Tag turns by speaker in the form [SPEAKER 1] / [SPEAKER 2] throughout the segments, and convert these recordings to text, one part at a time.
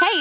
[SPEAKER 1] Hey,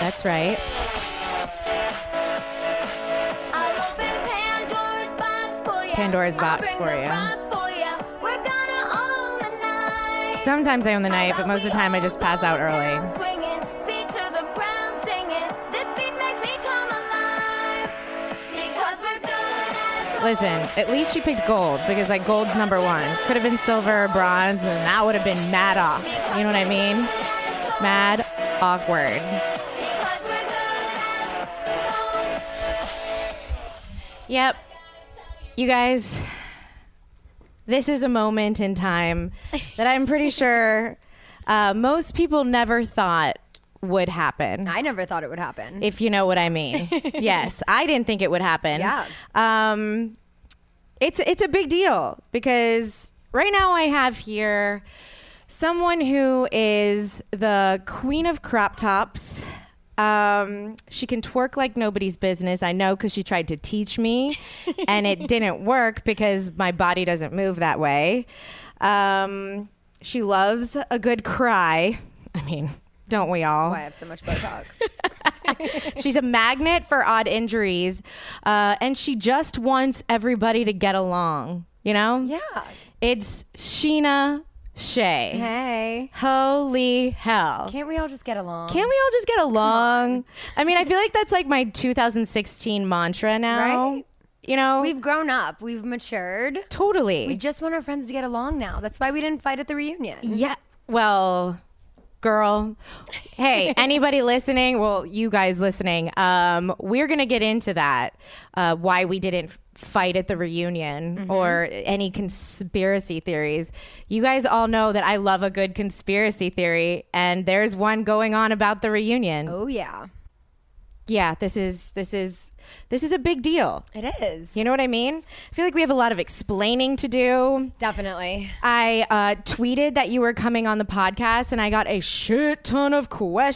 [SPEAKER 2] That's right.
[SPEAKER 3] Pandora's box for you.
[SPEAKER 2] Sometimes I own the night, but most of the time I just pass out early.
[SPEAKER 3] early.
[SPEAKER 2] Listen, at least she picked gold because like gold's number one. Could have been silver or bronze, and that would have been mad off. You know what I mean? Mad awkward. Yep. You guys, this is a moment in time that I'm pretty sure uh, most people never thought would happen.
[SPEAKER 4] I never thought it would happen.
[SPEAKER 2] if you know what I mean. yes, I didn't think it would happen.
[SPEAKER 4] Yeah.
[SPEAKER 2] Um, it's it's a big deal because right now I have here someone who is the queen of crop tops. Um, she can twerk like nobody's business. I know because she tried to teach me, and it didn't work because my body doesn't move that way. Um, she loves a good cry. I mean, don't we all?
[SPEAKER 4] Why I have so much Botox.
[SPEAKER 2] She's a magnet for odd injuries, uh, and she just wants everybody to get along. You know?
[SPEAKER 4] yeah.
[SPEAKER 2] It's Sheena Shea.
[SPEAKER 4] Hey.
[SPEAKER 2] Holy hell! Can-
[SPEAKER 4] Can't we all just get along?
[SPEAKER 2] we all just get along? I mean, I feel like that's like my 2016 mantra now.
[SPEAKER 4] Right?
[SPEAKER 2] You know,
[SPEAKER 4] We've grown up. We've matured.
[SPEAKER 2] totally.
[SPEAKER 4] We just want our friends to get along now. That's why we didn't fight at the reunion.
[SPEAKER 2] Yeah. Well, girl. Hey, anybody listening? Well, you guys listening. Um, we're gonna get into that. Uh, why we didn't fight at the reunion or any conspiracy theories. You guys all know that I love a good conspiracy theory, and there's one going on about the reunion.
[SPEAKER 4] Oh yeah.
[SPEAKER 2] Yeah. This is this is this is a big deal.
[SPEAKER 4] It is.
[SPEAKER 2] You know what I mean? I feel like we have a lot of explaining to do.
[SPEAKER 4] Definitely.
[SPEAKER 2] I uh, tweeted that you were coming on the podcast, and I got a shit ton of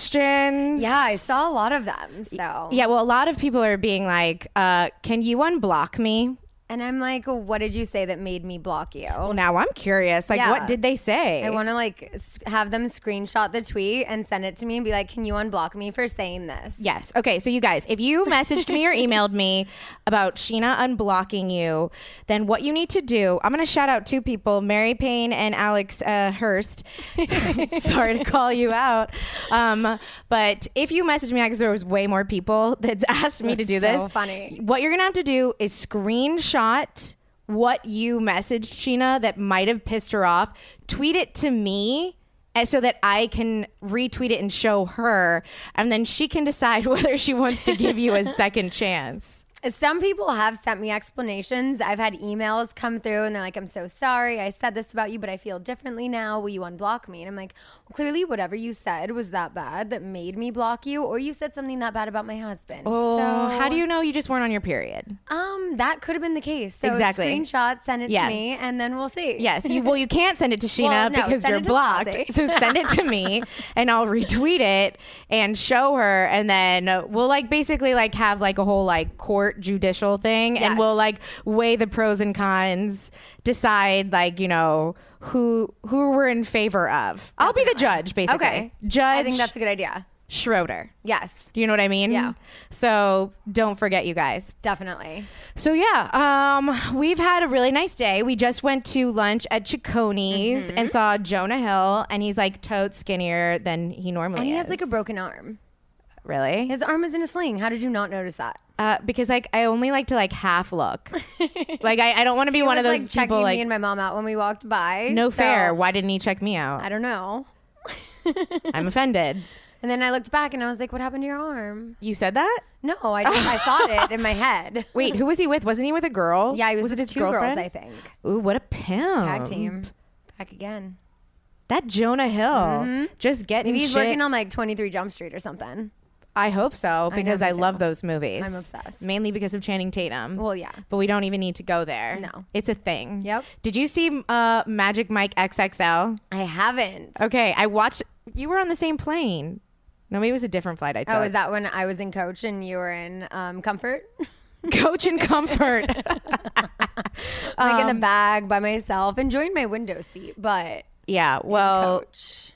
[SPEAKER 2] questions.
[SPEAKER 4] Yeah, I saw a lot of them. So
[SPEAKER 2] Yeah, well, a lot of people are being like, uh, "Can you unblock me?"
[SPEAKER 4] And I'm like, what did you say that made me block you?
[SPEAKER 2] Well, now I'm curious. Like,
[SPEAKER 4] Yeah.
[SPEAKER 2] what did they say?
[SPEAKER 4] I want to like s- have them screenshot the tweet and send it to me and be like, can you unblock me for saying this?
[SPEAKER 2] Yes. Okay. So, you guys, if you messaged me or emailed me about Sheena unblocking you, then what you need to do, I'm going to shout out two people, Mary Payne and Alex uh, Hurst. Sorry to call you out. Um, but if you message me, because there was way more people that asked me to do
[SPEAKER 4] That's so
[SPEAKER 2] this,
[SPEAKER 4] funny.
[SPEAKER 2] what you're going to have to do is screenshot what you messaged Sheena that might have pissed her off, tweet it to me and so that I can retweet it and show her, and then she can decide whether she wants to give you a second chance.
[SPEAKER 4] Some people have sent me explanations. I've had emails come through and they're like, I'm so sorry. I said this about you, but I feel differently now. Will you unblock me? And I'm like, well, clearly, whatever you said was that bad that made me block you, or you said something that bad about my husband.
[SPEAKER 2] Oh,
[SPEAKER 4] so,
[SPEAKER 2] how do you know you just weren't on your period?
[SPEAKER 4] Um, that could have been the case. So,
[SPEAKER 2] Exactly.
[SPEAKER 4] screenshot, send it
[SPEAKER 2] Yeah.
[SPEAKER 4] to me, and then we'll see.
[SPEAKER 2] Yes, you well you can't send it to Sheena
[SPEAKER 4] Well, no,
[SPEAKER 2] because
[SPEAKER 4] send
[SPEAKER 2] you're
[SPEAKER 4] it to
[SPEAKER 2] blocked.
[SPEAKER 4] Stassi.
[SPEAKER 2] So send it to me and I'll retweet it and show her and then uh, we'll like basically like have like a whole like court judicial thing and
[SPEAKER 4] Yes.
[SPEAKER 2] we'll like weigh the pros and cons, decide like, you know, who who we're in favor of. I'll be the judge basically.
[SPEAKER 4] Okay.
[SPEAKER 2] Judge
[SPEAKER 4] I think that's a good idea.
[SPEAKER 2] Schroeder.
[SPEAKER 4] Yes,
[SPEAKER 2] Do you know what I mean?
[SPEAKER 4] Yeah.
[SPEAKER 2] So don't forget you guys.
[SPEAKER 4] definitely.
[SPEAKER 2] So yeah, um, we've had a really nice day. We just went to lunch at Chiconi's
[SPEAKER 4] Mm-hmm.
[SPEAKER 2] and saw Jonah Hill, and he's like totes skinnier than he normally
[SPEAKER 4] And he
[SPEAKER 2] is.
[SPEAKER 4] has like a broken arm.
[SPEAKER 2] really
[SPEAKER 4] His arm is in a sling. How did you not notice that?
[SPEAKER 2] uh, because like I only like to like half look. like I, I don't want to be
[SPEAKER 4] He
[SPEAKER 2] one of
[SPEAKER 4] was,
[SPEAKER 2] those
[SPEAKER 4] like checking
[SPEAKER 2] people like
[SPEAKER 4] me and my mom out when we walked by.
[SPEAKER 2] no
[SPEAKER 4] so
[SPEAKER 2] fair. Why didn't he check me
[SPEAKER 4] I
[SPEAKER 2] out?
[SPEAKER 4] don't know.
[SPEAKER 2] I'm offended.
[SPEAKER 4] And then I looked back and I was like, "What happened to your arm?"
[SPEAKER 2] You said that.
[SPEAKER 4] No, I just, I thought it in my head.
[SPEAKER 2] Wait, who was he with? Wasn't he with a girl?
[SPEAKER 4] Yeah, he was,
[SPEAKER 2] it
[SPEAKER 4] with
[SPEAKER 2] his
[SPEAKER 4] two
[SPEAKER 2] girlfriend? Um,
[SPEAKER 4] girls, I think.
[SPEAKER 2] Ooh, what a pimp!
[SPEAKER 4] Tag team. Back again.
[SPEAKER 2] That Jonah Hill just getting
[SPEAKER 4] Mm-hmm. Maybe he's
[SPEAKER 2] Oh, shit.
[SPEAKER 4] working on like 23 Jump Street or something.
[SPEAKER 2] I hope so because
[SPEAKER 4] me
[SPEAKER 2] I,
[SPEAKER 4] too.
[SPEAKER 2] love those movies.
[SPEAKER 4] I'm obsessed.
[SPEAKER 2] Mainly because of Channing Tatum.
[SPEAKER 4] Well, yeah.
[SPEAKER 2] But we don't even need to go there.
[SPEAKER 4] No.
[SPEAKER 2] It's a thing.
[SPEAKER 4] Yep.
[SPEAKER 2] Did you see uh, Magic Mike XXL?
[SPEAKER 4] I haven't.
[SPEAKER 2] Okay, I watched. You were on the same plane. No, maybe it was a different flight I took.
[SPEAKER 4] Oh, is that when I was in coach and you were in um, comfort?
[SPEAKER 2] Coach and Comfort.
[SPEAKER 4] like
[SPEAKER 2] Um,
[SPEAKER 4] in a bag by myself, enjoying my window seat, but
[SPEAKER 2] yeah, well,
[SPEAKER 4] coach.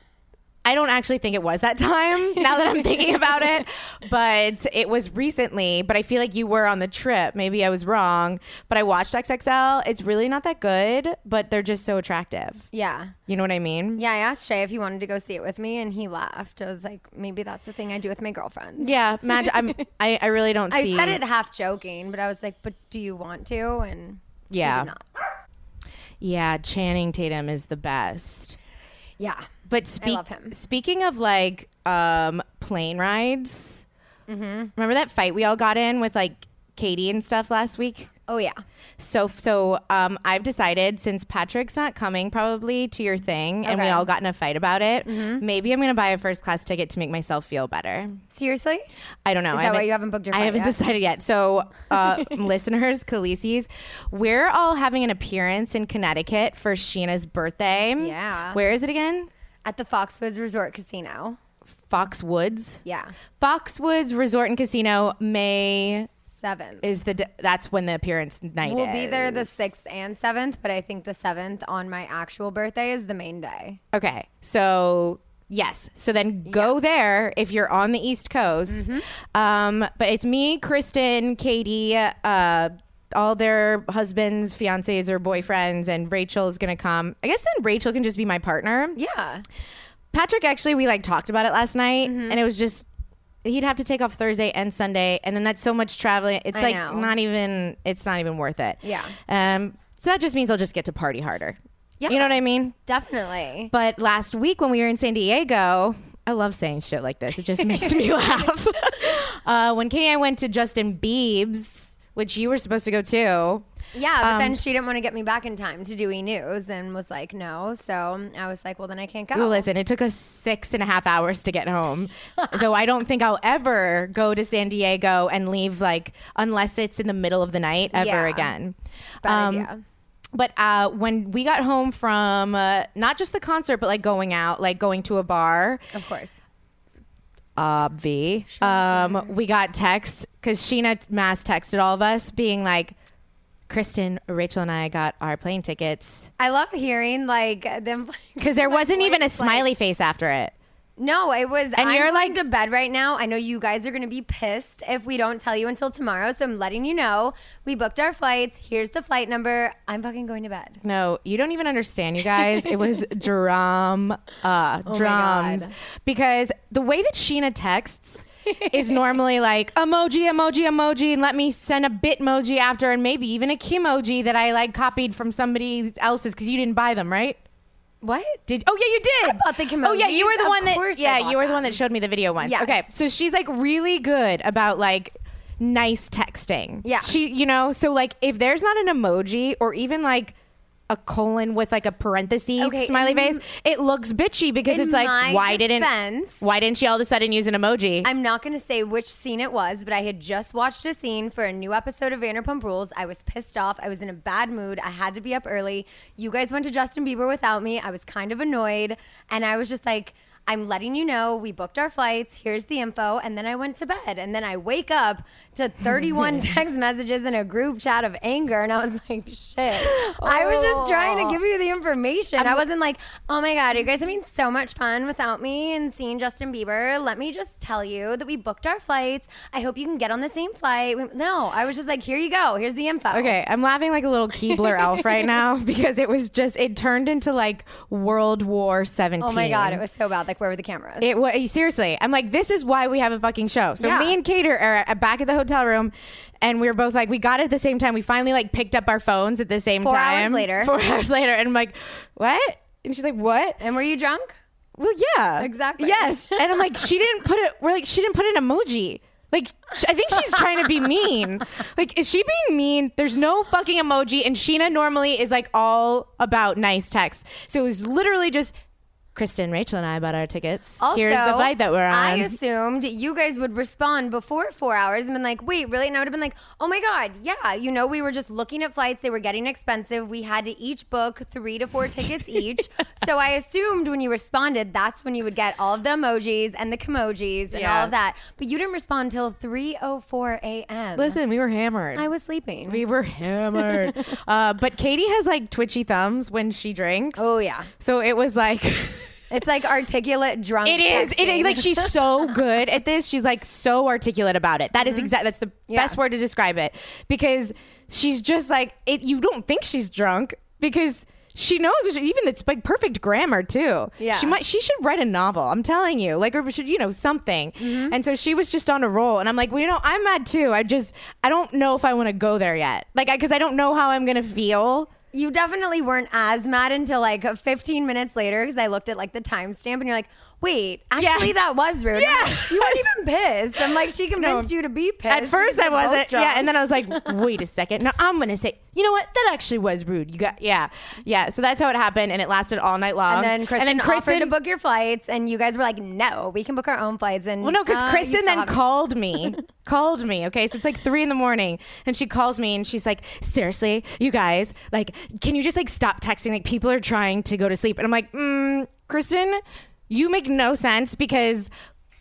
[SPEAKER 2] I don't actually think it was that time now that I'm thinking about it, but it was recently. But I feel like you were on the trip. Maybe I was wrong, but I watched XXL. It's really not that good, but they're just so attractive.
[SPEAKER 4] Yeah.
[SPEAKER 2] You know what I mean?
[SPEAKER 4] Yeah, I asked Shay if he wanted to go see it with me, and he laughed. I was like, maybe that's the thing I do with my girlfriends.
[SPEAKER 2] Yeah, Magic. I'm, I, I really don't see.
[SPEAKER 4] I said it half joking, but I was like, but do you want to? And he
[SPEAKER 2] Yeah.
[SPEAKER 4] did not.
[SPEAKER 2] Yeah, Channing Tatum is the best.
[SPEAKER 4] yeah.
[SPEAKER 2] But speak,
[SPEAKER 4] love him.
[SPEAKER 2] speaking of like um, plane rides,
[SPEAKER 4] Mm-hmm.
[SPEAKER 2] remember that fight we all got in with like Katie and stuff last week?
[SPEAKER 4] Oh yeah.
[SPEAKER 2] So, so um, I've decided since Patrick's not coming probably to your thing, and we
[SPEAKER 4] Okay. Mm-hmm.
[SPEAKER 2] all got in a fight about it. Maybe I'm gonna buy a first class ticket to make myself feel better.
[SPEAKER 4] Seriously?
[SPEAKER 2] I don't know.
[SPEAKER 4] Is
[SPEAKER 2] I
[SPEAKER 4] that why you haven't booked your
[SPEAKER 2] I
[SPEAKER 4] flight
[SPEAKER 2] haven't
[SPEAKER 4] yet?
[SPEAKER 2] decided yet. So, uh, listeners, Khaleesi's, we're all having an appearance in Connecticut for Sheena's birthday.
[SPEAKER 4] Yeah.
[SPEAKER 2] Where is it again?
[SPEAKER 4] At the Foxwoods Resort Casino.
[SPEAKER 2] Foxwoods.
[SPEAKER 4] Yeah.
[SPEAKER 2] Foxwoods Resort and Casino. May
[SPEAKER 4] Seventh.
[SPEAKER 2] is the d- that's when the appearance night.
[SPEAKER 4] We'll be there the
[SPEAKER 2] is.
[SPEAKER 4] sixth and seventh, but I think the seventh on my actual birthday is the main day.
[SPEAKER 2] Okay. So yes. So then go there if you're on the East Coast.
[SPEAKER 4] Mm-hmm.
[SPEAKER 2] Um, but it's me, Kristen, Katie, uh, all their husbands, fiancés, or boyfriends, and Rachel's gonna come. I guess then Rachel can just be my partner.
[SPEAKER 4] Yeah. Mm-hmm.
[SPEAKER 2] Patrick actually we like talked about it last night and it was just he'd have to take off Thursday and Sunday and then that's so much traveling. It's
[SPEAKER 4] I
[SPEAKER 2] like
[SPEAKER 4] know.
[SPEAKER 2] not even it's not even worth it.
[SPEAKER 4] Yeah.
[SPEAKER 2] Um so that just means I'll just get to party harder.
[SPEAKER 4] Yeah.
[SPEAKER 2] You know what I mean?
[SPEAKER 4] Definitely.
[SPEAKER 2] But last week when we were in San Diego, I love saying shit like this. It just makes me laugh. Uh, when Katie and I went to Justin Biebs, which you were supposed to go to,
[SPEAKER 4] Yeah, but then she didn't want to get me back in time to do E News and was like, no. So I was like, well, then I can't go.
[SPEAKER 2] Well, listen, it took us six and a half hours to get home. so I don't think I'll ever go to San Diego and leave, like, unless it's in the middle of the night ever
[SPEAKER 4] Yeah.
[SPEAKER 2] again.
[SPEAKER 4] Bad
[SPEAKER 2] Um,
[SPEAKER 4] idea.
[SPEAKER 2] But uh, when we got home from uh, not just the concert, but like going out, like going to a bar,
[SPEAKER 4] Of course.
[SPEAKER 2] obvi, um, we got texts because Sheena mass texted all of us being like, Kristen, Rachel, and I got our plane tickets
[SPEAKER 4] I love hearing like them.
[SPEAKER 2] because there
[SPEAKER 4] my
[SPEAKER 2] wasn't even a
[SPEAKER 4] voice, like-
[SPEAKER 2] smiley face after it.
[SPEAKER 4] No, it was. And
[SPEAKER 2] you're
[SPEAKER 4] you're
[SPEAKER 2] like-
[SPEAKER 4] like to bed right now. I know you guys are going to be pissed if we don't tell you until tomorrow. So I'm letting you know. We booked our flights. Here's the flight number. I'm fucking going to bed.
[SPEAKER 2] No, you don't even understand, you guys. it was drama, uh, drums,
[SPEAKER 4] Oh God.
[SPEAKER 2] because the way that Sheena texts is normally like emoji, emoji, emoji, and let me send a bitmoji after, and maybe even a kimoji that I like copied from somebody else's because you didn't buy them, right?
[SPEAKER 4] What?
[SPEAKER 2] Did oh yeah, you did.
[SPEAKER 4] I bought the
[SPEAKER 2] Oh yeah, you were the
[SPEAKER 4] Kimojis.
[SPEAKER 2] one
[SPEAKER 4] Of course
[SPEAKER 2] that
[SPEAKER 4] I
[SPEAKER 2] yeah,
[SPEAKER 4] bought
[SPEAKER 2] you were the one
[SPEAKER 4] them.
[SPEAKER 2] that showed me the video once.
[SPEAKER 4] Yes.
[SPEAKER 2] Okay, so she's like really good about like nice texting.
[SPEAKER 4] Yeah.
[SPEAKER 2] She, you know, so like if there's not an emoji or even like a colon with like a parenthesis
[SPEAKER 4] Okay,
[SPEAKER 2] smiley
[SPEAKER 4] in-
[SPEAKER 2] face, it looks bitchy because
[SPEAKER 4] in
[SPEAKER 2] it's like
[SPEAKER 4] my
[SPEAKER 2] why
[SPEAKER 4] defense-
[SPEAKER 2] didn't why didn't she all of a sudden use an emoji?
[SPEAKER 4] I'm not going to say which scene it was, but I had just watched a scene for a new episode of Vanderpump Rules. I was pissed off. I was in a bad mood. I had to be up early. You guys went to Justin Bieber without me. I was kind of annoyed. And I was just like, I'm letting you know we booked our flights. Here's the info. And then I went to bed. And then I wake up to 31 text messages in a group chat of anger. And I was like, shit. I was just
[SPEAKER 2] Oh.
[SPEAKER 4] trying to give you the information. I wasn't like, oh my God, you guys have been so much fun without me and seeing Justin Bieber. Let me just tell you that we booked our flights. I hope you can get on the same flight. We- No, I was just like, here you go. Here's the info.
[SPEAKER 2] Okay, I'm laughing like a little Keebler elf right now because it was just it turned into like World War 17.
[SPEAKER 4] Oh my God, it was so bad. Like, where were the cameras?
[SPEAKER 2] It was seriously. I'm like, this is why we have a fucking show. So
[SPEAKER 4] Yeah.
[SPEAKER 2] me and Cater are at, back at the hotel room, and we were both like, we got it at the same time. We finally like picked up our phones at the same
[SPEAKER 4] Four hours
[SPEAKER 2] time.
[SPEAKER 4] later.
[SPEAKER 2] Four hours later, and I'm like, what? And she's like, what?
[SPEAKER 4] and were you drunk?
[SPEAKER 2] Well, yeah,
[SPEAKER 4] Exactly.
[SPEAKER 2] Yes, and I'm like, she didn't put it. We're like, she didn't put an emoji. Like, sh- I think she's trying to be mean. Like, is she being mean? There's no fucking emoji. And Sheena normally is like all about nice texts. So it was literally just Kristen, Rachel, and I bought our tickets.
[SPEAKER 4] Also,
[SPEAKER 2] Here's the flight that we're on.
[SPEAKER 4] I assumed you guys would respond before four hours and been like, wait, really? And I would have been like, oh my God, yeah. You know, we were just looking at flights. They were getting expensive. We had to each book three to four tickets each. So I assumed when you responded, that's when you would get all of the emojis and the emojis and
[SPEAKER 2] Yeah.
[SPEAKER 4] all of that. But you didn't respond till 3.04 a.m.
[SPEAKER 2] Listen, we were hammered.
[SPEAKER 4] I was sleeping.
[SPEAKER 2] we were hammered. uh, but Katie has like twitchy thumbs when she drinks.
[SPEAKER 4] oh, yeah.
[SPEAKER 2] So it was like.
[SPEAKER 4] It's like articulate drunk.
[SPEAKER 2] It is. It
[SPEAKER 4] texting. Mm-hmm.
[SPEAKER 2] is like she's so good at this. She's like so articulate about it. That is exact. That's the
[SPEAKER 4] Yeah.
[SPEAKER 2] best word to describe it because she's just like it. You don't think she's drunk because she knows. what she- Even it's like perfect grammar too.
[SPEAKER 4] Yeah.
[SPEAKER 2] She might. She should write a novel. I'm telling you. Like or should you know something.
[SPEAKER 4] Mm-hmm.
[SPEAKER 2] And so she was just on a roll. And I'm like, well, you know, I'm mad too. I just I don't know if I want to go there yet. Like because I don't know how I'm gonna feel.
[SPEAKER 4] You definitely weren't as mad until like 15 minutes later because I looked at like the timestamp and you're like, wait, actually that was rude. I'm
[SPEAKER 2] Yeah.
[SPEAKER 4] like, you weren't even pissed. I'm like, she convinced you to be pissed.
[SPEAKER 2] At first, I
[SPEAKER 4] because you're both
[SPEAKER 2] wasn't. Yeah,
[SPEAKER 4] drunk.
[SPEAKER 2] and then I was like, "Wait a second. Now I'm gonna say, you know what? That actually was rude. You got, yeah, yeah." So that's how it happened, and it lasted all night
[SPEAKER 4] And
[SPEAKER 2] long.
[SPEAKER 4] then Kristen, offered to book your flights, and you guys were like, "No, we can book our own flights." And
[SPEAKER 2] Well, no, because
[SPEAKER 4] uh, you
[SPEAKER 2] Kristen
[SPEAKER 4] still
[SPEAKER 2] then
[SPEAKER 4] haven't.
[SPEAKER 2] called me, called me. Okay, so it's like three in the morning, and she calls me, and she's like, "Seriously, you guys, like, can you just like stop texting? Like, people are trying to go to sleep." And I'm like, mm, "Kristen, you make no sense because."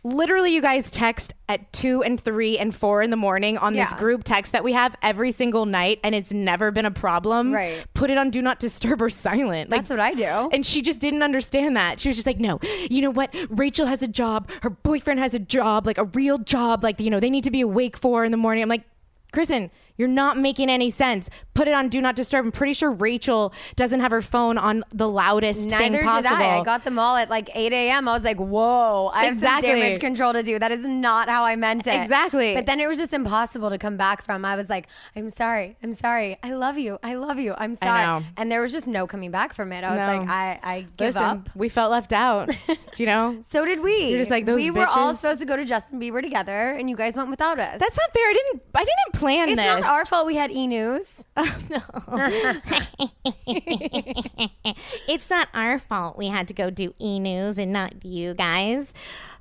[SPEAKER 2] Literally, you guys text at two and three and four in the morning on this
[SPEAKER 4] Yeah.
[SPEAKER 2] group text that we have every single night, and it's never been a problem.
[SPEAKER 4] Right.
[SPEAKER 2] Put it on do not disturb or silent. Like,
[SPEAKER 4] That's what I do.
[SPEAKER 2] and she just didn't understand that. She was just like, no, you know what? Rachel has a job. Her boyfriend has a job, like a real job, like, you know, they need to be awake for in the morning. I'm like, Kristen, you're not making any sense. Put it on Do Not Disturb. I'm pretty sure Rachel doesn't have her phone on the loudest
[SPEAKER 4] Neither
[SPEAKER 2] thing possible.
[SPEAKER 4] did I. I got them all at like 8 a.m. I was like, whoa, I have
[SPEAKER 2] Exactly.
[SPEAKER 4] some damage control to do. That is not how I meant it.
[SPEAKER 2] Exactly.
[SPEAKER 4] But then it was just impossible to come back from. I was like, I'm sorry. I'm sorry. I love you. I love you. I'm sorry.
[SPEAKER 2] know.
[SPEAKER 4] And there was just no coming back from it. I was
[SPEAKER 2] No.
[SPEAKER 4] like, I, I give
[SPEAKER 2] Listen,
[SPEAKER 4] up.
[SPEAKER 2] we felt left out. you know,
[SPEAKER 4] So did we.
[SPEAKER 2] You're just like, those
[SPEAKER 4] We were all
[SPEAKER 2] bitches.
[SPEAKER 4] supposed to go to Justin Bieber together, and you guys went without us.
[SPEAKER 2] that's not fair. I didn't. I didn't plan
[SPEAKER 4] it's
[SPEAKER 2] this.
[SPEAKER 4] not our fault we had e news.
[SPEAKER 2] it's not our fault we had to go do e news and not you guys.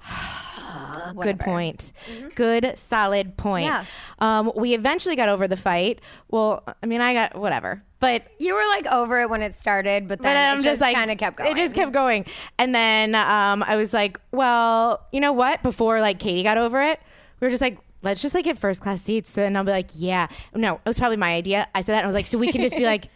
[SPEAKER 2] Good point. Good solid point.
[SPEAKER 4] Mm-hmm. Yeah.
[SPEAKER 2] Um, we eventually got over the fight. Well, I mean, I got whatever, but
[SPEAKER 4] You were like over it when it started, but then
[SPEAKER 2] and
[SPEAKER 4] it
[SPEAKER 2] I'm just, like
[SPEAKER 4] kind of kept going.
[SPEAKER 2] It just kept going, and then um, I was like, well, you know what? Before like Katie got over it, we were just like. Let's just like get first class seats, and I'll be like, "Yeah, no, it was probably my idea." I said that, and I was like, "So we can just be like,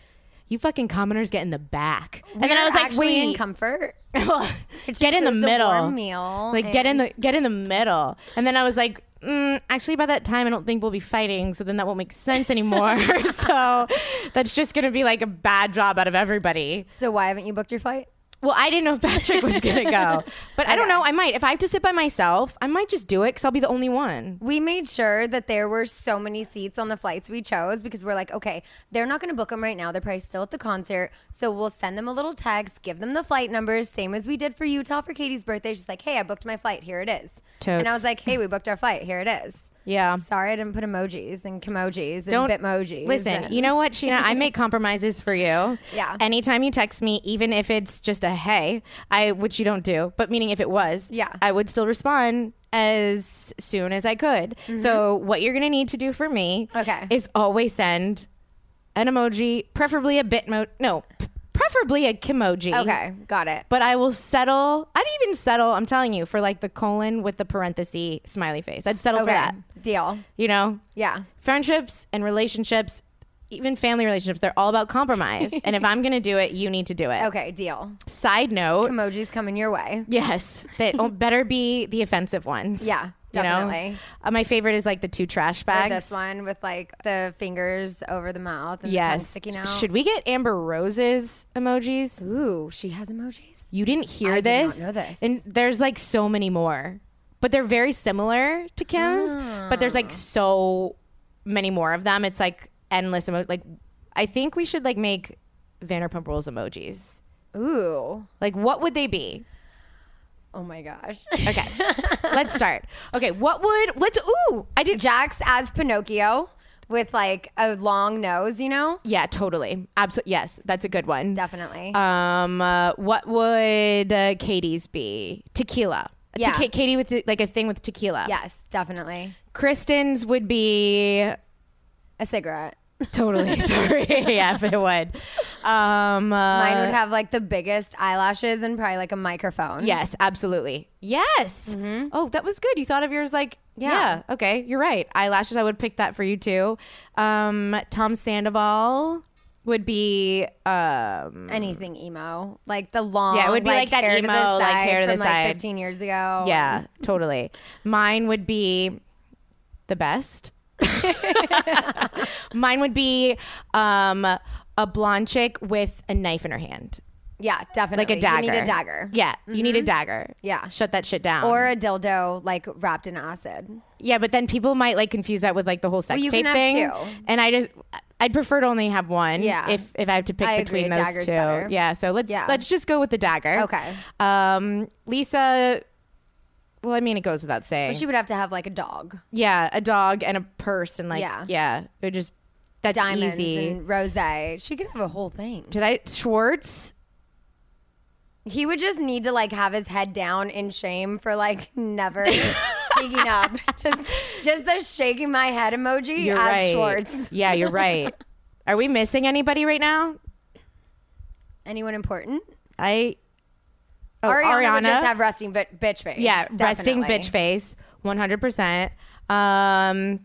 [SPEAKER 2] you fucking commoners get in the back," and then I was like,
[SPEAKER 4] actually in
[SPEAKER 2] "Wait,
[SPEAKER 4] comfort.
[SPEAKER 2] well, get in the
[SPEAKER 4] includes a
[SPEAKER 2] middle.
[SPEAKER 4] warm meal
[SPEAKER 2] Like get in the get in the middle. And then I was like, mm, actually, by that time, I don't think we'll be fighting. So then that won't make sense anymore. so that's just gonna be like a bad job out of everybody.
[SPEAKER 4] So why haven't you booked your flight?
[SPEAKER 2] Well, I didn't know if Patrick was gonna go, but I don't know. I might if I have to sit by myself, I might just do it because I'll be the only one.
[SPEAKER 4] We made sure that there were so many seats on the flights we chose because we're like, okay, they're not going to book them right now. They're probably still at the concert. So we'll send them a little text, give them the flight numbers, same as we did for Utah for Katie's birthday. She's like, hey, I booked my flight. Here it is. And I
[SPEAKER 2] Totes.
[SPEAKER 4] was like, hey, we booked our flight. Here it is.
[SPEAKER 2] Yeah.
[SPEAKER 4] Sorry, I didn't put emojis and Kimojis and
[SPEAKER 2] Don't-
[SPEAKER 4] Bitmojis.
[SPEAKER 2] Listen,
[SPEAKER 4] and-
[SPEAKER 2] you know what, Sheena? I make compromises for you.
[SPEAKER 4] Yeah.
[SPEAKER 2] Anytime you text me, even if it's just a hey, I which you don't do, but meaning if it was,
[SPEAKER 4] Yeah.
[SPEAKER 2] I would still respond as soon as I could. So what you're gonna need to do for me,
[SPEAKER 4] Mm-hmm. Okay.
[SPEAKER 2] is always send an emoji, preferably a bitmo. No, p- preferably a kimoji.
[SPEAKER 4] Okay, got it.
[SPEAKER 2] But I will settle. I'd even settle. I'm telling you for like the colon with the parenthesis smiley face. I'd settle
[SPEAKER 4] okay,
[SPEAKER 2] for that.
[SPEAKER 4] deal.
[SPEAKER 2] You know,
[SPEAKER 4] Yeah.
[SPEAKER 2] friendships and relationships even family relationships they're all about compromise and if i'm gonna do it you need to do it
[SPEAKER 4] Okay, deal.
[SPEAKER 2] side note
[SPEAKER 4] Emojis coming your way.
[SPEAKER 2] yes that oh, better be the offensive ones
[SPEAKER 4] Yeah,
[SPEAKER 2] You know?
[SPEAKER 4] definitely.
[SPEAKER 2] Uh, my favorite is like the two trash
[SPEAKER 4] Or
[SPEAKER 2] bags
[SPEAKER 4] this one with like the fingers over the mouth and the tongue
[SPEAKER 2] yes
[SPEAKER 4] sticking out.
[SPEAKER 2] should we get amber roses emojis
[SPEAKER 4] Ooh, she has emojis.
[SPEAKER 2] you didn't hear
[SPEAKER 4] I did
[SPEAKER 2] this.
[SPEAKER 4] not know this.
[SPEAKER 2] and there's like so many more but they're very similar to kim's but there's
[SPEAKER 4] Ah.
[SPEAKER 2] like so many more of them it's like endless emo- like i think we should like make vanderpump rules emojis
[SPEAKER 4] Ooh.
[SPEAKER 2] like what would they be
[SPEAKER 4] Oh my gosh.
[SPEAKER 2] okay let's start okay what would let's ooh i did
[SPEAKER 4] Jax as Pinocchio with like a long nose, you know?
[SPEAKER 2] yeah totally absolutely yes that's a good one
[SPEAKER 4] Definitely.
[SPEAKER 2] um uh, what would uh, katie's be tequila
[SPEAKER 4] Yeah.
[SPEAKER 2] Tequi- katie with the, like a thing with tequila
[SPEAKER 4] yes, definitely.
[SPEAKER 2] kristen's would be
[SPEAKER 4] A cigarette.
[SPEAKER 2] Totally sorry. yeah, if it would. Um, uh,
[SPEAKER 4] Mine would have like the biggest eyelashes and probably like a microphone.
[SPEAKER 2] yes, absolutely. Yes. Oh, that was good. You thought of yours like yeah.
[SPEAKER 4] Mm-hmm. Yeah.
[SPEAKER 2] Okay, you're right. Eyelashes. I would pick that for you too. Um, Tom Sandoval would be um
[SPEAKER 4] Anything emo. Like the long
[SPEAKER 2] Yeah, it would be like that
[SPEAKER 4] hair to the
[SPEAKER 2] emo, like,
[SPEAKER 4] side
[SPEAKER 2] hair to the
[SPEAKER 4] from, like,
[SPEAKER 2] side.
[SPEAKER 4] 15 years ago.
[SPEAKER 2] yeah totally. Mine would be the best. Mine would be um a blonde chick with a knife in her hand.
[SPEAKER 4] Yeah, definitely.
[SPEAKER 2] like a dagger.
[SPEAKER 4] You need a dagger. Mm-hmm.
[SPEAKER 2] Yeah, you need a dagger.
[SPEAKER 4] Yeah.
[SPEAKER 2] shut that shit down.
[SPEAKER 4] Or a dildo like wrapped in acid.
[SPEAKER 2] yeah, but then people might like confuse that with like the whole sex
[SPEAKER 4] you
[SPEAKER 2] tape
[SPEAKER 4] can have
[SPEAKER 2] thing.
[SPEAKER 4] two.
[SPEAKER 2] And I just, I'd prefer to only have one.
[SPEAKER 4] Yeah.
[SPEAKER 2] if if I have to pick
[SPEAKER 4] I
[SPEAKER 2] between
[SPEAKER 4] agree,
[SPEAKER 2] those
[SPEAKER 4] dagger's
[SPEAKER 2] two.
[SPEAKER 4] better.
[SPEAKER 2] Yeah, so let's
[SPEAKER 4] Yeah.
[SPEAKER 2] let's just go with the dagger.
[SPEAKER 4] Okay.
[SPEAKER 2] Um, Lisa. Well, I mean, it goes without saying.
[SPEAKER 4] She would have to have like a dog.
[SPEAKER 2] yeah, a dog and a purse and like yeah,
[SPEAKER 4] Yeah.
[SPEAKER 2] it would just that's
[SPEAKER 4] Diamonds
[SPEAKER 2] easy.
[SPEAKER 4] and rose. She could have a whole thing.
[SPEAKER 2] Did I Schwartz?
[SPEAKER 4] He would just need to like have his head down in shame for like never speaking up. Just, just the shaking my head emoji
[SPEAKER 2] You're
[SPEAKER 4] as
[SPEAKER 2] right.
[SPEAKER 4] Schwartz.
[SPEAKER 2] Yeah, you're right. Are we missing anybody right now?
[SPEAKER 4] Anyone important?
[SPEAKER 2] I oh,
[SPEAKER 4] would just have resting but bitch face.
[SPEAKER 2] yeah, resting bitch
[SPEAKER 4] definitely.
[SPEAKER 2] face, one hundred percent. Um,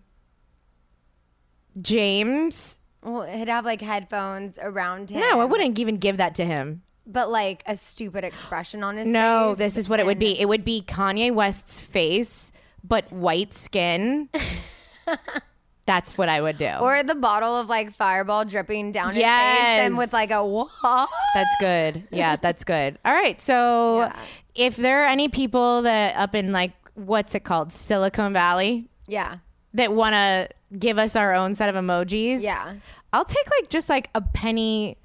[SPEAKER 2] James,
[SPEAKER 4] Well, he'd have like headphones around him.
[SPEAKER 2] no, I wouldn't even give that to him.
[SPEAKER 4] But like a stupid expression on his
[SPEAKER 2] No,
[SPEAKER 4] face
[SPEAKER 2] this is what it would
[SPEAKER 4] and-
[SPEAKER 2] be. It would be Kanye West's face, but white skin. That's what I would do.
[SPEAKER 4] Or the bottle of like fireball dripping down his
[SPEAKER 2] Yes.
[SPEAKER 4] face and with like a what?
[SPEAKER 2] That's good. Yeah, that's good. All right. So, if there are any people that up in like what's it called, Silicon Valley,
[SPEAKER 4] Yeah.
[SPEAKER 2] that want to give us our own set of emojis,
[SPEAKER 4] Yeah.
[SPEAKER 2] I'll take like just like a penny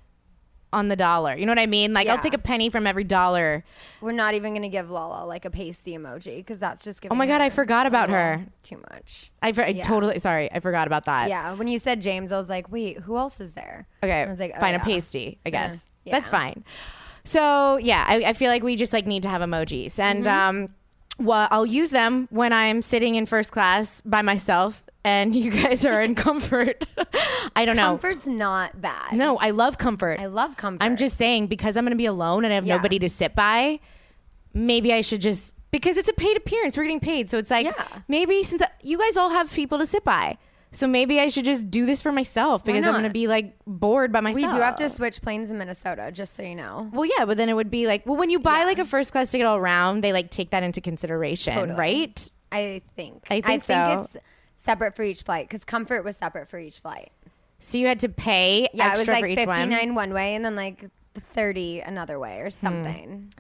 [SPEAKER 2] on the dollar. You know what I mean? Like I'll
[SPEAKER 4] Yeah.
[SPEAKER 2] take a penny from every dollar.
[SPEAKER 4] We're not even gonna give Lala like a pasty emoji because that's just giving
[SPEAKER 2] Oh my god,
[SPEAKER 4] her
[SPEAKER 2] I forgot about her.
[SPEAKER 4] too much.
[SPEAKER 2] I, for- I totally sorry, I forgot about that.
[SPEAKER 4] Yeah, when you said James, I was like, wait, who else is there?
[SPEAKER 2] Okay,
[SPEAKER 4] I was like, oh,
[SPEAKER 2] fine,
[SPEAKER 4] yeah.
[SPEAKER 2] a pasty, I guess.
[SPEAKER 4] Yeah.
[SPEAKER 2] That's fine. So yeah, I, I feel like we just like need to have emojis, and
[SPEAKER 4] Mm-hmm.
[SPEAKER 2] um, well, I'll use them when I'm sitting in first class by myself, and you guys are in comfort. I don't know.
[SPEAKER 4] Comfort's not bad.
[SPEAKER 2] No, I love comfort.
[SPEAKER 4] I love comfort.
[SPEAKER 2] I'm just saying because I'm going to be alone and I have
[SPEAKER 4] Yeah.
[SPEAKER 2] nobody to sit by. Maybe I should just because it's a paid appearance. We're getting paid, so it's like
[SPEAKER 4] Yeah.
[SPEAKER 2] maybe since I, you guys all have people to sit by, so maybe I should just do this for myself because I'm
[SPEAKER 4] not?
[SPEAKER 2] going to be like bored by
[SPEAKER 4] we
[SPEAKER 2] myself.
[SPEAKER 4] do have to switch planes in Minnesota, just so you know.
[SPEAKER 2] Well, yeah, but then it would be like, well, when you buy like a first class ticket all around, they like take that into consideration, right?
[SPEAKER 4] I think.
[SPEAKER 2] I think so.
[SPEAKER 4] it's separate for each flight because comfort was separate for each flight.
[SPEAKER 2] So you had to pay
[SPEAKER 4] Yeah,
[SPEAKER 2] extra
[SPEAKER 4] it
[SPEAKER 2] for
[SPEAKER 4] was
[SPEAKER 2] each
[SPEAKER 4] like
[SPEAKER 2] one.
[SPEAKER 4] 59 one way and then like 30 another way
[SPEAKER 2] Hmm.
[SPEAKER 4] or something.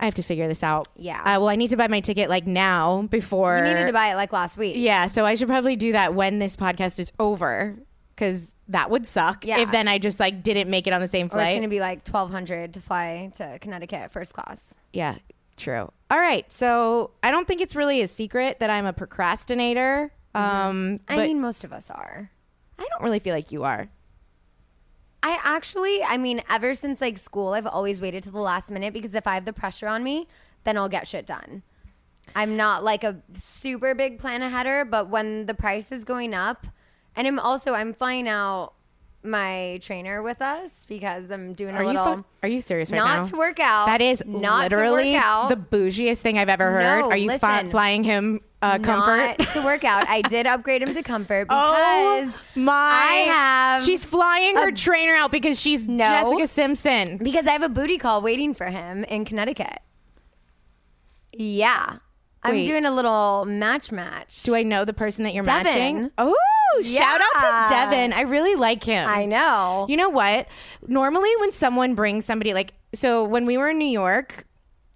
[SPEAKER 2] I have to figure this out.
[SPEAKER 4] Yeah.
[SPEAKER 2] Uh, well, I need to buy my ticket like now before
[SPEAKER 4] You needed to buy it like last week.
[SPEAKER 2] Yeah, so I should probably do that when this podcast is over because that would suck
[SPEAKER 4] Yeah.
[SPEAKER 2] if then I just like didn't make it on the
[SPEAKER 4] Or
[SPEAKER 2] same
[SPEAKER 4] it's
[SPEAKER 2] flight.
[SPEAKER 4] going to be like 1200 to fly to Connecticut first class.
[SPEAKER 2] yeah, True. All right. So I don't think it's really a secret that I'm a procrastinator.
[SPEAKER 4] Mm-hmm.
[SPEAKER 2] Um,
[SPEAKER 4] I
[SPEAKER 2] but
[SPEAKER 4] mean, most of us are.
[SPEAKER 2] I don't really feel like you are.
[SPEAKER 4] I actually, I mean, ever since like school, I've always waited till the last minute because if I have the pressure on me, then I'll get shit done. I'm not like a super big plan aheader, but when the price is going up, and I'm also I'm flying out my trainer with us because I'm doing
[SPEAKER 2] Are
[SPEAKER 4] a
[SPEAKER 2] you
[SPEAKER 4] little.
[SPEAKER 2] fu- are you serious right
[SPEAKER 4] not
[SPEAKER 2] now?
[SPEAKER 4] to work out.
[SPEAKER 2] That is
[SPEAKER 4] not to
[SPEAKER 2] literally
[SPEAKER 4] work out,
[SPEAKER 2] the bougiest thing I've ever heard.
[SPEAKER 4] No,
[SPEAKER 2] are you fi-
[SPEAKER 4] listen.
[SPEAKER 2] flying him uh, comfort?
[SPEAKER 4] Not to work out. I did upgrade him to comfort because
[SPEAKER 2] oh my!
[SPEAKER 4] I have
[SPEAKER 2] She's flying her
[SPEAKER 4] a-
[SPEAKER 2] trainer out because she's
[SPEAKER 4] No.
[SPEAKER 2] Jessica Simpson.
[SPEAKER 4] Because I have a booty call waiting for him in Connecticut. Yeah.
[SPEAKER 2] Wait.
[SPEAKER 4] I'm doing a little match match.
[SPEAKER 2] Do I know the person that you're
[SPEAKER 4] Devin.
[SPEAKER 2] matching? Oh, shout out to
[SPEAKER 4] Yeah.
[SPEAKER 2] Devin. I really like him.
[SPEAKER 4] I know.
[SPEAKER 2] You know what? Normally, when someone brings somebody, like, so when we were in New York,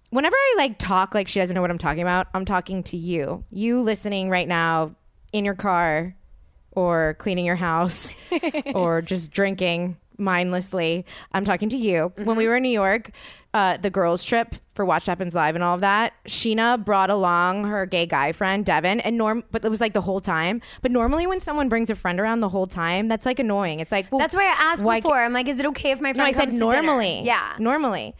[SPEAKER 2] whenever I like talk like she doesn't know what I'm talking about, I'm talking to you. You listening right now in your car or cleaning your house or just drinking mindlessly. I'm talking to you. When
[SPEAKER 4] Mm-hmm.
[SPEAKER 2] we were in New York, uh, the girls' trip for Watch Happens Live and all of that, Sheena brought along her gay guy friend, Devin, and Norm, but it was like the whole time. But normally, when someone brings a friend around the whole time, that's like annoying. It's like, well,
[SPEAKER 4] That's why I asked
[SPEAKER 2] why ca-
[SPEAKER 4] before. I'm like, is it okay if my friend
[SPEAKER 2] no, I said
[SPEAKER 4] comes to dinner?
[SPEAKER 2] normally.
[SPEAKER 4] Yeah.
[SPEAKER 2] normally,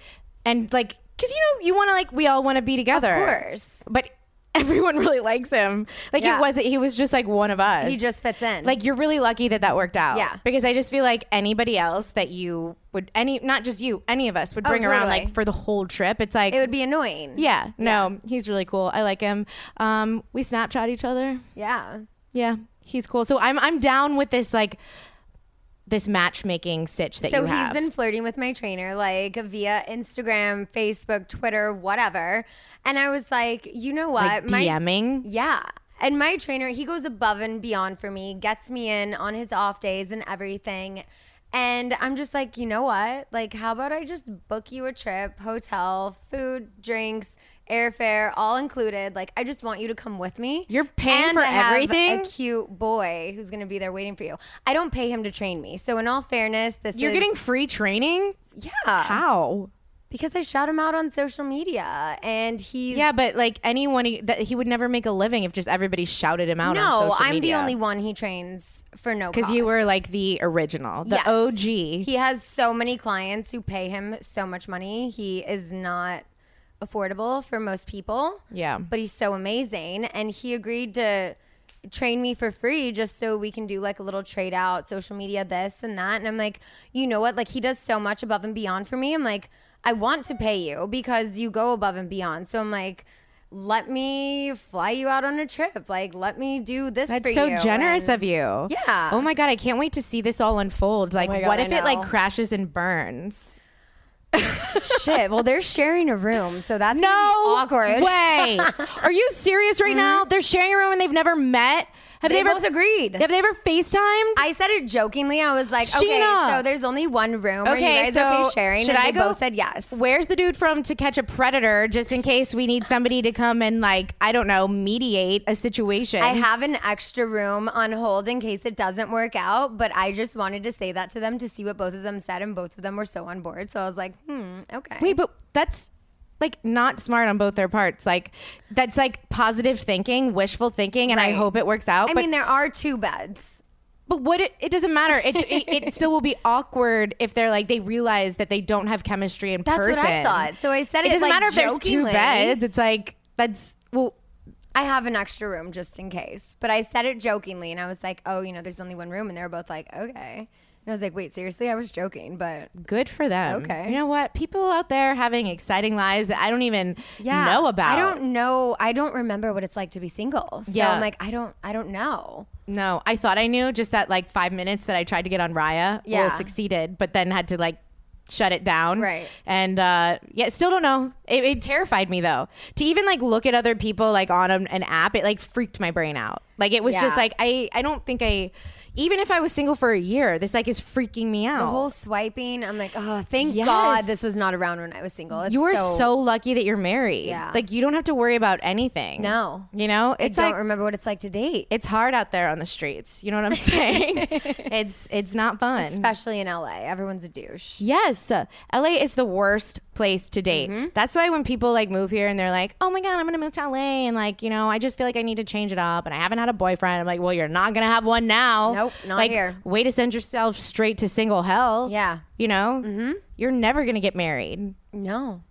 [SPEAKER 2] and like, cause you know, you want to like, we all want to be together,
[SPEAKER 4] Of course.
[SPEAKER 2] But everyone really likes him. Like
[SPEAKER 4] Yeah.
[SPEAKER 2] it wasn't. He was just like one of us.
[SPEAKER 4] He just fits in.
[SPEAKER 2] Like you're really lucky that that worked out.
[SPEAKER 4] Yeah.
[SPEAKER 2] Because I just feel like anybody else that you would any, not just you, any of us would bring around
[SPEAKER 4] Oh, totally.
[SPEAKER 2] like for the whole trip. It's like
[SPEAKER 4] it would be annoying.
[SPEAKER 2] Yeah. No, he's really cool. I like him. Um, we Snapchat each other.
[SPEAKER 4] Yeah.
[SPEAKER 2] Yeah, he's cool. So I'm I'm down with this like. This matchmaking sitch that
[SPEAKER 4] So
[SPEAKER 2] you
[SPEAKER 4] he's
[SPEAKER 2] have.
[SPEAKER 4] been flirting with my trainer like via Instagram, Facebook, Twitter, whatever. And I was like, you know
[SPEAKER 2] like
[SPEAKER 4] what? my
[SPEAKER 2] DMing.
[SPEAKER 4] Yeah. And my trainer, he goes above and beyond for me, gets me in on his off days and everything. And I'm just like, you know what? Like, how about I just book you a trip, hotel, food, drinks, airfare, all included? Like, I just want you to come with me.
[SPEAKER 2] You're paying
[SPEAKER 4] and
[SPEAKER 2] for
[SPEAKER 4] I have
[SPEAKER 2] everything?
[SPEAKER 4] A cute boy who's going to be there waiting for you. I don't pay him to train me. So, in all fairness, this
[SPEAKER 2] You're
[SPEAKER 4] is-
[SPEAKER 2] getting free training?
[SPEAKER 4] yeah
[SPEAKER 2] How?
[SPEAKER 4] because I shout him out on social media, and he's
[SPEAKER 2] Yeah, but like anyone he- that he would never make a living if just everybody shouted him out
[SPEAKER 4] no,
[SPEAKER 2] on social
[SPEAKER 4] I'm
[SPEAKER 2] media.
[SPEAKER 4] the only one he trains for no
[SPEAKER 2] because you
[SPEAKER 4] cost.
[SPEAKER 2] were like the original, the
[SPEAKER 4] Yes.
[SPEAKER 2] OG.
[SPEAKER 4] He has so many clients who pay him so much money. He is not affordable for most people.
[SPEAKER 2] Yeah.
[SPEAKER 4] But he's so amazing. And he agreed to train me for free just so we can do like a little trade out, social media, this and that. And I'm like, you know what? Like, he does so much above and beyond for me. I'm like, I want to pay you because you go above and beyond. So I'm like, let me fly you out on a trip. Like, let me do this for
[SPEAKER 2] That's
[SPEAKER 4] you.
[SPEAKER 2] so generous
[SPEAKER 4] And-
[SPEAKER 2] of you.
[SPEAKER 4] Yeah. Oh
[SPEAKER 2] Oh my god, I can't wait to see this all unfold. Like,
[SPEAKER 4] my God,
[SPEAKER 2] what
[SPEAKER 4] I
[SPEAKER 2] if it like
[SPEAKER 4] know.
[SPEAKER 2] crashes and burns?
[SPEAKER 4] Shit. Well, they're sharing a room, so that's
[SPEAKER 2] No
[SPEAKER 4] gonna be awkward.
[SPEAKER 2] way. Are you serious right now? They're sharing a room and they've never met. Have
[SPEAKER 4] Mm-hmm. They
[SPEAKER 2] ever
[SPEAKER 4] both agreed.
[SPEAKER 2] Have they ever Facetimed?
[SPEAKER 4] I said it jokingly. I was like,
[SPEAKER 2] Sheena.
[SPEAKER 4] okay, so there's only one room. Okay, Are you guys okay sharing?
[SPEAKER 2] should
[SPEAKER 4] and
[SPEAKER 2] I
[SPEAKER 4] they
[SPEAKER 2] go?
[SPEAKER 4] both said yes.
[SPEAKER 2] Where's the dude from to catch a predator, just in case we need somebody to come and like I don't know mediate a situation?
[SPEAKER 4] I have an extra room on hold in case it doesn't work out, but I just wanted to say that to them to see what both of them said, and both of them were so on board. So I was like, hmm, okay.
[SPEAKER 2] Wait, but that's like not smart on both their parts. Like that's like positive thinking, wishful thinking, and I
[SPEAKER 4] Right.
[SPEAKER 2] hope it works out.
[SPEAKER 4] I
[SPEAKER 2] but,
[SPEAKER 4] mean, there are two beds.
[SPEAKER 2] but what it, it doesn't matter. It's, it, it still will be awkward if they're like they realize that they don't have chemistry in
[SPEAKER 4] That's
[SPEAKER 2] person.
[SPEAKER 4] what I thought. So I said
[SPEAKER 2] It
[SPEAKER 4] it,
[SPEAKER 2] doesn't
[SPEAKER 4] like,
[SPEAKER 2] matter if there's two
[SPEAKER 4] jokingly.
[SPEAKER 2] beds. It's like that's well.
[SPEAKER 4] I have an extra room just in case. But I said it jokingly, and I was like, oh, you know, there's only one room. And they were both like, okay. And I was like, wait, seriously? I was joking, but
[SPEAKER 2] Good for them.
[SPEAKER 4] Okay.
[SPEAKER 2] You know what? People out there having exciting lives that I don't even know about.
[SPEAKER 4] I don't know. I don't remember what it's like to be single. So
[SPEAKER 2] Yeah.
[SPEAKER 4] I'm like, I don't, I don't know.
[SPEAKER 2] No, I thought I knew just that like five minutes that I tried to get on Raya.
[SPEAKER 4] Yeah.
[SPEAKER 2] Well, succeeded, but then had to like shut it down.
[SPEAKER 4] Right.
[SPEAKER 2] And uh, yeah, still don't know. It, it terrified me though. To even like look at other people like on an, an app, it like freaked my brain out. Like it was
[SPEAKER 4] Yeah.
[SPEAKER 2] just like I I don't think I even if I was single for a year, this like is freaking me out.
[SPEAKER 4] The whole swiping. I'm like, oh, thank
[SPEAKER 2] Oh. Yes.
[SPEAKER 4] God this was not around when I was single. It's
[SPEAKER 2] you are so,
[SPEAKER 4] so,
[SPEAKER 2] lucky that you're married.
[SPEAKER 4] Yeah.
[SPEAKER 2] Like you don't have to worry about anything.
[SPEAKER 4] No.
[SPEAKER 2] You know,
[SPEAKER 4] I
[SPEAKER 2] it's
[SPEAKER 4] don't
[SPEAKER 2] like
[SPEAKER 4] remember what it's like to date,
[SPEAKER 2] it's hard out there on the streets. You know what I'm saying? it's it's not fun.
[SPEAKER 4] especially in LA. Everyone's a douche.
[SPEAKER 2] Yes. LA is the worst place to date.
[SPEAKER 4] Mm-hmm.
[SPEAKER 2] That's why when people like move here and they're like, "Oh my god, I'm gonna move to LA," and like you know, I just feel like I need to change it up, and I haven't had a boyfriend. I'm like, well, you're not gonna have one now.
[SPEAKER 4] Nope, not
[SPEAKER 2] like,
[SPEAKER 4] here.
[SPEAKER 2] Way to send yourself straight to single hell.
[SPEAKER 4] Yeah.
[SPEAKER 2] you know, mm-hmm. you're never gonna get married.
[SPEAKER 4] No.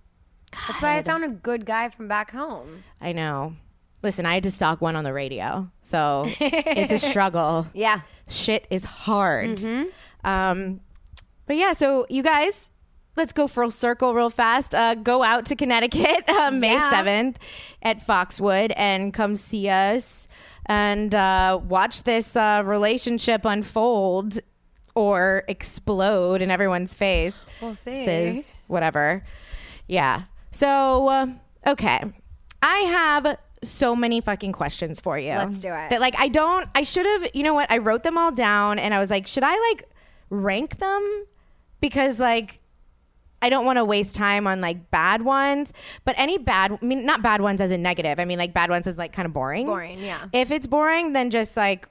[SPEAKER 4] That's why I found a good guy from back home.
[SPEAKER 2] I know. Listen, I had to stalk one on the radio, so it's a struggle.
[SPEAKER 4] Yeah.
[SPEAKER 2] Shit is hard. Um, but yeah, so you guys, let's go full circle real fast. Uh, go out to Connecticut uh, May
[SPEAKER 4] Yeah.
[SPEAKER 2] seventh at Foxwood and come see us and uh, watch this uh, relationship unfold or explode in everyone's face.
[SPEAKER 4] We'll see.
[SPEAKER 2] Sis, whatever. Yeah. So uh, okay, I have so many fucking questions for you.
[SPEAKER 4] Let's do it.
[SPEAKER 2] That like I don't. I should have. You know what? I wrote them all down, and I was like, should I like rank them? Because like. I don't want to waste time on like bad ones, but any bad, I mean, not bad ones as in negative. I mean, like bad ones is like kind of boring.
[SPEAKER 4] Boring, yeah.
[SPEAKER 2] If it's boring, then just like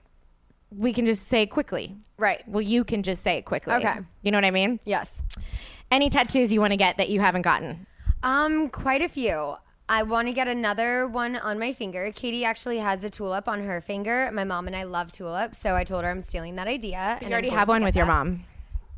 [SPEAKER 2] we can just say it quickly.
[SPEAKER 4] Right.
[SPEAKER 2] Well, you can just say it quickly.
[SPEAKER 4] Okay.
[SPEAKER 2] You know what I mean?
[SPEAKER 4] Yes.
[SPEAKER 2] Any tattoos you want to get that you haven't gotten?
[SPEAKER 4] Um, quite a few. I want to get another one on my finger. Katie actually has a tulip on her finger. My mom and I love tulips, so I told her I'm stealing that idea.
[SPEAKER 2] You
[SPEAKER 4] and
[SPEAKER 2] already
[SPEAKER 4] I'm
[SPEAKER 2] have
[SPEAKER 4] going
[SPEAKER 2] one
[SPEAKER 4] to
[SPEAKER 2] with
[SPEAKER 4] get
[SPEAKER 2] your
[SPEAKER 4] that.
[SPEAKER 2] mom.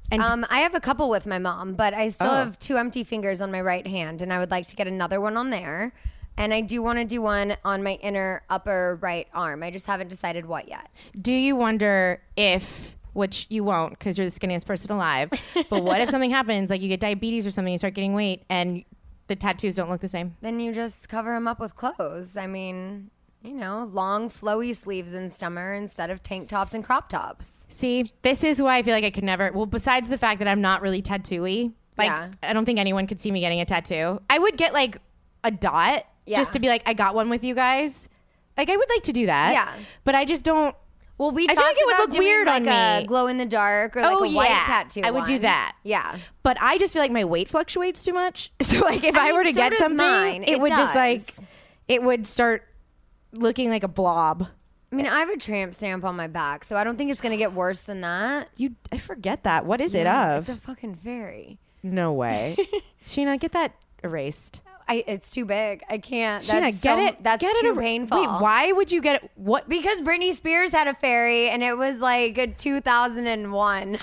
[SPEAKER 2] And
[SPEAKER 4] Um, I have a couple with my mom, but I still
[SPEAKER 2] Oh.
[SPEAKER 4] have two empty fingers on my right hand, and I would like to get another one on there. And I do want to do one on my inner upper right arm. I just haven't decided what yet.
[SPEAKER 2] do you wonder if, which you won't because you're the skinniest person alive, but what if something happens, like you get diabetes or something, you start getting weight, and the tattoos don't look the same?
[SPEAKER 4] Then you just cover them up with clothes. I mean, you know, long flowy sleeves in summer instead of tank tops and crop tops.
[SPEAKER 2] See, this is why I feel like I could never. Well, besides the fact that I'm not really tattooy, like
[SPEAKER 4] Yeah.
[SPEAKER 2] I don't think anyone could see me getting a tattoo. I would get like a dot
[SPEAKER 4] Yeah.
[SPEAKER 2] just to be like, I got one with you guys. Like I would like to do that.
[SPEAKER 4] Yeah.
[SPEAKER 2] but I just don't.
[SPEAKER 4] Well, we
[SPEAKER 2] I feel
[SPEAKER 4] talked
[SPEAKER 2] like it would
[SPEAKER 4] about
[SPEAKER 2] look
[SPEAKER 4] doing,
[SPEAKER 2] weird
[SPEAKER 4] like
[SPEAKER 2] on
[SPEAKER 4] a
[SPEAKER 2] me.
[SPEAKER 4] glow in the dark or like
[SPEAKER 2] Oh,
[SPEAKER 4] a white
[SPEAKER 2] yeah.
[SPEAKER 4] tattoo.
[SPEAKER 2] I would do
[SPEAKER 4] one.
[SPEAKER 2] that.
[SPEAKER 4] Yeah.
[SPEAKER 2] But I just feel like my weight fluctuates too much. So like if
[SPEAKER 4] I
[SPEAKER 2] I,
[SPEAKER 4] mean,
[SPEAKER 2] were to
[SPEAKER 4] so
[SPEAKER 2] get
[SPEAKER 4] does
[SPEAKER 2] something,
[SPEAKER 4] mine.
[SPEAKER 2] it,
[SPEAKER 4] It
[SPEAKER 2] would just
[SPEAKER 4] does.
[SPEAKER 2] like it would start looking like a blob.
[SPEAKER 4] I mean, I have a tramp stamp on my back, so I don't think it's gonna get worse than that.
[SPEAKER 2] You, I forget that. What is it of?
[SPEAKER 4] It's a fucking fairy.
[SPEAKER 2] no way. Sheena, get that erased.
[SPEAKER 4] I, it's too big. I can't.
[SPEAKER 2] Sheena,
[SPEAKER 4] that's
[SPEAKER 2] get
[SPEAKER 4] so-
[SPEAKER 2] it.
[SPEAKER 4] That's
[SPEAKER 2] get
[SPEAKER 4] too
[SPEAKER 2] it er-
[SPEAKER 4] painful.
[SPEAKER 2] Wait, why would you get it? What?
[SPEAKER 4] Because Britney Spears had a fairy, and it was like a 2001.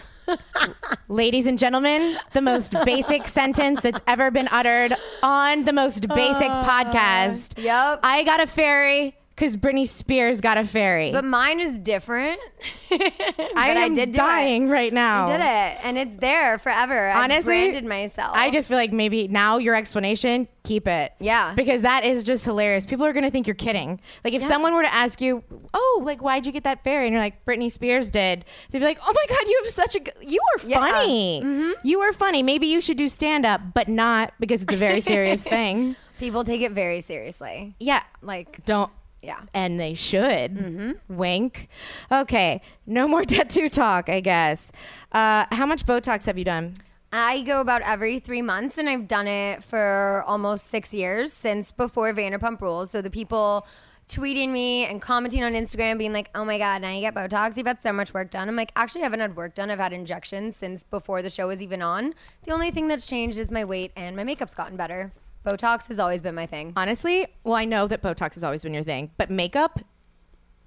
[SPEAKER 2] Ladies and gentlemen, the most basic sentence that's ever been uttered on the most basic podcast.
[SPEAKER 4] Uh, yup.
[SPEAKER 2] I got a fairy because Britney Spears got a fairy.
[SPEAKER 4] But mine is different. but
[SPEAKER 2] I am
[SPEAKER 4] did do
[SPEAKER 2] dying
[SPEAKER 4] It.
[SPEAKER 2] right now.
[SPEAKER 4] I did it, and it's there forever.
[SPEAKER 2] Honestly,
[SPEAKER 4] I branded myself.
[SPEAKER 2] I just feel like maybe now your explanation, keep it.
[SPEAKER 4] Yeah.
[SPEAKER 2] Because that is just hilarious. People are going to think you're kidding. Like if someone were to ask you, "Oh, like why'd you get that fairy?" and you're like, "Britney Spears did." They'd be like, "Oh my god, you have such a g- you are
[SPEAKER 4] Yeah. Mm-hmm.
[SPEAKER 2] funny. You are funny. Maybe you should do stand up, but not because it's a very serious thing."
[SPEAKER 4] people take it very seriously.
[SPEAKER 2] Yeah.
[SPEAKER 4] Like
[SPEAKER 2] Don't
[SPEAKER 4] Yeah. Mm-hmm.
[SPEAKER 2] and they should. Wink. Okay, no more tattoo talk, I guess. Uh, how much Botox have you done?
[SPEAKER 4] I go about every three months, and I've done it for almost six years since before Vanderpump Rules. So the people tweeting me and commenting on Instagram, being like, "Oh my god, now you get Botox. You've had so much work done." I'm like, actually, I haven't had work done. I've had injections since before the show was even on. The only thing that's changed is my weight and my makeup's gotten better. Botox has always been my thing.
[SPEAKER 2] honestly, well, I know that Botox has always been your thing, but makeup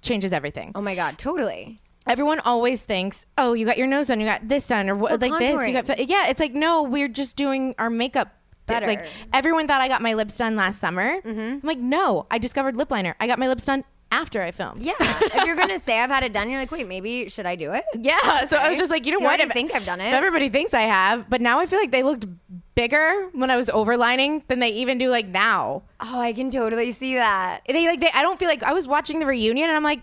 [SPEAKER 2] changes everything.
[SPEAKER 4] Oh my god, totally.
[SPEAKER 2] Everyone always thinks, "Oh, you got your nose done, you got this done, or what,
[SPEAKER 4] For
[SPEAKER 2] like this." You got, yeah. It's like, no, we're just doing our makeup. di-
[SPEAKER 4] Better. Mm-hmm.
[SPEAKER 2] Like everyone thought I got my lips done last summer. I'm like, no, I discovered lip liner. I got my lips done after I filmed.
[SPEAKER 4] Yeah. if you're gonna say I've had it done, you're like, wait, maybe should I do it?
[SPEAKER 2] Yeah, so I was just like, you know
[SPEAKER 4] You
[SPEAKER 2] what?
[SPEAKER 4] already think I've done it.
[SPEAKER 2] Everybody thinks I have, but now I feel like they looked bigger when I was overlining than they even do like now.
[SPEAKER 4] Oh, I can totally see that.
[SPEAKER 2] They like they. I don't feel like I was watching the reunion and I'm like,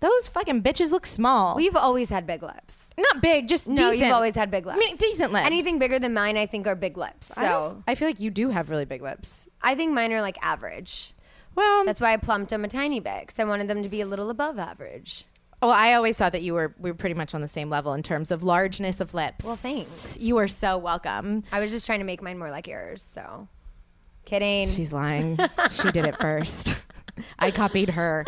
[SPEAKER 2] those fucking bitches look small.
[SPEAKER 4] We've always had big lips.
[SPEAKER 2] Not big, just
[SPEAKER 4] No,
[SPEAKER 2] decent.
[SPEAKER 4] you've always had big lips.
[SPEAKER 2] I mean, decent lips.
[SPEAKER 4] Anything bigger than mine, I think, are big lips.
[SPEAKER 2] I don't-
[SPEAKER 4] So
[SPEAKER 2] I feel like you do have really big lips.
[SPEAKER 4] I, think mine are like average.
[SPEAKER 2] Well,
[SPEAKER 4] That's why I plumped them a tiny bit because I wanted them to be a little above average.
[SPEAKER 2] well, oh, I always thought that you were we were pretty much on the same level in terms of largeness of lips. Well,
[SPEAKER 4] thanks.
[SPEAKER 2] You are so welcome.
[SPEAKER 4] I was just trying to make mine more like yours. So kidding.
[SPEAKER 2] She's lying. she did it first. I copied her.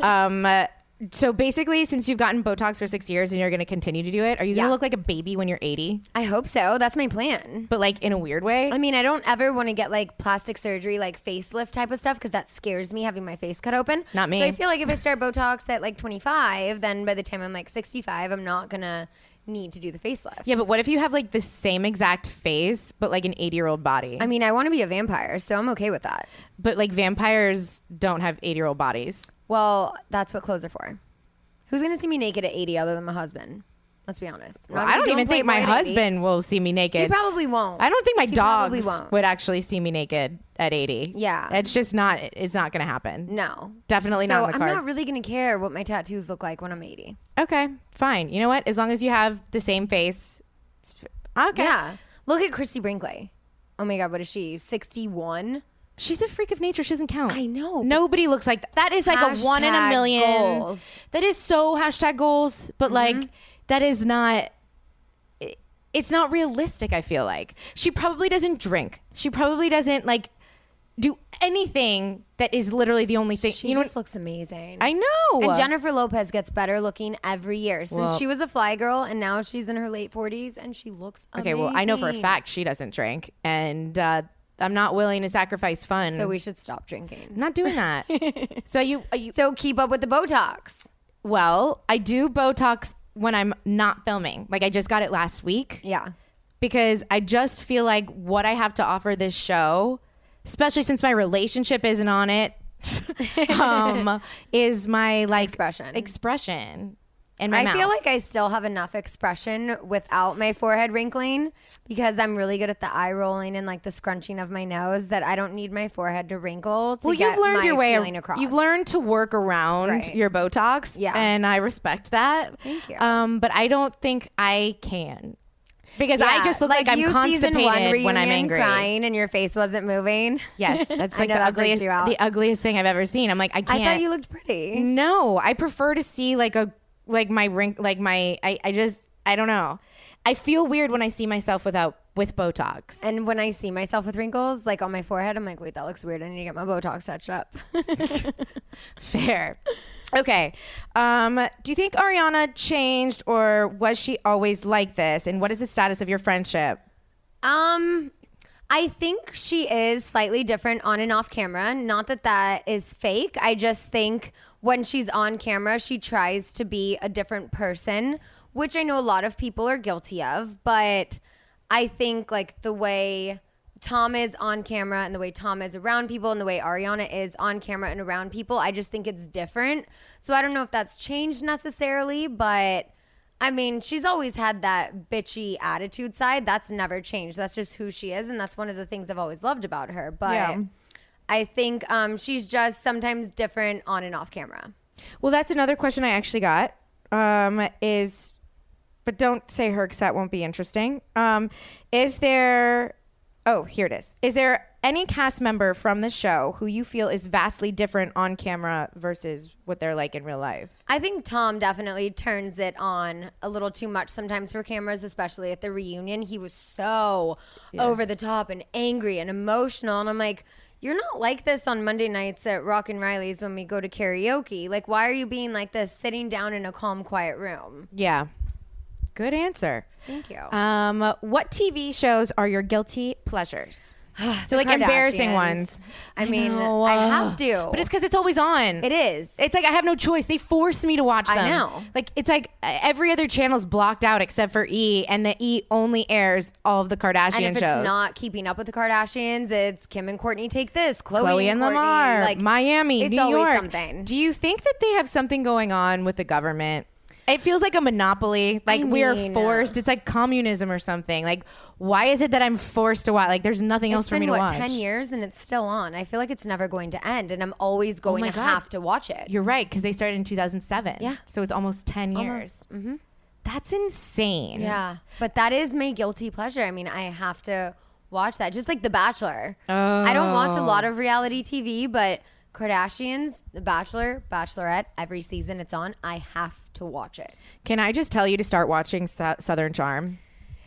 [SPEAKER 2] Um, uh, so basically, since you've gotten Botox for six years and you're going to continue to do it, are you going
[SPEAKER 4] Yeah.
[SPEAKER 2] to look like a baby when you're 80?
[SPEAKER 4] I hope so. That's my plan.
[SPEAKER 2] But like in a weird way?
[SPEAKER 4] I mean, I don't ever want to get like plastic surgery, like facelift type of stuff, because that scares me having my face cut open.
[SPEAKER 2] Not me.
[SPEAKER 4] So I feel like if I start Botox at like 25, then by the time I'm like 65, I'm not gonna need to do the facelift.
[SPEAKER 2] yeah, but what if you have like the same exact face, but like an 80 year old body?
[SPEAKER 4] I mean, I want to be a vampire, so I'm okay with that.
[SPEAKER 2] but like vampires don't have 80 year old bodies.
[SPEAKER 4] Well, that's what clothes are for. Who's gonna see me naked at 80 other than my husband? Let's be honest. I'm
[SPEAKER 2] Well,
[SPEAKER 4] not gonna
[SPEAKER 2] I don't
[SPEAKER 4] be
[SPEAKER 2] even
[SPEAKER 4] doing
[SPEAKER 2] think my
[SPEAKER 4] Playboy at 80.
[SPEAKER 2] husband will see me naked.
[SPEAKER 4] He probably won't.
[SPEAKER 2] I don't think my
[SPEAKER 4] He probably
[SPEAKER 2] dogs
[SPEAKER 4] won't.
[SPEAKER 2] would actually see me naked at 80.
[SPEAKER 4] Yeah.
[SPEAKER 2] It's just not, it's not going to happen.
[SPEAKER 4] No.
[SPEAKER 2] Definitely
[SPEAKER 4] so
[SPEAKER 2] not in the
[SPEAKER 4] I'm
[SPEAKER 2] cards.
[SPEAKER 4] not really gonna care what my tattoos look like when I'm 80.
[SPEAKER 2] okay, fine. You know what? As long as you have the same face. it's f- Okay.
[SPEAKER 4] Yeah. Look at Christy Brinkley. Oh my God, what is she? 61?
[SPEAKER 2] She's a freak of nature. She doesn't count.
[SPEAKER 4] I know, but-
[SPEAKER 2] Nobody looks like that. That is like a one in a
[SPEAKER 4] Hashtag
[SPEAKER 2] million.
[SPEAKER 4] goals. Mm-hmm.
[SPEAKER 2] That is so hashtag goals, but like that is not. it- It's not realistic. I feel like she probably doesn't drink. She probably doesn't like do anything that is literally the only thing.
[SPEAKER 4] She
[SPEAKER 2] you know.
[SPEAKER 4] just
[SPEAKER 2] what-
[SPEAKER 4] looks amazing.
[SPEAKER 2] I know.
[SPEAKER 4] And Jennifer Lopez gets better looking every year since
[SPEAKER 2] Well-
[SPEAKER 4] she was a fly girl and now she's in her late 40s and she looks
[SPEAKER 2] Okay, well, I know for a
[SPEAKER 4] amazing.
[SPEAKER 2] fact she doesn't drink, and uh, I'm not willing to sacrifice fun.
[SPEAKER 4] So we should stop drinking.
[SPEAKER 2] I'm not doing that. so you, are you
[SPEAKER 4] So keep up with the Botox.
[SPEAKER 2] Well, I do Botox when I'm not filming. Like I just got it last week
[SPEAKER 4] Yeah.
[SPEAKER 2] because I just feel like what I have to offer this show, especially since my relationship isn't on it, um, is my like
[SPEAKER 4] Expression.
[SPEAKER 2] expression, and my
[SPEAKER 4] I feel
[SPEAKER 2] mouth.
[SPEAKER 4] like I still have enough expression without my forehead wrinkling because I'm really good at the eye rolling and like the scrunching of my nose that I don't need my forehead to wrinkle. To
[SPEAKER 2] well, you've
[SPEAKER 4] get
[SPEAKER 2] learned
[SPEAKER 4] my
[SPEAKER 2] your way.
[SPEAKER 4] feeling
[SPEAKER 2] ar-
[SPEAKER 4] across.
[SPEAKER 2] You've learned to work around
[SPEAKER 4] Right.
[SPEAKER 2] your Botox,
[SPEAKER 4] Yeah.
[SPEAKER 2] and I respect that.
[SPEAKER 4] Thank you.
[SPEAKER 2] Um, but I don't think I can because I
[SPEAKER 4] Yeah,
[SPEAKER 2] just look like, I'm
[SPEAKER 4] you season
[SPEAKER 2] constipated
[SPEAKER 4] one
[SPEAKER 2] when I'm
[SPEAKER 4] reunion
[SPEAKER 2] angry.
[SPEAKER 4] crying and your face wasn't moving.
[SPEAKER 2] Yes, that's
[SPEAKER 4] I
[SPEAKER 2] like
[SPEAKER 4] know
[SPEAKER 2] the
[SPEAKER 4] that freaked
[SPEAKER 2] ugliest,
[SPEAKER 4] you out.
[SPEAKER 2] the ugliest thing I've ever seen. I'm like, I
[SPEAKER 4] I
[SPEAKER 2] can't.
[SPEAKER 4] thought you looked pretty.
[SPEAKER 2] no, I prefer to see like a like my rink, like my. I, I just I don't know. I feel weird when I see myself without with Botox.
[SPEAKER 4] And when I see myself with wrinkles, like on my forehead, I'm like, wait, that looks weird. I need to get my Botox touched up.
[SPEAKER 2] Fair. Okay. Um, do you think Ariana changed or was she always like this? And what is the status of your friendship?
[SPEAKER 4] Um, I think she is slightly different on and off camera. Not that that is fake. I just think when she's on camera, she tries to be a different person, which I know a lot of people are guilty of. But I think like the way Tom is on camera and the way Tom is around people and the way Ariana is on camera and around people, I just think it's different. So I don't know if that's changed necessarily, but I mean, she's always had that bitchy attitude side. That's never changed. That's just who she is, and that's one of the things I've always loved about her. But
[SPEAKER 2] Yeah.
[SPEAKER 4] I think um, she's just sometimes different on and off camera.
[SPEAKER 2] Well, that's another question I actually got. Um, is but don't say her because that won't be interesting. Um, is there? Oh, here it is. Is there any cast member from the show who you feel is vastly different on camera versus what they're like in real life?
[SPEAKER 4] I think Tom definitely turns it on a little too much sometimes for cameras, especially at the reunion. He was so over the top and angry and emotional. And I'm like, you're not like this on Monday nights at Rock and Riley's when we go to karaoke. Like, why are you being like this sitting down in a calm, quiet room?
[SPEAKER 2] Yeah, good answer.
[SPEAKER 4] Thank you.
[SPEAKER 2] Um, what TV shows are your guilty pleasures? so like embarrassing
[SPEAKER 4] Kardashians.
[SPEAKER 2] ones.
[SPEAKER 4] I mean,
[SPEAKER 2] know,
[SPEAKER 4] I
[SPEAKER 2] uh,
[SPEAKER 4] have to.
[SPEAKER 2] but it's because it's always on.
[SPEAKER 4] It is.
[SPEAKER 2] It's like I have no choice. They force me to watch
[SPEAKER 4] I
[SPEAKER 2] them.
[SPEAKER 4] know.
[SPEAKER 2] Like it's like uh, every other channel's blocked out except for E, and the E only airs all of the Kardashian
[SPEAKER 4] and if it's
[SPEAKER 2] shows.
[SPEAKER 4] not keeping up with the Kardashians, it's Kim and Courtney take this, Chloe,
[SPEAKER 2] Chloe and
[SPEAKER 4] Kourtney,
[SPEAKER 2] Lamar,
[SPEAKER 4] like
[SPEAKER 2] Miami,
[SPEAKER 4] it's
[SPEAKER 2] New
[SPEAKER 4] always
[SPEAKER 2] York.
[SPEAKER 4] something.
[SPEAKER 2] Do you think that they have something going on with the government? It feels like a monopoly. Like we are
[SPEAKER 4] mean,
[SPEAKER 2] forced. It's like communism or something. Like why is it that I'm forced to watch? Like there's nothing else
[SPEAKER 4] It's
[SPEAKER 2] for
[SPEAKER 4] been
[SPEAKER 2] me to
[SPEAKER 4] what
[SPEAKER 2] watch.
[SPEAKER 4] ten years and it's still on. I feel like it's never going to end, and I'm always going
[SPEAKER 2] Oh my
[SPEAKER 4] to
[SPEAKER 2] God.
[SPEAKER 4] have to watch it.
[SPEAKER 2] You're right because they started in 2007.
[SPEAKER 4] Yeah.
[SPEAKER 2] So it's almost 10 years. Mm-hmm. That's insane.
[SPEAKER 4] yeah, but that is my guilty pleasure. I mean, I have to watch that, just like The Bachelor. I don't watch a
[SPEAKER 2] Oh.
[SPEAKER 4] lot of reality TV, but Kardashians, The Bachelor, Bachelorette, every season it's on, I have to watch it.
[SPEAKER 2] Can I just tell you to start watching Sou- Southern Charm?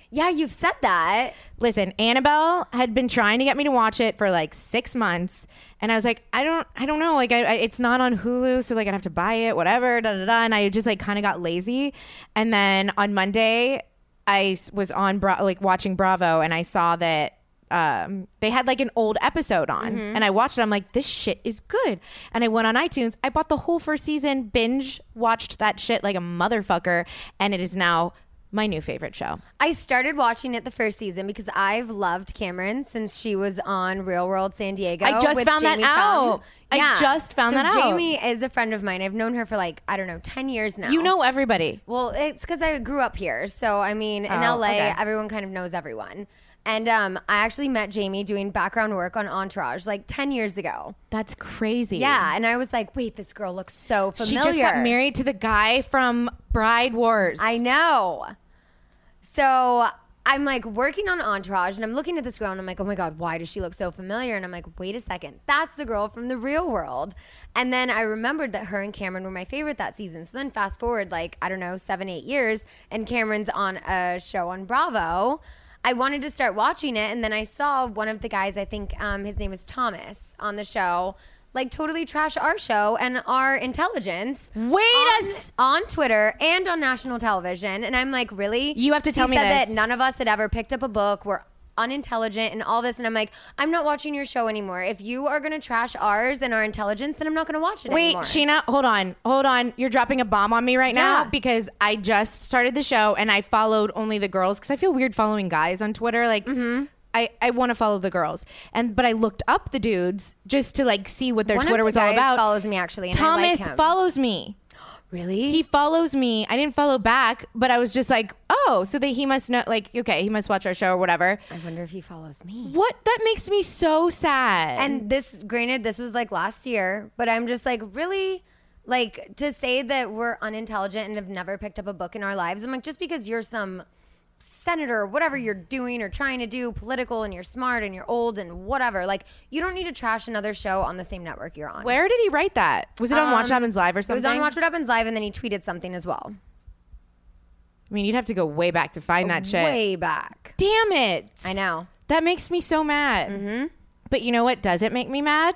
[SPEAKER 4] Yeah, you've said that.
[SPEAKER 2] Listen, Annabelle had been trying to get me to watch it for like six months, and I was like, I don't, I don't know, like, I, I, it's not on Hulu, so like, I have to buy it, whatever, da da da. And I just like kind of got lazy, and then on Monday, I s- was on Bra- like watching Bravo, and I saw that um, they had like an old episode on, and I watched it. I'm like, this shit is good, and I went on iTunes. I bought the whole first season, binge watched that shit like a motherfucker, and it is now my new favorite show.
[SPEAKER 4] I started watching it the first season because I've loved Cameron since she was on Real World San Diego.
[SPEAKER 2] I just
[SPEAKER 4] with
[SPEAKER 2] found that
[SPEAKER 4] Jamie Chung.
[SPEAKER 2] out. I just found
[SPEAKER 4] So
[SPEAKER 2] that out.
[SPEAKER 4] Jamie is a friend of mine. I've known her for like, I don't know, 10 years now.
[SPEAKER 2] You know everybody.
[SPEAKER 4] Well, it's because I grew up here. So, I mean, in
[SPEAKER 2] Oh,
[SPEAKER 4] LA,
[SPEAKER 2] okay.
[SPEAKER 4] everyone kind of knows everyone. And um, I actually met Jamie doing background work on Entourage like 10 years ago.
[SPEAKER 2] That's crazy.
[SPEAKER 4] Yeah. And I was like, wait, this girl looks so
[SPEAKER 2] She
[SPEAKER 4] familiar.
[SPEAKER 2] just got married to the guy from Bride Wars.
[SPEAKER 4] I know. So I'm like working on Entourage and I'm looking at this girl and I'm like, oh my God, why does she look so familiar? And I'm like, wait a second, that's the girl from the real world. And then I remembered that her and Cameron were my favorite that season. So then fast forward like, I don't know, seven, eight years, and Cameron's on a show on Bravo. I wanted to start watching it, and then I saw one of the guys, I think um, his name is Thomas, on the show, like totally trash our show and our intelligence
[SPEAKER 2] Wait a
[SPEAKER 4] on,
[SPEAKER 2] s-
[SPEAKER 4] on Twitter and on national television, and I'm like, really?
[SPEAKER 2] You have to tell
[SPEAKER 4] he
[SPEAKER 2] me
[SPEAKER 4] said
[SPEAKER 2] this.
[SPEAKER 4] that none of us had ever picked up a book. We're unintelligent and all this, and I'm like, I'm not watching your show anymore. If you are gonna trash ours and our intelligence, then I'm not gonna watch it.
[SPEAKER 2] Wait,
[SPEAKER 4] anymore.
[SPEAKER 2] Sheena, hold on. Hold on. You're dropping a bomb on me right now
[SPEAKER 4] Yeah.
[SPEAKER 2] because I just started the show and I followed only the girls because I feel weird following guys on Twitter. Like,
[SPEAKER 4] Mm-hmm.
[SPEAKER 2] I, I want to follow the girls. and But I looked up the dudes just to like see what their
[SPEAKER 4] One of
[SPEAKER 2] Twitter
[SPEAKER 4] the
[SPEAKER 2] was all
[SPEAKER 4] guys
[SPEAKER 2] about.
[SPEAKER 4] follows me, actually, and I like
[SPEAKER 2] Thomas
[SPEAKER 4] him.
[SPEAKER 2] follows me.
[SPEAKER 4] really?
[SPEAKER 2] he follows me. I didn't follow back, but I was just like, oh, so that he must know, like, okay, he must watch our show or whatever.
[SPEAKER 4] I wonder if he follows me.
[SPEAKER 2] What? That makes me so sad.
[SPEAKER 4] And this, granted, this was like last year, but I'm just like, really? Like to say that we're unintelligent and have never picked up a book in our lives. I'm like, just because you're some senator, or whatever you're doing or trying to do, political and you're smart and you're old and whatever, like you don't need to trash another show on the same network you're on.
[SPEAKER 2] where did he write that? Was it on Watch What
[SPEAKER 4] Um,
[SPEAKER 2] Happens Live or
[SPEAKER 4] It
[SPEAKER 2] something?
[SPEAKER 4] was on Watch What Happens Live and then he tweeted something as well.
[SPEAKER 2] I mean, you'd have to go way back to find that shit.
[SPEAKER 4] Way back.
[SPEAKER 2] Damn it.
[SPEAKER 4] I know.
[SPEAKER 2] That makes me so mad. Mm-hmm. But you know what doesn't make me mad?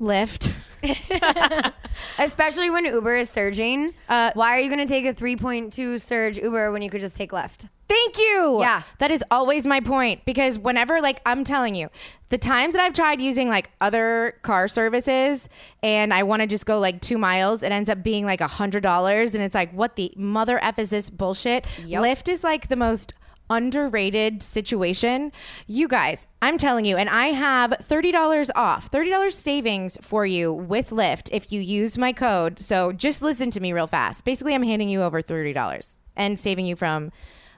[SPEAKER 2] Lyft.
[SPEAKER 4] Especially when Uber is surging.
[SPEAKER 2] Uh,
[SPEAKER 4] Why are you going to take a 3.2 surge Uber when you could just take Lyft?
[SPEAKER 2] Thank you.
[SPEAKER 4] Yeah.
[SPEAKER 2] That is always my point because whenever, like, I'm telling you, the times that I've tried using like other car services and I want to just go like two miles, it ends up being like a hundred dollars. And it's like, what the mother F is this bullshit? Lyft is like the most underrated situation. You guys, I'm telling you, and I have $30 off, $30 savings for you with Lyft if you use my code. So just listen to me real fast. Basically, I'm handing you over $30 and saving you from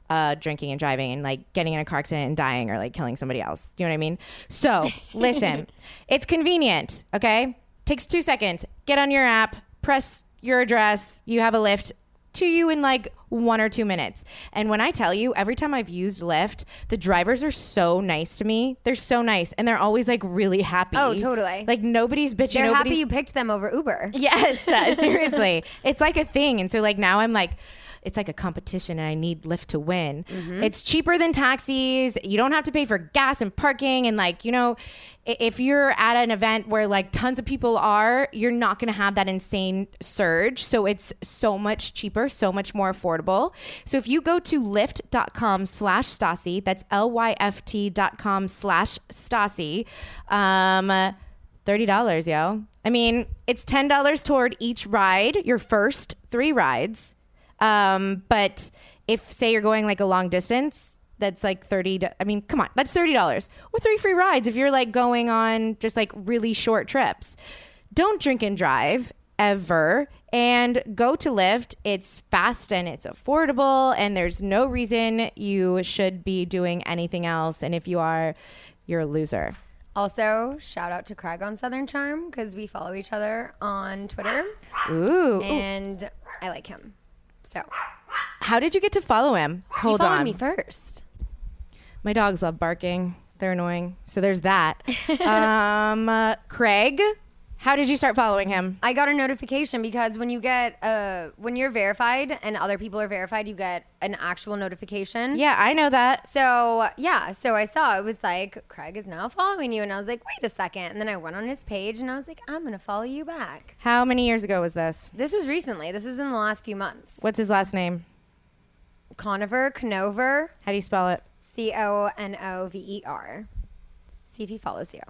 [SPEAKER 2] uh, drinking and driving and like getting in a car accident and dying or like killing somebody else. You know what I mean? So listen, it's convenient. Okay. Takes two seconds. Get on your app, press your address. You have a lift to you in like one or two minutes. And when I tell you, every time I've used Lyft, the drivers are so nice to me. They're so nice. And they're always like really happy.
[SPEAKER 4] Oh, totally.
[SPEAKER 2] Like nobody's bitching.
[SPEAKER 4] They're happy
[SPEAKER 2] nobody's
[SPEAKER 4] you picked them over Uber.
[SPEAKER 2] Yes, uh, seriously. It's like a thing. And so like now I'm like it's like a competition and I need Lyft to win. It's cheaper than taxis. You don't have to pay for gas and parking and like, you know, i- if you're at an event where like tons of people are, you're not going to have that insane surge. So it's so much cheaper, so much more affordable. So if you go to lyft.com slash Stasi, that's L-Y-F-T dot com slash Stasi, um, Thirty dollars, yo. I mean, it's ten dollars toward each ride, your first three rides. Um, but if say you're going like a long distance, that's like thirty. do- I mean, come on, that's thirty dollars or three free rides if you're like going on just like really short trips. Don't drink and drive ever and go to Lyft. It's fast and it's affordable, and there's no reason you should be doing anything else. And if you are, you're a loser.
[SPEAKER 4] Also, shout out to Craig on Southern Charm because we follow each other on Twitter
[SPEAKER 2] Ooh.
[SPEAKER 4] and I like him. So
[SPEAKER 2] How did you get to follow him? Hold
[SPEAKER 4] he followed
[SPEAKER 2] on.
[SPEAKER 4] me first.
[SPEAKER 2] My dogs love barking. They're annoying. So there's that. um, uh, Craig How did you start following him?
[SPEAKER 4] I got a notification because when you get uh when you're verified and other people are verified, you get an actual notification.
[SPEAKER 2] Yeah, I know that.
[SPEAKER 4] So yeah, so I saw it was like Craig is now following you, and I was like, wait a second, and then I went on his page and I was like, I'm gonna follow you back.
[SPEAKER 2] How many years ago was this?
[SPEAKER 4] This was recently. This was in the last few months.
[SPEAKER 2] What's his last name?
[SPEAKER 4] Conover, Conover,
[SPEAKER 2] How do you spell it?
[SPEAKER 4] C O N O V E R. See if he follows you.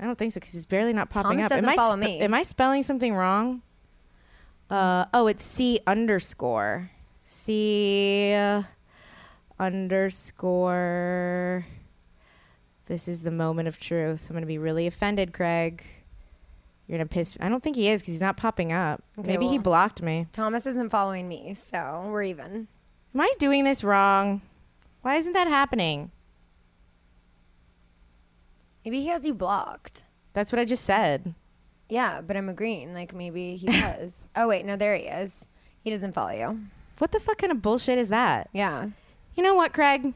[SPEAKER 2] I don't think so because he's barely not popping
[SPEAKER 4] Thomas
[SPEAKER 2] up. am
[SPEAKER 4] doesn't
[SPEAKER 2] I
[SPEAKER 4] follow me.
[SPEAKER 2] Am I spelling something wrong? Uh, oh, it's C underscore C uh, underscore. This is the moment of truth. I'm gonna be really offended, Craig. You're gonna piss. I don't think he is because he's not popping up. Maybe he
[SPEAKER 4] well-
[SPEAKER 2] blocked me.
[SPEAKER 4] Thomas isn't following me, so we're even.
[SPEAKER 2] Am I doing this wrong? Why isn't that happening?
[SPEAKER 4] Maybe he has you blocked.
[SPEAKER 2] That's what I just said.
[SPEAKER 4] Yeah, but I'm agreeing. Like maybe he does. oh wait, no, there he is. He doesn't follow you.
[SPEAKER 2] What the fuck kind of bullshit is that?
[SPEAKER 4] Yeah.
[SPEAKER 2] You know what, Craig?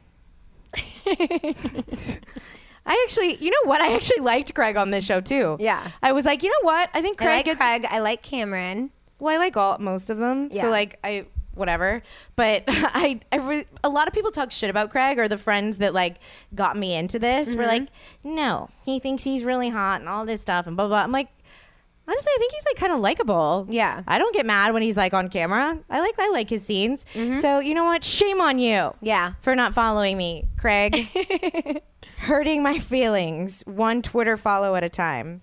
[SPEAKER 2] I actually, you know what? I actually liked Craig on this show too.
[SPEAKER 4] Yeah.
[SPEAKER 2] I was like, you know what? I think Craig
[SPEAKER 4] I like
[SPEAKER 2] gets.
[SPEAKER 4] Craig. I like Cameron.
[SPEAKER 2] Well, I like all most of them.
[SPEAKER 4] Yeah.
[SPEAKER 2] So like I whatever. But I, I re- a lot of people talk shit about Craig or the friends that like got me into this.
[SPEAKER 4] Mm-hmm.
[SPEAKER 2] Were like, no, he thinks he's really hot and all this stuff and blah blah. I'm like, honestly, I think he's like kind of likable.
[SPEAKER 4] Yeah.
[SPEAKER 2] I don't get mad when he's like on camera. I like I like his scenes. So you know what? Shame on you.
[SPEAKER 4] Mm-hmm. Yeah.
[SPEAKER 2] For not following me, Craig. Hurting my feelings, one Twitter follow at a time.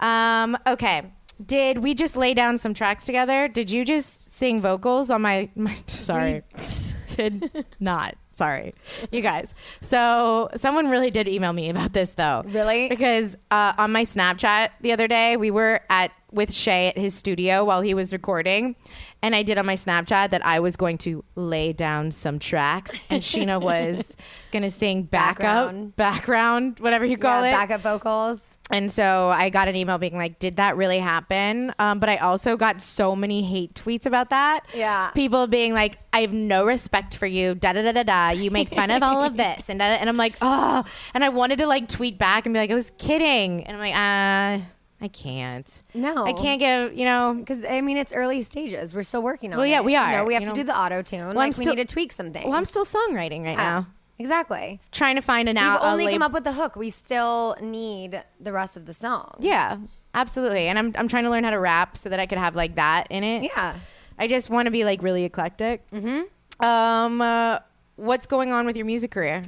[SPEAKER 2] Um, okay. Did we just lay down some tracks together? Did you just sing vocals on my, my sorry. did not. Sorry. You guys. So someone really did email me about this though.
[SPEAKER 4] Really?
[SPEAKER 2] Because uh, on my Snapchat the other day, we were at with Shay at his studio while he was recording, and I did on my Snapchat that I was going to lay down some tracks, and Sheena was gonna sing backup, background,
[SPEAKER 4] Background.
[SPEAKER 2] whatever you call
[SPEAKER 4] yeah,
[SPEAKER 2] it,
[SPEAKER 4] backup vocals.
[SPEAKER 2] and so I got an email being like, "Did that really happen?" Um, but I also got so many hate tweets about that.
[SPEAKER 4] Yeah.
[SPEAKER 2] people being like, "I have no respect for you." Da da da da da. You make fun of all of this, and da, da, and I'm like, "Oh!" And I wanted to like tweet back and be like, "I was kidding," and I'm like, "Uh, I can't.
[SPEAKER 4] No.
[SPEAKER 2] I can't give you know."
[SPEAKER 4] Because I mean, it's early stages. We're still working on
[SPEAKER 2] Well,
[SPEAKER 4] it.
[SPEAKER 2] yeah, we are,
[SPEAKER 4] You know, we have
[SPEAKER 2] you
[SPEAKER 4] to
[SPEAKER 2] know.
[SPEAKER 4] do the auto tune.
[SPEAKER 2] I'm
[SPEAKER 4] like
[SPEAKER 2] still-
[SPEAKER 4] we need to tweak something.
[SPEAKER 2] Well, I'm still songwriting right now,
[SPEAKER 4] Exactly.
[SPEAKER 2] trying to find an
[SPEAKER 4] We've
[SPEAKER 2] out. a
[SPEAKER 4] only
[SPEAKER 2] lab-
[SPEAKER 4] come up with the hook. We still need the rest of the song.
[SPEAKER 2] Yeah, absolutely. And I'm I'm trying to learn how to rap so that I could have like that in it.
[SPEAKER 4] Yeah.
[SPEAKER 2] I just want to be like really eclectic. Mm-hmm. Um, uh, what's going on with your music career?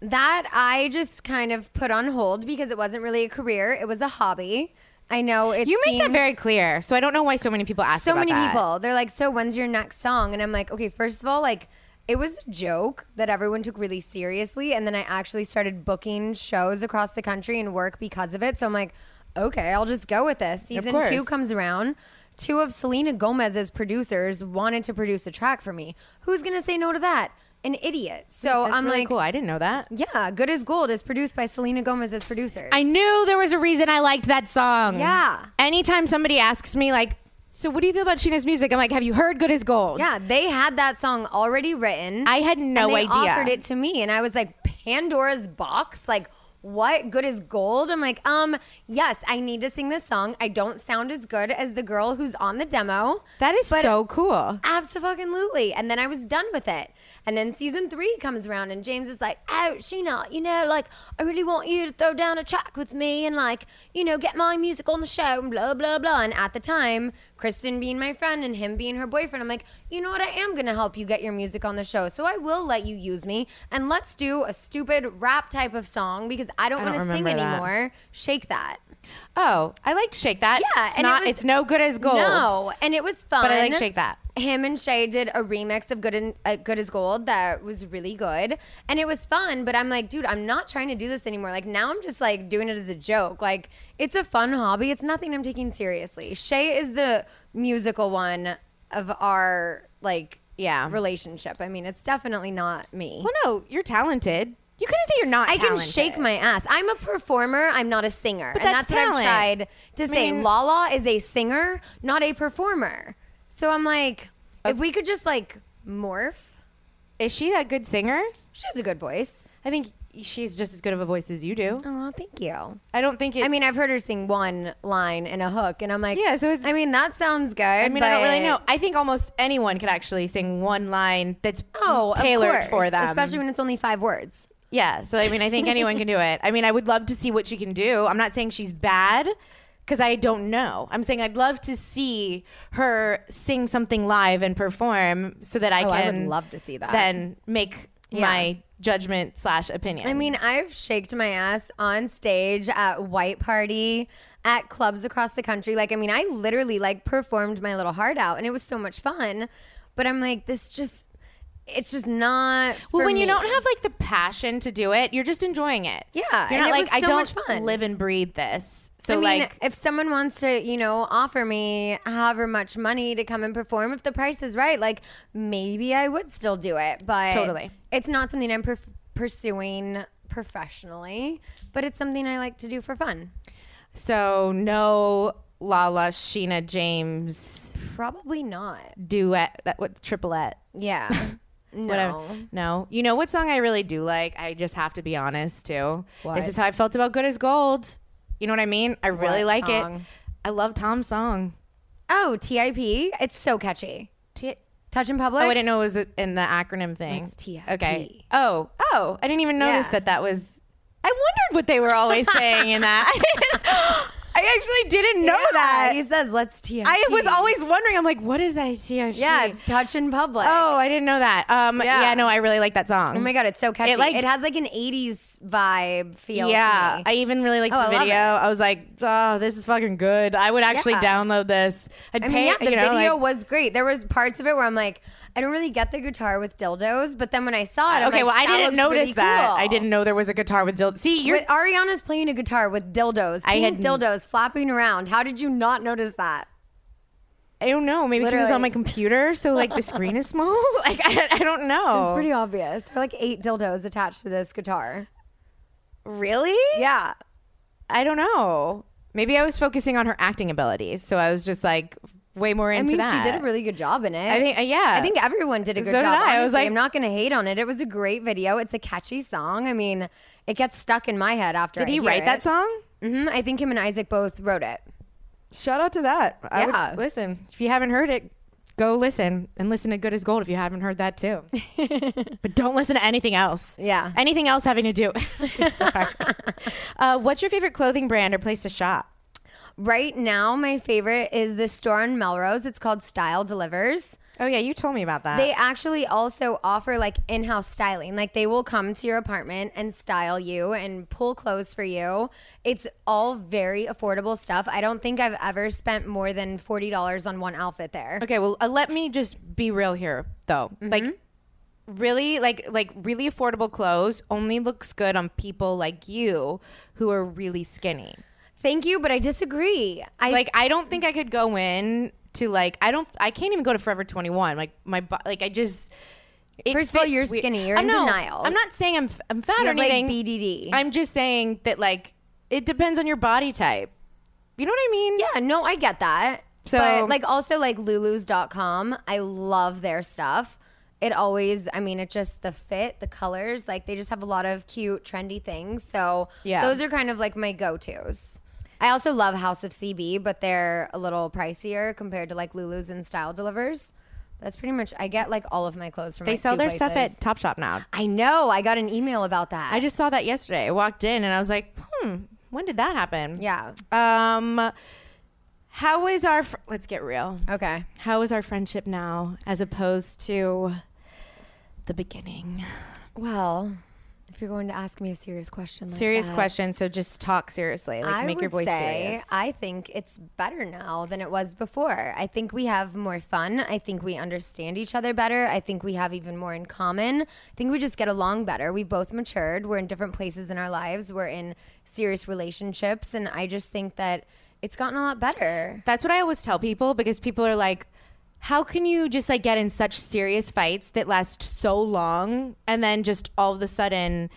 [SPEAKER 4] That I just kind of put on hold because it wasn't really a career. It was a hobby. I know it.
[SPEAKER 2] You make that
[SPEAKER 4] seemed-
[SPEAKER 2] very clear, so I don't know why so many people ask.
[SPEAKER 4] so
[SPEAKER 2] about
[SPEAKER 4] many
[SPEAKER 2] that.
[SPEAKER 4] people they're like so when's your next song and i'm like okay first of all like it was a joke that everyone took really seriously and then i actually started booking shows across the country and work because of it so i'm like okay i'll just go with this season two
[SPEAKER 2] course.
[SPEAKER 4] comes around two of selena gomez's producers wanted to produce a track for me who's gonna say no to that an idiot so
[SPEAKER 2] That's
[SPEAKER 4] i'm
[SPEAKER 2] really
[SPEAKER 4] like
[SPEAKER 2] cool. I didn't know that.
[SPEAKER 4] yeah good as gold is produced by selena gomez as producers
[SPEAKER 2] I knew there was a reason I liked that song.
[SPEAKER 4] Yeah.
[SPEAKER 2] Anytime somebody asks me like, "So what do you feel about Sheena's music?" I'm like, "Have you heard Good as Gold?"
[SPEAKER 4] Yeah, they had that song already written.
[SPEAKER 2] I had no
[SPEAKER 4] and they
[SPEAKER 2] idea.
[SPEAKER 4] Offered it to me, and I was like, Pandora's box, like. What good is gold? I'm like, um, yes, I need to sing this song. I don't sound as good as the girl who's on the demo.
[SPEAKER 2] That is
[SPEAKER 4] But-
[SPEAKER 2] so cool.
[SPEAKER 4] Absolutely. And then I was done with it. And then season three comes around, and James is like, Oh, Sheena, you know, like, I really want you to throw down a track with me and, like, you know, get my music on the show and blah, blah, blah. And at the time, Kristen being my friend and him being her boyfriend, I'm like, You know what? I am going to help you get your music on the show. So I will let you use me. And let's do a stupid rap type of song because I don't
[SPEAKER 2] I don't
[SPEAKER 4] want to sing
[SPEAKER 2] remember that.
[SPEAKER 4] anymore. Shake that.
[SPEAKER 2] Oh, I liked Shake That.
[SPEAKER 4] Yeah,
[SPEAKER 2] it's
[SPEAKER 4] and it
[SPEAKER 2] not.
[SPEAKER 4] was-
[SPEAKER 2] it's no good as gold.
[SPEAKER 4] No, and it was fun.
[SPEAKER 2] But I like Shake That.
[SPEAKER 4] Him and Shay did a remix of Good and uh, Good as Gold that was really good, and it was fun. But I'm like, dude, I'm not trying to do this anymore. Like now, I'm just like doing it as a joke. Like it's a fun hobby. It's nothing I'm taking seriously. Shay is the musical one of our like
[SPEAKER 2] Yeah.
[SPEAKER 4] relationship. I mean, it's definitely not me.
[SPEAKER 2] Well, no, you're talented. You couldn't say you're not.
[SPEAKER 4] I can
[SPEAKER 2] talented.
[SPEAKER 4] shake my ass. I'm a performer. I'm not a singer.
[SPEAKER 2] But
[SPEAKER 4] and
[SPEAKER 2] that's
[SPEAKER 4] that's what I've
[SPEAKER 2] talent.
[SPEAKER 4] tried to say.
[SPEAKER 2] mean-
[SPEAKER 4] Lala is a singer, not a performer. So I'm like, if we could just like morph,
[SPEAKER 2] Is she a good singer?
[SPEAKER 4] she has a good voice.
[SPEAKER 2] I think she's just as good of a voice as you do.
[SPEAKER 4] Oh, thank you.
[SPEAKER 2] I don't think it's.
[SPEAKER 4] I mean, I've heard her sing one line and a hook, and I'm like,
[SPEAKER 2] Yeah, so it's-
[SPEAKER 4] I mean, that sounds good.
[SPEAKER 2] I mean, I don't really
[SPEAKER 4] but-
[SPEAKER 2] know. I think almost anyone could actually sing one line that's
[SPEAKER 4] Oh, of
[SPEAKER 2] tailored for
[SPEAKER 4] course,
[SPEAKER 2] them.
[SPEAKER 4] especially when it's only five words.
[SPEAKER 2] yeah. So I mean, I think anyone can do it. I mean, I would love to see what she can do. I'm not saying she's bad because I don't know. I'm saying I'd love to see her sing something live and perform so that I
[SPEAKER 4] Oh, I
[SPEAKER 2] can.
[SPEAKER 4] would love to see that.
[SPEAKER 2] Then make my judgment slash opinion.
[SPEAKER 4] I mean, I've shaked my ass on stage at white party, at clubs across the country. Like, I mean, I literally like performed my little heart out, and it was so much fun. But I'm like, this just, it's just not.
[SPEAKER 2] Well,
[SPEAKER 4] for
[SPEAKER 2] when you
[SPEAKER 4] me.
[SPEAKER 2] don't have like the passion to do it, you're just enjoying it.
[SPEAKER 4] Yeah,
[SPEAKER 2] you're
[SPEAKER 4] and
[SPEAKER 2] not
[SPEAKER 4] it
[SPEAKER 2] like
[SPEAKER 4] was
[SPEAKER 2] I
[SPEAKER 4] so
[SPEAKER 2] don't
[SPEAKER 4] much fun."
[SPEAKER 2] live and breathe this. So
[SPEAKER 4] I mean,
[SPEAKER 2] like,
[SPEAKER 4] if someone wants to, you know, offer me however much money to come and perform, if the price is right, like maybe I would still do it. But
[SPEAKER 2] Totally.
[SPEAKER 4] it's not something I'm perf- pursuing professionally, but it's something I like to do for fun.
[SPEAKER 2] so no Lala Sheena James
[SPEAKER 4] Probably not.
[SPEAKER 2] duet that what triplet.
[SPEAKER 4] Yeah. no.
[SPEAKER 2] Whatever. No. You know what song I really do like? I just have to be honest too. This
[SPEAKER 4] What?
[SPEAKER 2] is how I felt about Good as Gold. You know what I mean? I really
[SPEAKER 4] What
[SPEAKER 2] like it.
[SPEAKER 4] song?
[SPEAKER 2] I love Tom's song.
[SPEAKER 4] Oh, TIP. It's so catchy.
[SPEAKER 2] T-
[SPEAKER 4] Touch in public.
[SPEAKER 2] Oh, I didn't know it was in the acronym thing.
[SPEAKER 4] That's TIP.
[SPEAKER 2] Okay. Oh, oh, I didn't even notice
[SPEAKER 4] Yeah.
[SPEAKER 2] that that was. I wondered what they were always saying in that. I, didn't- I actually didn't know
[SPEAKER 4] Yeah,
[SPEAKER 2] that.
[SPEAKER 4] He says, let's TIP.
[SPEAKER 2] I was always wondering. I'm like, what is ICIP?
[SPEAKER 4] Yeah, it's touch in public.
[SPEAKER 2] Oh, I didn't know that. Um, yeah.
[SPEAKER 4] Yeah.
[SPEAKER 2] no, I really like that song.
[SPEAKER 4] Oh my god, it's so catchy.
[SPEAKER 2] It,
[SPEAKER 4] It,
[SPEAKER 2] like-
[SPEAKER 4] has like an '80s vibe feel. to
[SPEAKER 2] Yeah,
[SPEAKER 4] me.
[SPEAKER 2] I even really liked
[SPEAKER 4] Oh,
[SPEAKER 2] the
[SPEAKER 4] I love
[SPEAKER 2] video.
[SPEAKER 4] it.
[SPEAKER 2] I was like, oh, this is fucking good. I would actually
[SPEAKER 4] Yeah.
[SPEAKER 2] download this. I'd
[SPEAKER 4] I
[SPEAKER 2] pay.
[SPEAKER 4] mean, yeah, the
[SPEAKER 2] you know,
[SPEAKER 4] video
[SPEAKER 2] like-
[SPEAKER 4] was great. There was parts of it where I'm like, I don't really get the guitar with dildos, but then when I saw it, I'm
[SPEAKER 2] okay,
[SPEAKER 4] like,
[SPEAKER 2] well, I
[SPEAKER 4] that
[SPEAKER 2] didn't
[SPEAKER 4] looks
[SPEAKER 2] notice
[SPEAKER 4] really
[SPEAKER 2] that.
[SPEAKER 4] cool.
[SPEAKER 2] I didn't know there was a guitar with dildo. See, you're
[SPEAKER 4] But Ariana's playing a guitar with dildos. I
[SPEAKER 2] I had-
[SPEAKER 4] had dildos flapping around. How did you not notice that?
[SPEAKER 2] I don't know. Maybe because it's
[SPEAKER 4] Literally.
[SPEAKER 2] on my computer, so like the screen is small. Like I, I don't know.
[SPEAKER 4] It's pretty obvious. There are like eight dildos attached to this guitar.
[SPEAKER 2] really.
[SPEAKER 4] Yeah.
[SPEAKER 2] I don't know. Maybe I was focusing on her acting abilities, so I was just like way more
[SPEAKER 4] I
[SPEAKER 2] into
[SPEAKER 4] mean,
[SPEAKER 2] that.
[SPEAKER 4] she did a really good job in it.
[SPEAKER 2] I think- uh, yeah.
[SPEAKER 4] I think everyone did a good
[SPEAKER 2] So did
[SPEAKER 4] job.
[SPEAKER 2] I. I was
[SPEAKER 4] honestly.
[SPEAKER 2] like-
[SPEAKER 4] I'm not going to hate on it. It was a great video. It's a catchy song. I mean, it gets stuck in my head after.
[SPEAKER 2] Did
[SPEAKER 4] I
[SPEAKER 2] he
[SPEAKER 4] hear
[SPEAKER 2] write that
[SPEAKER 4] it.
[SPEAKER 2] song?
[SPEAKER 4] hmm I think him and Isaac both wrote it.
[SPEAKER 2] Shout out to that. I
[SPEAKER 4] Yeah.
[SPEAKER 2] would listen. If you haven't heard it, go listen and listen to Good as Gold if you haven't heard that too. but don't listen to anything else.
[SPEAKER 4] Yeah.
[SPEAKER 2] Anything else having to do. Sorry. uh, what's your favorite clothing brand or place to shop?
[SPEAKER 4] Right now, my favorite is this store on Melrose. It's called Style Delivers.
[SPEAKER 2] Oh yeah, you told me about that.
[SPEAKER 4] They actually also offer like in house styling. Like they will come to your apartment and style you and pull clothes for you. It's all very affordable stuff. I don't think I've ever spent more than $40 on one outfit there.
[SPEAKER 2] Okay, well, uh, let me just be real here, though. Like, really, like, like really affordable clothes only looks good on people like you who are really skinny.
[SPEAKER 4] Thank you, but I disagree. I
[SPEAKER 2] Like, I don't think I could go in to like I don't I can't even go to Forever Twenty One. Like my bo- like I just. it
[SPEAKER 4] First of all,
[SPEAKER 2] fits
[SPEAKER 4] you're
[SPEAKER 2] weird.
[SPEAKER 4] skinny. You're
[SPEAKER 2] I
[SPEAKER 4] in
[SPEAKER 2] know.
[SPEAKER 4] denial.
[SPEAKER 2] I'm not saying I'm f- I'm fat
[SPEAKER 4] You
[SPEAKER 2] or
[SPEAKER 4] have, like,
[SPEAKER 2] anything.
[SPEAKER 4] BDD.
[SPEAKER 2] I'm just saying that like it depends on your body type. You know what I mean?
[SPEAKER 4] Yeah, no, I get that.
[SPEAKER 2] So-
[SPEAKER 4] So, but like, also like lulus.com, I love their stuff. It always, I mean, it just the fit, the colors, like they just have a lot of cute, trendy things. So,
[SPEAKER 2] Yeah.
[SPEAKER 4] those are kind of like my go tos. I also love House of CB, but they're a little pricier compared to like Lulu's and Style Delivers. That's pretty much, I get like all of my clothes from
[SPEAKER 2] They
[SPEAKER 4] like,
[SPEAKER 2] sell
[SPEAKER 4] two
[SPEAKER 2] their stuff
[SPEAKER 4] places.
[SPEAKER 2] at Topshop now.
[SPEAKER 4] I know. I got an email about that.
[SPEAKER 2] I just saw that yesterday. I walked in and I was like, hmm, when did that happen?
[SPEAKER 4] yeah.
[SPEAKER 2] Um, how is our? Fr- Let's get real.
[SPEAKER 4] Okay.
[SPEAKER 2] How is our friendship now, as opposed to the beginning?
[SPEAKER 4] Well, if you're going to ask me a serious question, like
[SPEAKER 2] Serious
[SPEAKER 4] that,
[SPEAKER 2] question. So just talk seriously. Like
[SPEAKER 4] I
[SPEAKER 2] make your
[SPEAKER 4] would
[SPEAKER 2] voice
[SPEAKER 4] say
[SPEAKER 2] serious.
[SPEAKER 4] I think it's better now than it was before. I think we have more fun. I think we understand each other better. I think we have even more in common. I think we just get along better. We've both matured. We're in different places in our lives. We're in serious relationships. And I just think that it's gotten a lot better.
[SPEAKER 2] That's what I always tell people because people are like, how can you just like get in such serious fights that last so long and then just all of a sudden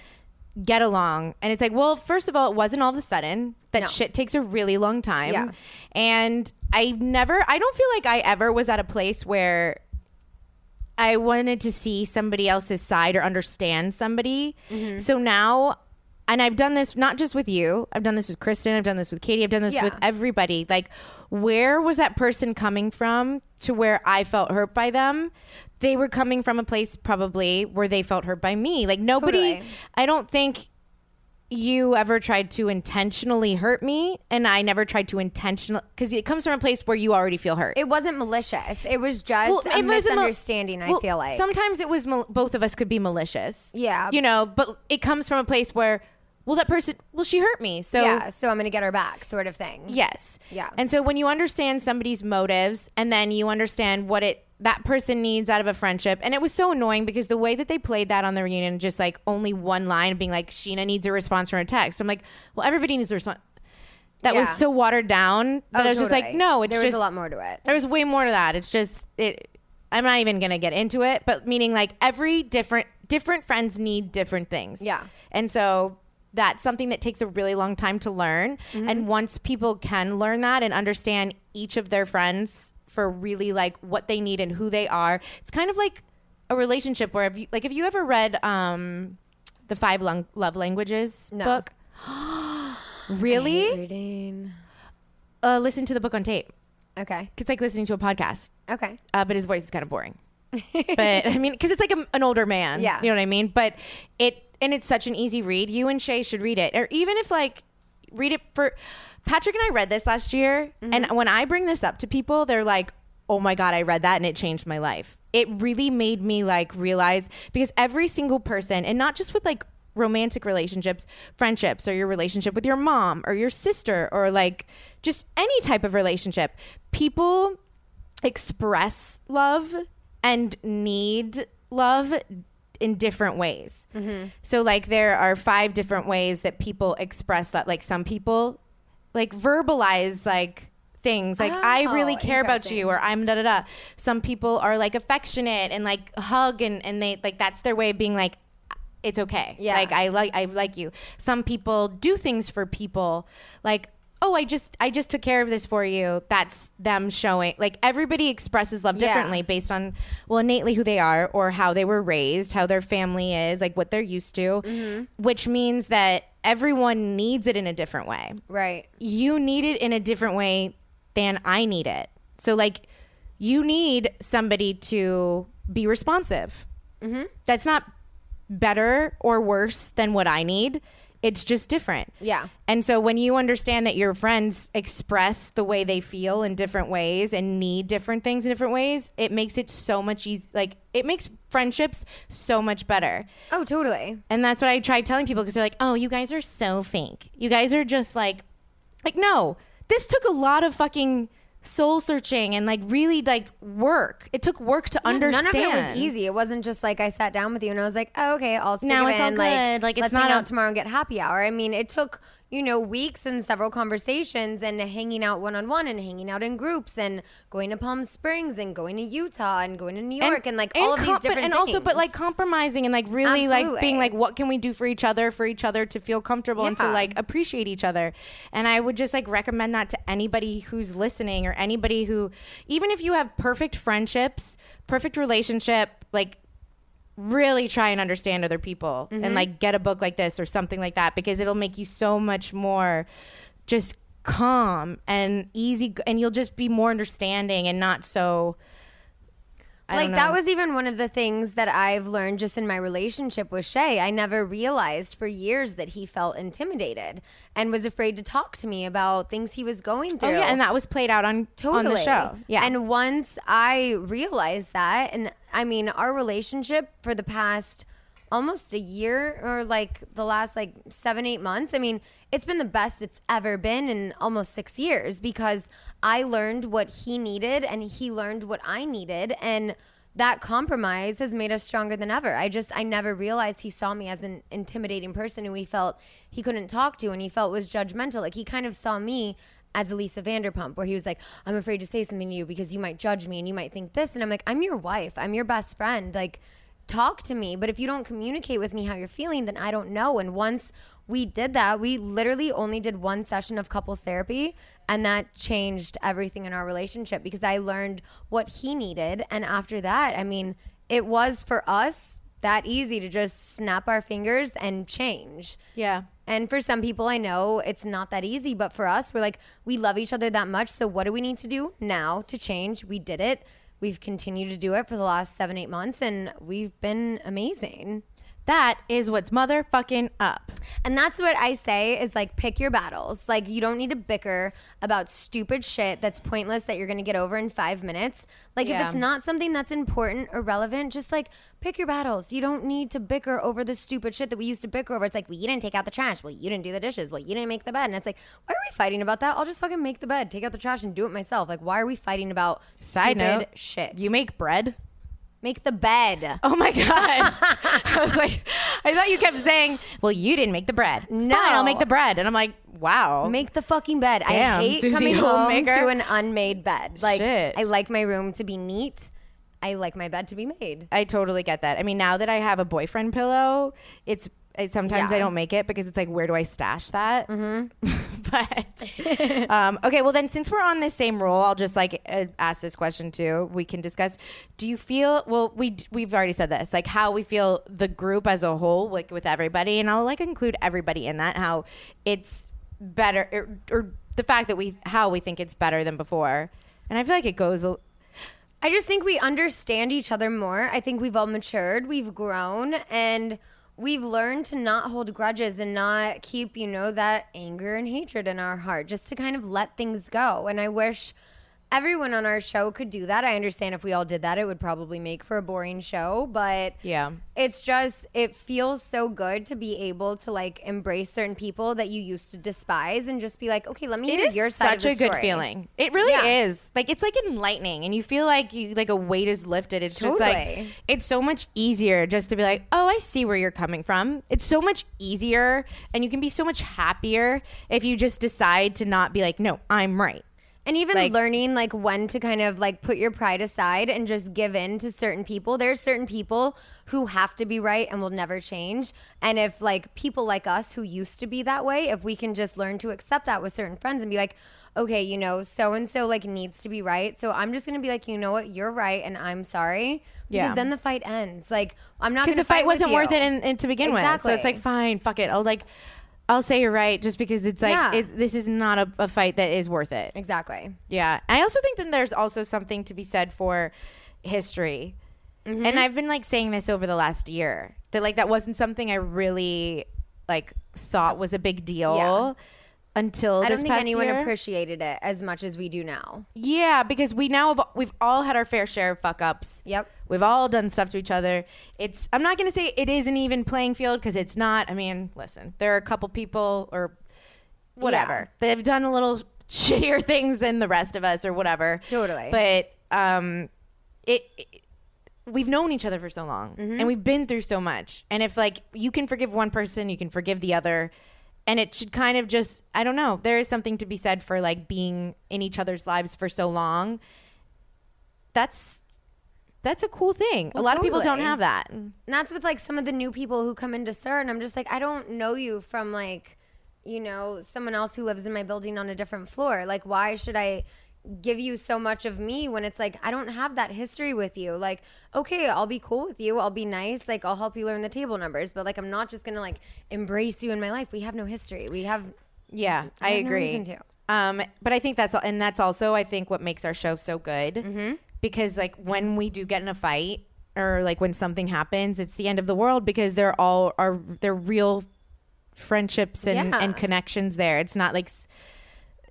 [SPEAKER 2] get along? And it's like, well, first of all, it wasn't all of a sudden. That
[SPEAKER 4] No.
[SPEAKER 2] shit takes a really long time.
[SPEAKER 4] Yeah.
[SPEAKER 2] And I never, I don't feel like I ever was at a place where I wanted to see somebody else's side or understand somebody.
[SPEAKER 4] Mm-hmm.
[SPEAKER 2] So now, and I've done this not just with you. I've done this with Kristen. I've done this with Katie. I've done this with everybody. Like, where was that person coming from to where I felt hurt by them? They were coming from a place probably where they felt hurt by me. Like nobody.
[SPEAKER 4] Totally.
[SPEAKER 2] I don't think you ever tried to intentionally hurt me and i never tried to intentional because it comes from a place where you already feel hurt
[SPEAKER 4] It wasn't malicious. It was just a
[SPEAKER 2] it was a mal-
[SPEAKER 4] misunderstanding. I
[SPEAKER 2] well,
[SPEAKER 4] feel like
[SPEAKER 2] sometimes it was mal- both of us could be malicious
[SPEAKER 4] Yeah.
[SPEAKER 2] you know but it comes from a place where well that person well she hurt me so
[SPEAKER 4] yeah. So I'm gonna get her back, sort of thing.
[SPEAKER 2] yes
[SPEAKER 4] Yeah.
[SPEAKER 2] and so when you understand somebody's motives and then you understand what it that person needs out of a friendship and it was so annoying because the way that they played that on the reunion just like only one line being like sheena needs a response from a text i'm like well everybody needs a response that
[SPEAKER 4] Yeah.
[SPEAKER 2] was so watered down that
[SPEAKER 4] Oh,
[SPEAKER 2] I was just like,
[SPEAKER 4] totally.
[SPEAKER 2] no, it's
[SPEAKER 4] there
[SPEAKER 2] just
[SPEAKER 4] was a lot more to it.
[SPEAKER 2] there's way more to that. It's just it. I'm not even gonna get into it, but meaning like every different different friends need different things.
[SPEAKER 4] Yeah.
[SPEAKER 2] and so that's something that takes a really long time to learn. And once people can learn that and understand each of their friends for really like what they need and who they are, it's kind of like a relationship where if you like if you ever read um the five Lung- love languages book. really?
[SPEAKER 4] Reading.
[SPEAKER 2] Uh, listen to the book on tape.
[SPEAKER 4] Okay.
[SPEAKER 2] It's like listening to a podcast
[SPEAKER 4] Okay.
[SPEAKER 2] uh, but his voice is kind of boring. but I mean, because it's like a, an older man.
[SPEAKER 4] Yeah.
[SPEAKER 2] you know what I mean. But it and it's such an easy read. You and Shay should read it, or even if like read it for Patrick and I read this last year, and when I bring this up to people, they're like, "Oh my god, I read that and it changed my life." It really made me like realize because every single person, and not just with like romantic relationships, friendships, or your relationship with your mom or your sister, or like just any type of relationship, people express love and need love in different ways. So, like, there are five different ways that people express that. Like, some people like verbalize like things like
[SPEAKER 4] Oh,
[SPEAKER 2] I really care about you or I'm da da da. Some people are like affectionate and like hug and and they like that's their way of being like it's okay.
[SPEAKER 4] Yeah.
[SPEAKER 2] Like I like I like you. Some people do things for people like oh I just I just took care of this for you. That's them showing like everybody expresses love
[SPEAKER 4] Yeah.
[SPEAKER 2] differently based on well innately who they are or how they were raised, how their family is, like what they're used to,
[SPEAKER 4] Mm-hmm.
[SPEAKER 2] which means that everyone needs it in a different way
[SPEAKER 4] Right.
[SPEAKER 2] you need it in a different way than I need it. So like you need somebody to be responsive. That's not better or worse than what I need. It's just different.
[SPEAKER 4] Yeah.
[SPEAKER 2] And so when you understand that your friends express the way they feel in different ways and need different things in different ways, it makes it so much easier. Like it makes friendships so much better.
[SPEAKER 4] Oh, totally.
[SPEAKER 2] And that's what I try telling people because they're like, oh, you guys are so fake. You guys are just like, like, no, this took a lot of fucking soul searching and like really like work. It took work to understand.
[SPEAKER 4] None of it was easy. It wasn't just like I sat down with you and I was like, oh, okay, I'll stick
[SPEAKER 2] Now
[SPEAKER 4] it
[SPEAKER 2] it's
[SPEAKER 4] in.
[SPEAKER 2] all
[SPEAKER 4] Like,
[SPEAKER 2] good. Like, it's
[SPEAKER 4] let's
[SPEAKER 2] not
[SPEAKER 4] hang
[SPEAKER 2] a-
[SPEAKER 4] out tomorrow and get happy hour. I mean, it took you know weeks and several conversations and hanging out one on one and hanging out in groups and going to Palm Springs and going to Utah and going to New York and, like all of
[SPEAKER 2] com-
[SPEAKER 4] these
[SPEAKER 2] but-
[SPEAKER 4] different
[SPEAKER 2] and
[SPEAKER 4] things.
[SPEAKER 2] also but like compromising and like really like
[SPEAKER 4] Absolutely.
[SPEAKER 2] being like what can we do for each other for each other to feel comfortable and to
[SPEAKER 4] Yeah.
[SPEAKER 2] like appreciate each other and i would just like recommend that to anybody who's listening or anybody who even if you have perfect friendships perfect relationship like really try and understand other people
[SPEAKER 4] Mm-hmm.
[SPEAKER 2] and like get a book like this or something like that because it'll make you so much more just calm and easy and you'll just be more understanding and not so I
[SPEAKER 4] like
[SPEAKER 2] don't
[SPEAKER 4] that
[SPEAKER 2] know.
[SPEAKER 4] was even one of the things that I've learned just in my relationship with Shay. I never realized for years that he felt intimidated and was afraid to talk to me about things he was going through.
[SPEAKER 2] Oh yeah, and that was played out on
[SPEAKER 4] totally.
[SPEAKER 2] on the show. Yeah,
[SPEAKER 4] And once I realized that, and I mean, our relationship for the past almost a year or like the last like seven, eight months, I mean, it's been the best it's ever been in almost six years because I learned what he needed and he learned what I needed. And that compromise has made us stronger than ever. I just, I never realized he saw me as an intimidating person who he felt he couldn't talk to and he felt was judgmental. Like he kind of saw me as Elisa Vanderpump, where he was like, I'm afraid to say something to you because you might judge me and you might think this. And I'm like, I'm your wife, I'm your best friend. Like, talk to me. But if you don't communicate with me how you're feeling, then I don't know. And once we did that, we literally only did one session of couples therapy. And that changed everything in our relationship because I learned what he needed. And after that, I mean, it was for us that easy to just snap our fingers and change.
[SPEAKER 2] Yeah.
[SPEAKER 4] And for some people, I know it's not that easy, but for us, we're like, we love each other that much. So, what do we need to do now to change? We did it. We've continued to do it for the last seven, eight months, and we've been amazing.
[SPEAKER 2] That is what's motherfucking up.
[SPEAKER 4] And that's what I say is like pick your battles. Like you don't need to bicker about stupid shit that's pointless that you're gonna get over in five minutes. Like if
[SPEAKER 2] Yeah.
[SPEAKER 4] it's not something that's important or relevant, just like pick your battles. You don't need to bicker over the stupid shit that we used to bicker over. It's like, well, you didn't take out the trash. Well, you didn't do the dishes. Well, you didn't make the bed. And it's like, why are we fighting about that? I'll just fucking make the bed, take out the trash, and do it myself. Like, why are we fighting about
[SPEAKER 2] Side
[SPEAKER 4] stupid
[SPEAKER 2] note,
[SPEAKER 4] shit?
[SPEAKER 2] You make bread?
[SPEAKER 4] make the bed.
[SPEAKER 2] Oh my god! I was like, I thought you kept saying, "Well, you didn't make the bread." No, Fine, I'll make the bread, and I'm like, "Wow,
[SPEAKER 4] Make the fucking bed.
[SPEAKER 2] Damn,
[SPEAKER 4] I hate
[SPEAKER 2] Susie
[SPEAKER 4] coming home
[SPEAKER 2] Homemaker.
[SPEAKER 4] to an unmade bed. Like
[SPEAKER 2] Shit.
[SPEAKER 4] I like my room to be neat. I like my bed to be made.
[SPEAKER 2] I totally get that. I mean, now that I have a boyfriend pillow, it's it, sometimes
[SPEAKER 4] Yeah.
[SPEAKER 2] I don't make it because it's like, where do I stash that? Mm-hmm. but um, okay, well then, since we're on this same roll, I'll just like uh, ask this question too. We can discuss. Do you feel well? We we've already said this, like how we feel the group as a whole, like with everybody, and I'll like include everybody in that. How it's better, or, or the fact that we how we think it's better than before, and I feel like it goes. a-
[SPEAKER 4] I just think we understand each other more. I think we've all matured, we've grown, and we've learned to not hold grudges and not keep, you know, that anger and hatred in our heart, just to kind of let things go. And I wish everyone on our show could do that. I understand if we all did that, it would probably make for a boring show, but
[SPEAKER 2] Yeah.
[SPEAKER 4] it's just it feels so good to be able to like embrace certain people that you used to despise and just be like, okay, let me
[SPEAKER 2] It
[SPEAKER 4] hear
[SPEAKER 2] is
[SPEAKER 4] your side
[SPEAKER 2] such
[SPEAKER 4] of the
[SPEAKER 2] a good
[SPEAKER 4] story.
[SPEAKER 2] feeling. It really
[SPEAKER 4] Yeah.
[SPEAKER 2] is. Like it's like enlightening, and you feel like you like a weight is lifted. It's just like
[SPEAKER 4] Totally.
[SPEAKER 2] it's so much easier just to be like, oh, I see where you're coming from. It's so much easier, and you can be so much happier if you just decide to not be like, no, I'm right.
[SPEAKER 4] And even
[SPEAKER 2] Like-
[SPEAKER 4] learning like when to kind of like put your pride aside and just give in to certain people. There's certain people who have to be right and will never change. And if like people like us who used to be that way, if we can just learn to accept that with certain friends and be like, okay, you know, so and so like needs to be right. So I'm just gonna be like, you know what, you're right, and I'm sorry. Because
[SPEAKER 2] Yeah.
[SPEAKER 4] then the fight ends. Like I'm not
[SPEAKER 2] Because
[SPEAKER 4] gonna
[SPEAKER 2] the fight
[SPEAKER 4] with
[SPEAKER 2] wasn't worth
[SPEAKER 4] you.
[SPEAKER 2] it in, in- to begin with. So it's
[SPEAKER 4] Exactly.
[SPEAKER 2] like, fine, fuck it. I'll like, I'll say you're right, just because it's like
[SPEAKER 4] Yeah.
[SPEAKER 2] it, this is not a, a fight that is worth it.
[SPEAKER 4] Exactly.
[SPEAKER 2] Yeah. I also think that there's also something to be said for history.
[SPEAKER 4] Mm-hmm.
[SPEAKER 2] And I've been like saying this over the last year that like that wasn't something I really like thought was a big deal
[SPEAKER 4] Yeah.
[SPEAKER 2] until
[SPEAKER 4] I
[SPEAKER 2] this
[SPEAKER 4] don't think
[SPEAKER 2] past
[SPEAKER 4] anyone
[SPEAKER 2] year.
[SPEAKER 4] appreciated it as much as we do now.
[SPEAKER 2] yeah, because we now have, we've all had our fair share of fuck ups.
[SPEAKER 4] Yep.
[SPEAKER 2] We've all done stuff to each other. It's I'm not going to say it is an even playing field because it's not. I mean, listen, there are a couple people or whatever they've done a little shittier things than the rest of us or whatever.
[SPEAKER 4] Totally.
[SPEAKER 2] But um, it. it- We've known each other for so long
[SPEAKER 4] Mm-hmm.
[SPEAKER 2] and we've been through so much. And if, like, you can forgive one person, you can forgive the other. And it should kind of just, I don't know, there is something to be said for, like, being in each other's lives for so long. That's that's a cool thing. a lot of people don't
[SPEAKER 4] totally.
[SPEAKER 2] have that.
[SPEAKER 4] And that's with like some of the new people who come into CERN. I'm just like, I don't know you from like, you know, someone else who lives in my building on a different floor. Like, why should I give you so much of me when it's like, I don't have that history with you? Like, okay, I'll be cool with you. I'll be nice. Like, I'll help you learn the table numbers, but like, I'm not just gonna like embrace you in my life. We have no history. We have,
[SPEAKER 2] Yeah, I,
[SPEAKER 4] Mm-hmm. have no
[SPEAKER 2] agree.
[SPEAKER 4] reason to.
[SPEAKER 2] Um, but I think that's all, and that's also I think what makes our show so good
[SPEAKER 4] Mm-hmm.
[SPEAKER 2] because like when we do get in a fight or like when something happens, it's the end of the world because they're all are they're real friendships and,
[SPEAKER 4] Yeah.
[SPEAKER 2] and connections there. It's not like s-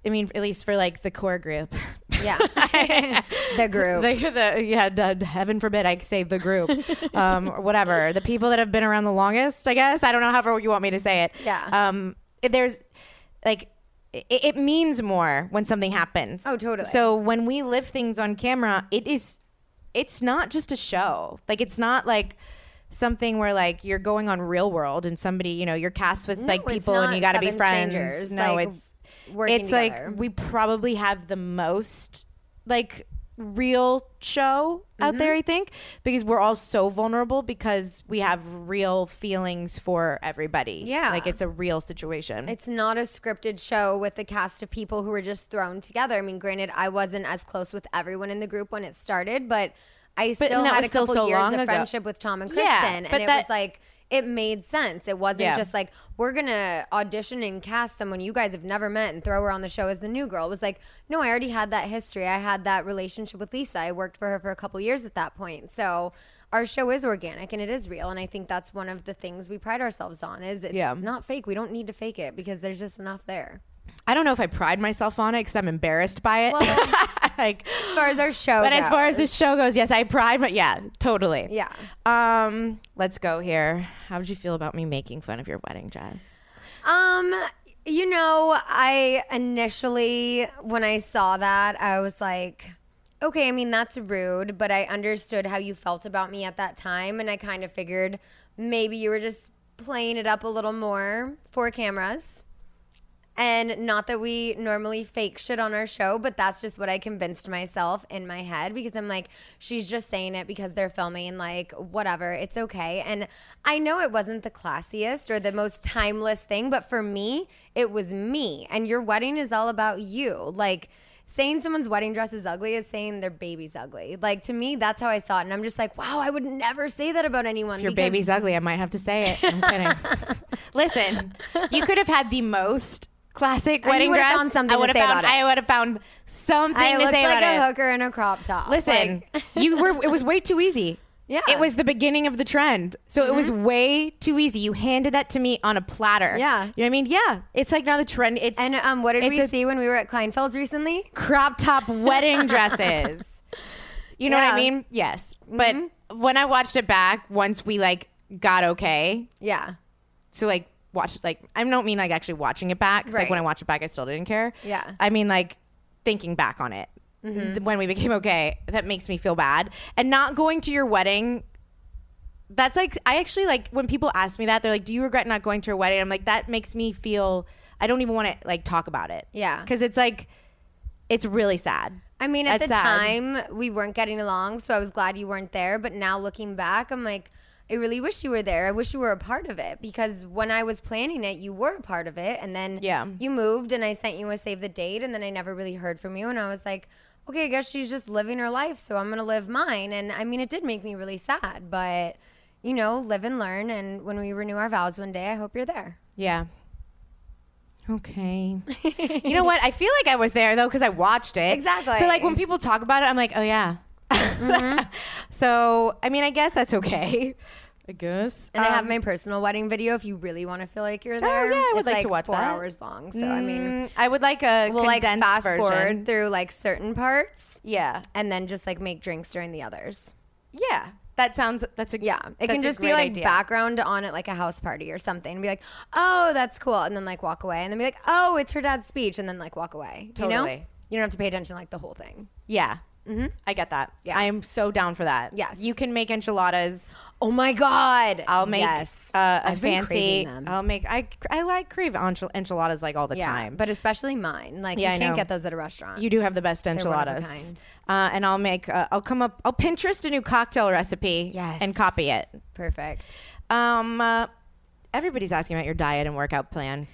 [SPEAKER 2] I mean, at least for like the core group.
[SPEAKER 4] yeah, the group.
[SPEAKER 2] Like the yeah, the, heaven forbid I say the group, um, or whatever. The people that have been around the longest, I guess. I don't know however you want me to say it.
[SPEAKER 4] Yeah.
[SPEAKER 2] Um, there's like it, it means more when something happens.
[SPEAKER 4] Oh, totally.
[SPEAKER 2] So when we live things on camera, it is, it's not just a show. Like it's not like something where like you're going on real world and somebody you know you're cast with like
[SPEAKER 4] it's
[SPEAKER 2] people and
[SPEAKER 4] not
[SPEAKER 2] you got to be
[SPEAKER 4] seven
[SPEAKER 2] friends.
[SPEAKER 4] strangers,
[SPEAKER 2] No,
[SPEAKER 4] like,
[SPEAKER 2] it's
[SPEAKER 4] working
[SPEAKER 2] it's
[SPEAKER 4] together.
[SPEAKER 2] like we probably have the most like real show out
[SPEAKER 4] Mm-hmm.
[SPEAKER 2] there i think because we're all so vulnerable because we have real feelings for everybody
[SPEAKER 4] Yeah.
[SPEAKER 2] like it's a real situation
[SPEAKER 4] It's not a scripted show with a cast of people who were just thrown together. I mean, granted, I wasn't as close with everyone in the group when it started, but I
[SPEAKER 2] But
[SPEAKER 4] still
[SPEAKER 2] that
[SPEAKER 4] had
[SPEAKER 2] was
[SPEAKER 4] a
[SPEAKER 2] still
[SPEAKER 4] couple
[SPEAKER 2] so
[SPEAKER 4] years
[SPEAKER 2] long
[SPEAKER 4] of
[SPEAKER 2] ago.
[SPEAKER 4] friendship with Tom and
[SPEAKER 2] Yeah,
[SPEAKER 4] Kristen, and
[SPEAKER 2] but
[SPEAKER 4] it was
[SPEAKER 2] that-
[SPEAKER 4] like it made sense. It wasn't
[SPEAKER 2] Yeah.
[SPEAKER 4] just like we're gonna audition and cast someone you guys have never met and throw her on the show as the new girl. It was like, no, I already had that history. I had that relationship with Lisa. I worked for her for a couple years at that point, so. Our show is organic and it is real, and I think that's one of the things we pride ourselves on. Is it's
[SPEAKER 2] Yeah.
[SPEAKER 4] not fake. We don't need to fake it because there's just enough there.
[SPEAKER 2] I don't know if I pride myself on it because I'm embarrassed by it. like,
[SPEAKER 4] As far as our show,
[SPEAKER 2] but as far as
[SPEAKER 4] goes.
[SPEAKER 2] this show goes, yes, I pride. But yeah, totally.
[SPEAKER 4] Yeah.
[SPEAKER 2] Um, let's go here. How would you feel about me making fun of your wedding dress?
[SPEAKER 4] Um, you know, I initially when I saw that, I was like, okay, I mean that's rude, but I understood how you felt about me at that time and I kind of figured maybe you were just playing it up a little more for cameras. And not that we normally fake shit on our show, but that's just what I convinced myself in my head because I'm like, she's just saying it because they're filming, like, whatever, it's okay. And I know it wasn't the classiest or the most timeless thing, but for me, it was me. And your wedding is all about you. Like, saying someone's wedding dress is ugly is saying their baby's ugly. Like, to me, that's how I saw it. And I'm just like, wow, I would never say that about anyone.
[SPEAKER 2] If your
[SPEAKER 4] because-
[SPEAKER 2] baby's ugly, I might have to say it. I'm kidding. Listen, you could have had the most classic
[SPEAKER 4] you
[SPEAKER 2] wedding
[SPEAKER 4] would've
[SPEAKER 2] dress.
[SPEAKER 4] found something
[SPEAKER 2] I
[SPEAKER 4] to
[SPEAKER 2] would have
[SPEAKER 4] say
[SPEAKER 2] found.
[SPEAKER 4] about it.
[SPEAKER 2] I would have found something
[SPEAKER 4] I
[SPEAKER 2] to
[SPEAKER 4] looked
[SPEAKER 2] say
[SPEAKER 4] like
[SPEAKER 2] about
[SPEAKER 4] a
[SPEAKER 2] it.
[SPEAKER 4] hooker in a crop top.
[SPEAKER 2] Listen,
[SPEAKER 4] Like-
[SPEAKER 2] you were. It was way too easy.
[SPEAKER 4] Yeah. Mm-hmm.
[SPEAKER 2] It was the beginning of the trend. So it was way too easy. You handed that to me on a platter.
[SPEAKER 4] Yeah.
[SPEAKER 2] You know what I mean? Yeah. It's like now the trend. It's
[SPEAKER 4] And um, what did
[SPEAKER 2] it's
[SPEAKER 4] we
[SPEAKER 2] a
[SPEAKER 4] see when we were at Kleinfeld's recently?
[SPEAKER 2] crop top wedding dresses. You know what
[SPEAKER 4] Yeah. Mm-hmm.
[SPEAKER 2] I mean? Yes. But when I watched it back, once we like got okay,
[SPEAKER 4] Yeah.
[SPEAKER 2] so like watch like I don't mean like actually watching it back. 'cause,
[SPEAKER 4] Right.
[SPEAKER 2] Like when I watched it back, I still didn't care.
[SPEAKER 4] Yeah. Mm-hmm.
[SPEAKER 2] I mean like thinking back on it th- when we became okay, that makes me feel bad. And not going to your wedding. That's like I actually like when people ask me that they're like, "Do you regret not going to your wedding?" I'm like, that makes me feel I don't even want to like talk about it.
[SPEAKER 4] Yeah.
[SPEAKER 2] because it's like it's really sad.
[SPEAKER 4] I mean, at
[SPEAKER 2] That's
[SPEAKER 4] the
[SPEAKER 2] sad.
[SPEAKER 4] time, we weren't getting along, so I was glad you weren't there. But now looking back, I'm like, I really wish you were there. I wish you were a part of it because when I was planning it, you were a part of it. And then
[SPEAKER 2] Yeah.
[SPEAKER 4] you moved, and I sent you a save the date, and then I never really heard from you. And I was like, okay, I guess she's just living her life, so I'm going to live mine. And I mean, it did make me really sad, but you know, live and learn. And when we renew our vows one day, I hope you're there.
[SPEAKER 2] Yeah. Okay. you know what? I feel like I was there though because I watched it.
[SPEAKER 4] Exactly. Mm-hmm.
[SPEAKER 2] So like when people talk about it, I'm like, oh yeah. so I mean, I guess that's okay. I guess.
[SPEAKER 4] And I have my personal wedding video if you really want to feel like you're there.
[SPEAKER 2] Um, Oh, yeah, I would
[SPEAKER 4] It's
[SPEAKER 2] like to
[SPEAKER 4] like
[SPEAKER 2] watch
[SPEAKER 4] four
[SPEAKER 2] that.
[SPEAKER 4] hours long. So I mean,
[SPEAKER 2] Um, I would like a
[SPEAKER 4] we'll like
[SPEAKER 2] condensed
[SPEAKER 4] fast
[SPEAKER 2] version.
[SPEAKER 4] forward through like certain parts
[SPEAKER 2] Yeah.
[SPEAKER 4] and then just like make drinks during the others.
[SPEAKER 2] Yeah. That sounds. That's a.
[SPEAKER 4] Yeah, it
[SPEAKER 2] that's
[SPEAKER 4] can
[SPEAKER 2] a
[SPEAKER 4] just be
[SPEAKER 2] great
[SPEAKER 4] like
[SPEAKER 2] idea.
[SPEAKER 4] background on at like a house party or something, and be like, "Oh, that's cool," and then like walk away, and then be like, "Oh, it's her dad's speech," and then like walk away. You know,
[SPEAKER 2] Totally.
[SPEAKER 4] you don't have to pay attention to, like the whole thing.
[SPEAKER 2] Yeah. Mm-hmm. I get that. Yeah. I am so down for that.
[SPEAKER 4] Yes.
[SPEAKER 2] You can make enchiladas.
[SPEAKER 4] Oh my god!
[SPEAKER 2] I'll make
[SPEAKER 4] yes.
[SPEAKER 2] uh, a
[SPEAKER 4] I've been
[SPEAKER 2] fancy.
[SPEAKER 4] craving them.
[SPEAKER 2] I'll make. I I like crave enchil- enchiladas like all the
[SPEAKER 4] yeah,
[SPEAKER 2] time.
[SPEAKER 4] but especially mine. Like
[SPEAKER 2] Yeah,
[SPEAKER 4] you
[SPEAKER 2] I
[SPEAKER 4] can't
[SPEAKER 2] know.
[SPEAKER 4] get those at a restaurant.
[SPEAKER 2] You do have the best
[SPEAKER 4] one of a
[SPEAKER 2] enchiladas. Uh, and I'll make, uh, I'll come up, I'll Pinterest a new cocktail recipe
[SPEAKER 4] Yes.
[SPEAKER 2] and copy it.
[SPEAKER 4] perfect.
[SPEAKER 2] Um, uh, everybody's asking about your diet and workout plan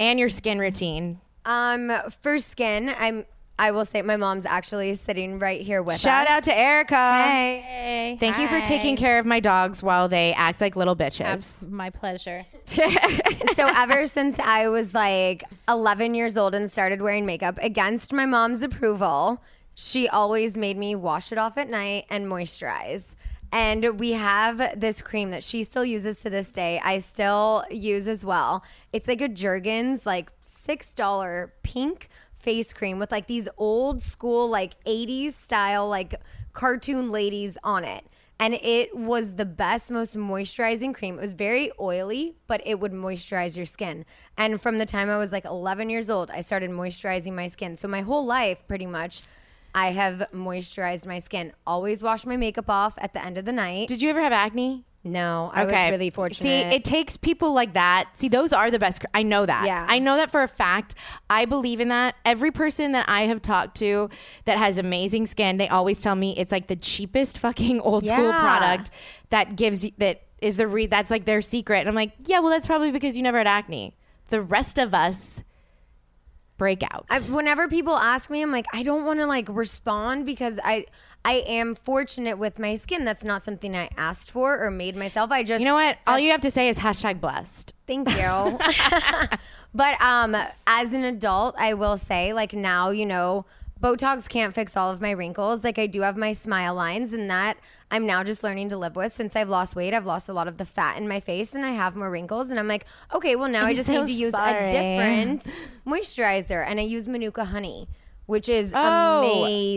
[SPEAKER 2] and your skin routine.
[SPEAKER 4] Um, for skin, I'm. I will say my mom's actually sitting right here with
[SPEAKER 2] Shout
[SPEAKER 4] us.
[SPEAKER 2] out to Erica.
[SPEAKER 4] Hey.
[SPEAKER 2] Thank you for taking care of my dogs while they act like little bitches.
[SPEAKER 5] My pleasure.
[SPEAKER 4] So ever since I was like 11 years old and started wearing makeup against my mom's approval, she always made me wash it off at night and moisturize. And we have this cream that she still uses to this day. I still use as well. It's like a Jergens like $6 pink face cream with like these old school like 80s style like cartoon ladies on it and it was the best most moisturizing cream it was very oily but it would moisturize your skin and from the time i was like 11 years old i started moisturizing my skin so my whole life pretty much i have moisturized my skin always wash my makeup off at the end of the night
[SPEAKER 2] Did you ever have acne?
[SPEAKER 4] no i was really fortunate
[SPEAKER 2] See, it takes people like that. See, those are the best. cr- I know that.
[SPEAKER 4] Yeah.
[SPEAKER 2] I know that for a fact. I believe in that. Every person that I have talked to that has amazing skin, they always tell me it's like the cheapest fucking old school
[SPEAKER 4] Yeah.
[SPEAKER 2] product that gives you that is the re that's like their secret. And I'm like, yeah, well, that's probably because you never had acne. The rest of us
[SPEAKER 6] breakout.
[SPEAKER 4] I've, whenever people ask me, I'm like, I don't want to like respond because I I am fortunate with my skin. That's not something I asked for or made myself. I just
[SPEAKER 6] you know what? All you have to say is hashtag blessed.
[SPEAKER 4] Thank you. but um, as an adult, I will say, like now, you know, Botox can't fix all of my wrinkles. Like I do have my smile lines, and that I'm now just learning to live with. Since I've lost weight, I've lost a lot of the fat in my face, and I have more wrinkles. And I'm like, okay, well now i just
[SPEAKER 6] so
[SPEAKER 4] need to use
[SPEAKER 6] sorry.
[SPEAKER 4] a different moisturizer, and I use Manuka Honey, which is
[SPEAKER 6] Oh.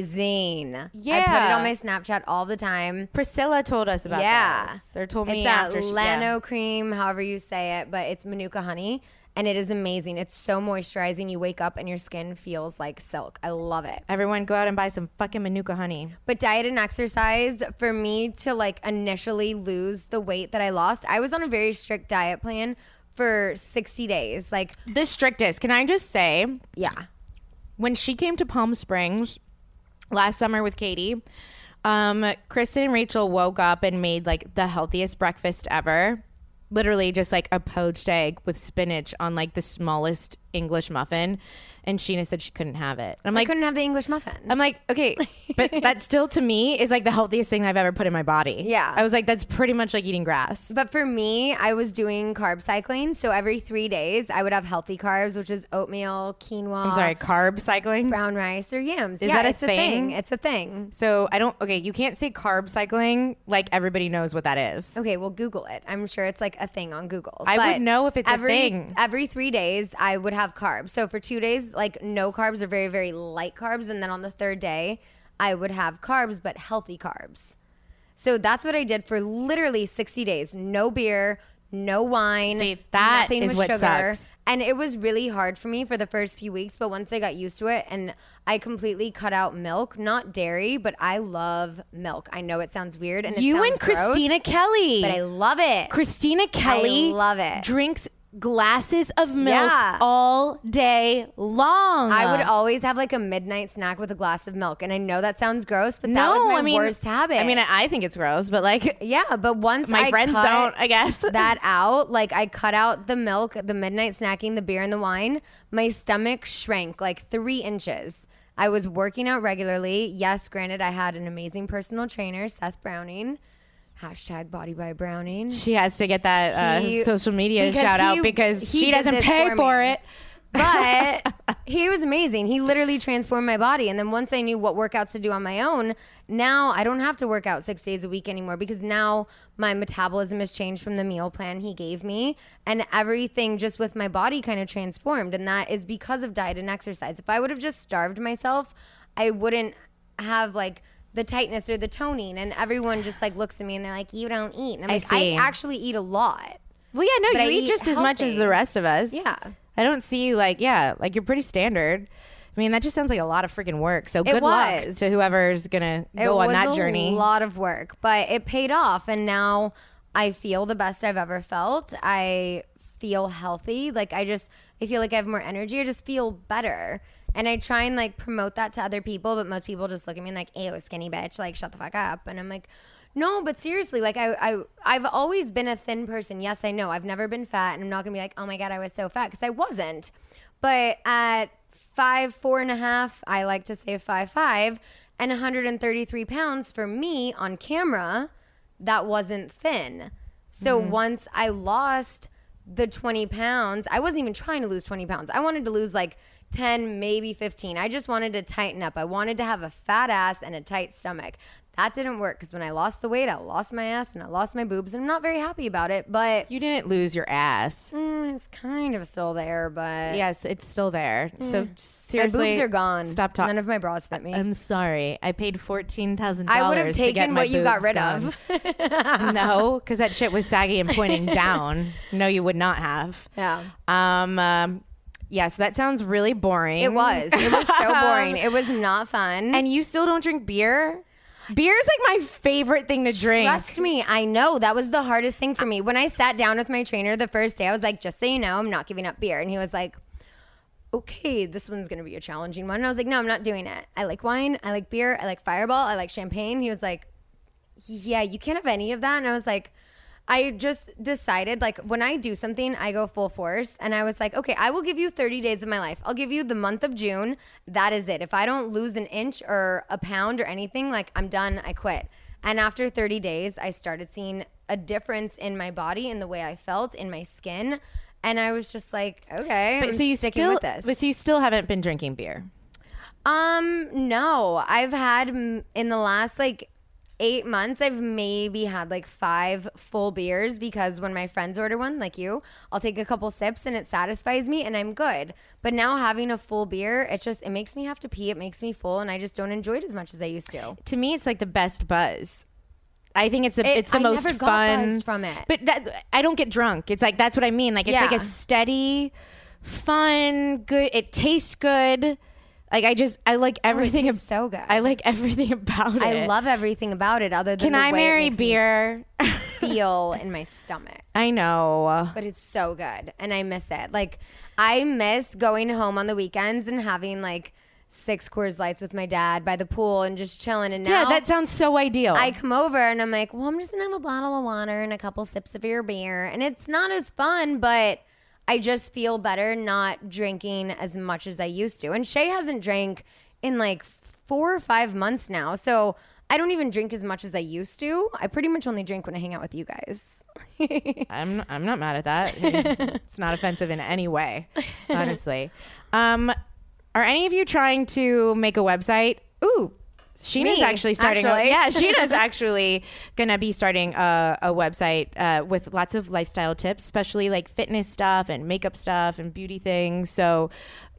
[SPEAKER 4] amazing. I put it
[SPEAKER 6] Yeah.
[SPEAKER 4] on my Snapchat all the time.
[SPEAKER 6] Priscilla told us about
[SPEAKER 4] Yeah.
[SPEAKER 6] this, or told
[SPEAKER 4] it's
[SPEAKER 6] me
[SPEAKER 4] that
[SPEAKER 6] after she- yeah.
[SPEAKER 4] Lano cream, however you say it, but it's Manuka honey, and it is amazing. It's so moisturizing. You wake up and your skin feels like silk. I love it.
[SPEAKER 6] Everyone, go out and buy some fucking Manuka honey.
[SPEAKER 4] But diet and exercise for me to like initially lose the weight that I lost, I was on a very strict diet plan for 60 days. Like,
[SPEAKER 2] The strictest. Can I just say,
[SPEAKER 4] yeah.
[SPEAKER 2] when she came to Palm Springs last summer with Katie, um, Kristen and Rachel woke up and made like the healthiest breakfast ever. Literally just like a poached egg with spinach on like the smallest English muffin. And Sheena said she couldn't have it. And I'm
[SPEAKER 4] I
[SPEAKER 2] like,
[SPEAKER 4] couldn't have the English muffin.
[SPEAKER 2] I'm like, okay, but that still to me is like the healthiest thing I've ever put in my body.
[SPEAKER 4] Yeah.
[SPEAKER 2] I was like, that's pretty much like eating grass.
[SPEAKER 4] But for me, I was doing carb cycling. So every three days, I would have healthy carbs, which is oatmeal, quinoa.
[SPEAKER 2] I'm sorry, carb cycling.
[SPEAKER 4] Ah. brown rice or yams.
[SPEAKER 2] Is
[SPEAKER 4] yeah,
[SPEAKER 2] that a
[SPEAKER 4] it's a thing?
[SPEAKER 2] thing?
[SPEAKER 4] It's a thing.
[SPEAKER 2] So I don't, okay, you can't say carb cycling. Like everybody knows what that is.
[SPEAKER 4] Okay, well, Google it. I'm sure it's like a thing on Google.
[SPEAKER 2] I would
[SPEAKER 4] But
[SPEAKER 2] know if it's a
[SPEAKER 4] every,
[SPEAKER 2] thing.
[SPEAKER 4] Every three days, I would have carbs. So for two days, like no carbs or very, very light carbs. And then on the third day, I would have carbs, but healthy carbs. So that's what I did for literally 60 days. No beer, no wine.
[SPEAKER 2] See, that
[SPEAKER 4] nothing
[SPEAKER 2] is
[SPEAKER 4] with
[SPEAKER 2] what
[SPEAKER 4] sugar.
[SPEAKER 2] sucks.
[SPEAKER 4] And it was really hard for me for the first few weeks, but once I got used to it and I completely cut out milk, not dairy, but I love milk. I know it sounds weird and it
[SPEAKER 2] You
[SPEAKER 4] sounds
[SPEAKER 2] and
[SPEAKER 4] gross,
[SPEAKER 2] Christina Kelly.
[SPEAKER 4] but I love it.
[SPEAKER 2] Christina Kelly
[SPEAKER 4] love it.
[SPEAKER 2] drinks glasses of milk
[SPEAKER 4] Yeah.
[SPEAKER 2] all day long.
[SPEAKER 4] I would always have like a midnight snack with a glass of milk, and I know that sounds gross, but that was my worst habit.
[SPEAKER 2] I mean, I, I think it's gross, but like
[SPEAKER 4] yeah, but once
[SPEAKER 2] my
[SPEAKER 4] I
[SPEAKER 2] friends
[SPEAKER 4] cut
[SPEAKER 2] don't, I guess.
[SPEAKER 4] that out, like I cut out the milk, the midnight snacking, the beer, and the wine, my stomach shrank like three inches. I was working out regularly. Yes, granted, I had an amazing personal trainer, Seth Browning. Hashtag body by Browning.
[SPEAKER 2] she has to get that
[SPEAKER 4] He-
[SPEAKER 2] uh, social media
[SPEAKER 4] because
[SPEAKER 2] shout out
[SPEAKER 4] he-
[SPEAKER 2] because
[SPEAKER 4] he
[SPEAKER 2] she
[SPEAKER 4] did
[SPEAKER 2] doesn't
[SPEAKER 4] this
[SPEAKER 2] pay
[SPEAKER 4] for
[SPEAKER 2] for,
[SPEAKER 4] me.
[SPEAKER 2] it.
[SPEAKER 4] but he was amazing. He literally transformed my body. And then once I knew what workouts to do on my own, now I don't have to work out six days a week anymore because now my metabolism has changed from the meal plan he gave me. And everything just with my body kind of transformed. And that is because of diet and exercise. If I would have just starved myself, I wouldn't have like the tightness or the toning. And everyone just like looks at me and they're like, you don't eat. And I'm like,
[SPEAKER 2] see.
[SPEAKER 4] I actually eat a lot.
[SPEAKER 2] Well, yeah, no,
[SPEAKER 4] But
[SPEAKER 2] you
[SPEAKER 4] I
[SPEAKER 2] eat,
[SPEAKER 4] eat
[SPEAKER 2] just as much as
[SPEAKER 4] healthy.
[SPEAKER 2] the rest of us.
[SPEAKER 4] Yeah.
[SPEAKER 2] I don't see you like, yeah, like you're pretty standard. I mean, that just sounds like a lot of freaking work. So good luck
[SPEAKER 4] was.
[SPEAKER 2] to whoever's going to
[SPEAKER 4] it
[SPEAKER 2] go on
[SPEAKER 4] was
[SPEAKER 2] that
[SPEAKER 4] a
[SPEAKER 2] journey.
[SPEAKER 4] lot of work, but it paid off, and now I feel the best I've ever felt. I feel healthy. Like I just, I feel like I have more energy. I just feel better, and I try and like promote that to other people, but most people just look at me and like, "Ew, skinny bitch!" Like, shut the fuck up. And I'm like. No, but seriously, like I, I, I've always been a thin person. Yes, I know. I've never been fat, and I'm not gonna be like, oh my god, I was so fat because I wasn't. But at five, four and a half, I like to say five, five, and 133 pounds for me on camera, that wasn't thin. So once I lost the 20 pounds, I wasn't even trying to lose 20 pounds. I wanted to lose like 10, maybe 15. I just wanted to tighten up. I wanted to have a fat ass and a tight stomach. That didn't work because when I lost the weight, I lost my ass and I lost my boobs, and I'm not very happy about it. But
[SPEAKER 2] you didn't lose your ass.
[SPEAKER 4] mm, it's kind of still there. But
[SPEAKER 2] Yes, it's still there. So
[SPEAKER 4] Mm. my
[SPEAKER 2] seriously,
[SPEAKER 4] boobs are gone.
[SPEAKER 2] Stop
[SPEAKER 4] None
[SPEAKER 2] talking.
[SPEAKER 4] of my bras fit me.
[SPEAKER 2] I'm sorry. I paid fourteen thousand
[SPEAKER 4] I would
[SPEAKER 2] dollars
[SPEAKER 4] have
[SPEAKER 2] to get
[SPEAKER 4] taken
[SPEAKER 2] my
[SPEAKER 4] what you got
[SPEAKER 2] boobs
[SPEAKER 4] rid
[SPEAKER 2] gone.
[SPEAKER 4] of.
[SPEAKER 2] no, because that shit was saggy and pointing down. No, you would not have.
[SPEAKER 4] Yeah.
[SPEAKER 2] Um. um, yeah. So that sounds really boring.
[SPEAKER 4] It was. It was so boring. It was not fun.
[SPEAKER 2] And you still don't drink beer. Beer is like my favorite thing to drink.
[SPEAKER 4] Trust me, I know that was the hardest thing for me. When I sat down with my trainer the first day, I was like, just so you know, I'm not giving up beer. And he was like, okay, this one's going to be a challenging one. And I was like, no, I'm not doing it. I like wine. I like beer. I like fireball. I like champagne. He was like, yeah, you can't have any of that. And I was like, I just decided like when I do something, I go full force. And I was like, okay, I will give you 30 days of my life. I'll give you the month of June. That is it. If I don't lose an inch or a pound or anything, like I'm done, I quit. And after 30 days, I started seeing a difference in my body, in the way I felt, in my skin. And I was just like, okay, I'm
[SPEAKER 2] But so you
[SPEAKER 4] sticking
[SPEAKER 2] still,
[SPEAKER 4] with this.
[SPEAKER 2] but so you still haven't been drinking beer.
[SPEAKER 4] Um, no, I've had mm, in the last like eight months, I've maybe had like five full beers because when my friends order one, like you, I'll take a couple sips and it satisfies me and I'm good. But now having a full beer, it's just, it makes me have to pee. It makes me full and I just don't enjoy it as much as I used to.
[SPEAKER 2] To me, it's like the best buzz. I think it's the
[SPEAKER 4] It-
[SPEAKER 2] it's the
[SPEAKER 4] I
[SPEAKER 2] most
[SPEAKER 4] never got
[SPEAKER 2] fun
[SPEAKER 4] buzzed from it.
[SPEAKER 2] But that I don't get drunk. It's like that's what I mean. Like it's like
[SPEAKER 4] Yeah.
[SPEAKER 2] a steady, fun, good. It tastes good. Like I just I like everything.
[SPEAKER 4] Oh, tastes so good.
[SPEAKER 2] I like everything about it.
[SPEAKER 4] I love everything about it other than
[SPEAKER 2] Can
[SPEAKER 4] the
[SPEAKER 2] I
[SPEAKER 4] way it
[SPEAKER 2] marry
[SPEAKER 4] makes me
[SPEAKER 2] beer?
[SPEAKER 4] feel in my stomach.
[SPEAKER 2] I know.
[SPEAKER 4] but it's so good and I miss it. Like I miss going home on the weekends and having like six Coors Lights with my dad by the pool and just chilling. And now
[SPEAKER 2] yeah, that sounds so ideal.
[SPEAKER 4] I come over and I'm like, well, I'm just gonna have a bottle of water and a couple sips of your beer, and it's not as fun, but I just feel better not drinking as much as I used to. And Shay hasn't drank in like four or five months now, so. I don't even drink as much as I used to. I pretty much only drink when I hang out with you guys.
[SPEAKER 2] I'm I'm not mad at that. it's not offensive in any way, honestly. Um, are any of you trying to make a website? Ooh, Sheena's
[SPEAKER 4] Me,
[SPEAKER 2] actually starting.
[SPEAKER 4] actually.
[SPEAKER 2] yeah, Sheena's actually gonna be starting a, a website uh, with lots of lifestyle tips, especially like fitness stuff and makeup stuff and beauty things. So.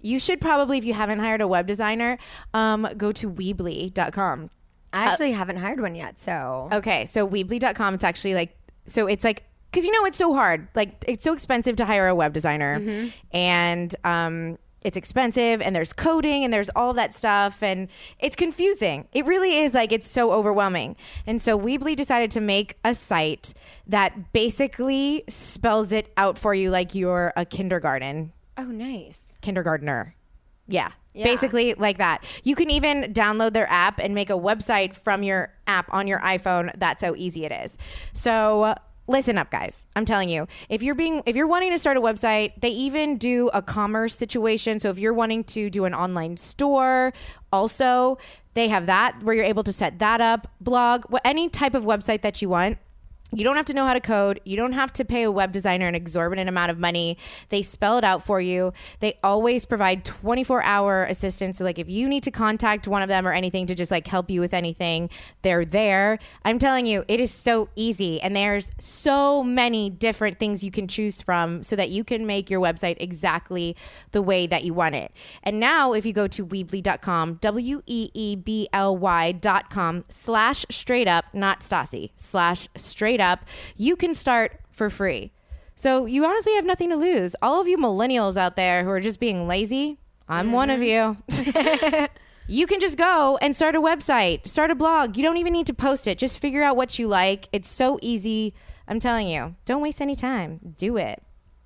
[SPEAKER 2] You should probably, if you haven't hired a web designer, um, go to Weebly.com.
[SPEAKER 4] I actually haven't hired one yet, so
[SPEAKER 2] Okay, so Weebly.com, it's actually like, so it's like, because you know it's so hard. Like, it's so expensive to hire a web designer, and um, it's expensive, and there's coding, and there's all that stuff, and it's confusing. It really is like it's so overwhelming. And so Weebly decided to make a site that basically spells it out for you, like you're a kindergarten
[SPEAKER 4] Oh, nice.
[SPEAKER 2] kindergartner. Yeah. Basically, like that. You can even download their app and make a website from your app on your iPhone. That's how easy it is. So, uh, listen up, guys. I'm telling you, if you're being, if you're wanting to start a website, they even do a commerce situation. So, if you're wanting to do an online store, also, they have that where you're able to set that up, blog, wh- any type of website that you want. You don't have to know how to code. You don't have to pay a web designer an exorbitant amount of money. They spell it out for you. They always provide 24 hour assistance. So, like, if you need to contact one of them or anything to just like help you with anything, they're there. I'm telling you, it is so easy. And there's so many different things you can choose from so that you can make your website exactly the way that you want it. And now, if you go to weebly.com, W E E B L Y.com slash straight up, not Stasi, slash straight up, you can start for free. So you honestly have nothing to lose. All of you millennials out there who are just being lazy, I'm one of you. You can just go and start a website, start a blog. You don't even need to post it. Just figure out what you like. It's so easy. I'm telling you, don't waste any time. Do it.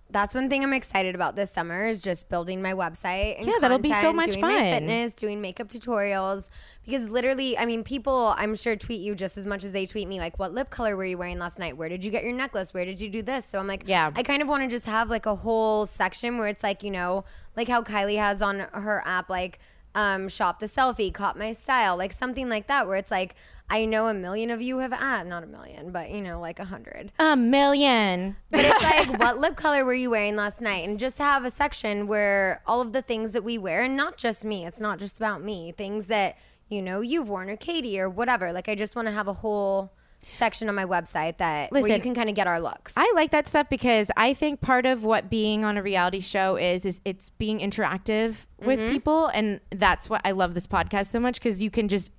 [SPEAKER 4] That's one thing I'm excited about this summer is just building my website. And
[SPEAKER 2] Yeah, that'll be so
[SPEAKER 4] content,
[SPEAKER 2] much
[SPEAKER 4] doing my
[SPEAKER 2] fun.
[SPEAKER 4] fitness, doing makeup tutorials, because literally, I mean, people I'm sure tweet you just as much as they tweet me. Like, what lip color were you wearing last night? Where did you get your necklace? Where did you do this? So I'm like,
[SPEAKER 2] Yeah.
[SPEAKER 4] I kind of want to just have like a whole section where it's like, you know, like how Kylie has on her app, like um, shop the selfie, caught my style, like something like that, where it's like. I know a million of you have ah, not a million, but you know, like a hundred.
[SPEAKER 2] A million.
[SPEAKER 4] But it's like, what lip color were you wearing last night? And just have a section where all of the things that we wear, and not just me, it's not just about me, things that, you know, you've worn or Katie or whatever. Like, I just want to have a whole section on my website that where
[SPEAKER 2] Listen,
[SPEAKER 4] you can kind of get our looks.
[SPEAKER 2] I like that stuff because I think part of what being on a reality show is is it's being interactive with people and that's what I love this podcast so much cuz you can just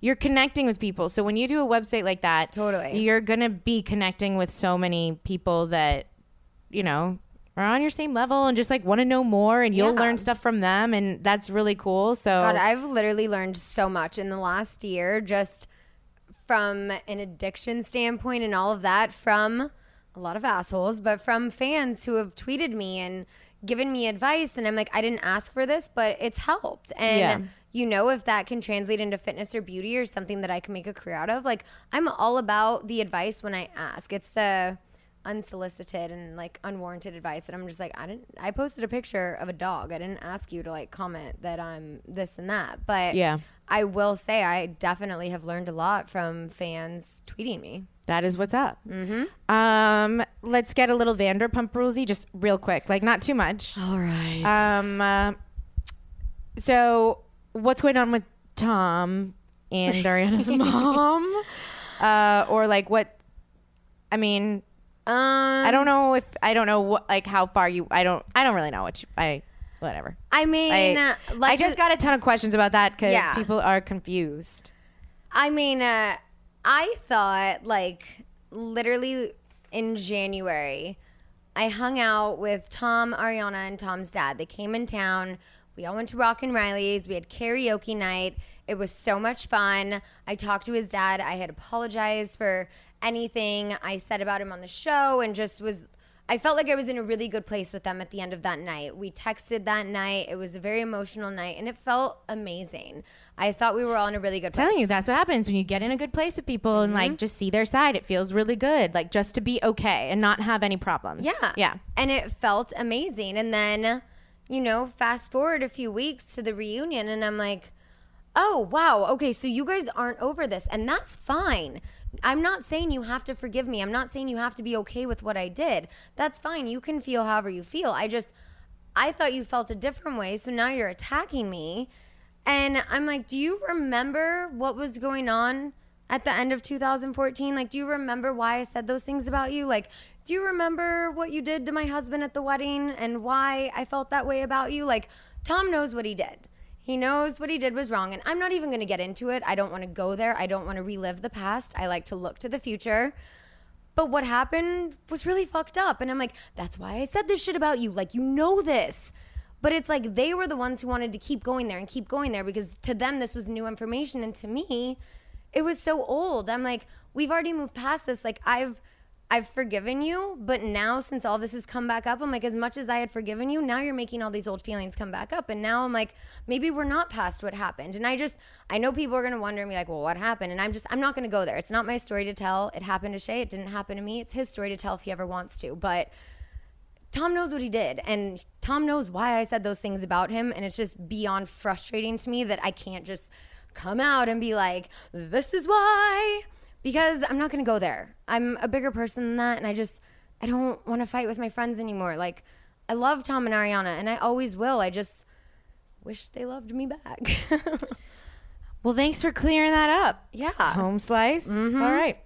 [SPEAKER 2] you're connecting with people. So when you do a website like that,
[SPEAKER 4] Totally.
[SPEAKER 2] you're going to be connecting with so many people that you know are on your same level and just like want to know more and you'll
[SPEAKER 4] Yeah.
[SPEAKER 2] learn stuff from them and that's really cool. So
[SPEAKER 4] God, I've literally learned so much in the last year just from an addiction standpoint and all of that from a lot of assholes, but from fans who have tweeted me and given me advice and I'm like I didn't ask for this, but it's helped. And
[SPEAKER 2] Yeah.
[SPEAKER 4] you know if that can translate into fitness or beauty or something that I can make a career out of. Like I'm all about the advice when I ask. It's the unsolicited and like unwarranted advice that I'm just like I didn't I posted a picture of a dog. I didn't ask you to like comment that I'm this and that. But
[SPEAKER 2] Yeah.
[SPEAKER 4] I will say I definitely have learned a lot from fans tweeting me.
[SPEAKER 2] That is what's up. Mm-hmm. Um, let's get a little Vanderpump Rulesy, just real quick, like not too much.
[SPEAKER 4] All right.
[SPEAKER 2] Um, uh, so what's going on with Tom and Ariana's mom? Uh, or like what? I mean,
[SPEAKER 4] Um
[SPEAKER 2] I don't know if I don't know what like how far you. I don't. I don't really know what you. I whatever.
[SPEAKER 4] I mean
[SPEAKER 2] I,
[SPEAKER 4] uh,
[SPEAKER 2] I
[SPEAKER 4] let's
[SPEAKER 2] just got a ton of questions about that because
[SPEAKER 4] Yeah.
[SPEAKER 2] people are confused.
[SPEAKER 4] I mean, uh, I thought like literally in January, I hung out with Tom, Ariana, and Tom's dad. They came in town. We all went to Rock and Riley's. We had karaoke night. It was so much fun. I talked to his dad. I had apologized for anything I said about him on the show and just was I felt like I was in a really good place with them at the end of that night. We texted that night. It was a very emotional night and it felt amazing. I thought we were all in a really good place.
[SPEAKER 2] telling you that's what happens when you get in a good place with people and like just see their side it feels really good like just to be okay and not have any problems
[SPEAKER 4] Yeah.
[SPEAKER 2] yeah
[SPEAKER 4] And it felt amazing. And then, you know, fast forward a few weeks to the reunion, and I'm like, oh, wow. Okay. So you guys aren't over this. And that's fine. I'm not saying you have to forgive me. I'm not saying you have to be okay with what I did. That's fine. You can feel however you feel. I just, I thought you felt a different way. So now you're attacking me. And I'm like, do you remember what was going on at the end of 2014? Like, do you remember why I said those things about you? Like, do you remember what you did to my husband at the wedding and why I felt that way about you? Like, Tom knows what he did. He knows what he did was wrong. And I'm not even going to get into it. I don't want to go there. I don't want to relive the past. I like to look to the future but what happened was really fucked up. And I'm like, that's why I said this shit about you. Like, you know this. But it's like they were the ones who wanted to keep going there and keep going there because to them, this was new information. And to me, it was so old. I'm like, we've already moved past this. Like, I've. I've forgiven you, but now since all this has come back up, I'm like, as much as I had forgiven you, now you're making all these old feelings come back up. And now I'm like, maybe we're not past what happened. And I just, I know people are going to wonder and be like, well, what happened? And I'm just, I'm not going to go there. It's not my story to tell. It happened to Shay. It didn't happen to me. It's his story to tell if he ever wants to. But Tom knows what he did. And Tom knows why I said those things about him. And it's just beyond frustrating to me that I can't just come out and be like, this is why because I'm not going to go there. I'm a bigger person than that, and I just I don't want to fight with my friends anymore. Like I love Tom and Ariana, and I always will. I just wish they loved me back.
[SPEAKER 2] well thanks for clearing that up
[SPEAKER 4] yeah. Mm-hmm.
[SPEAKER 2] home slice All right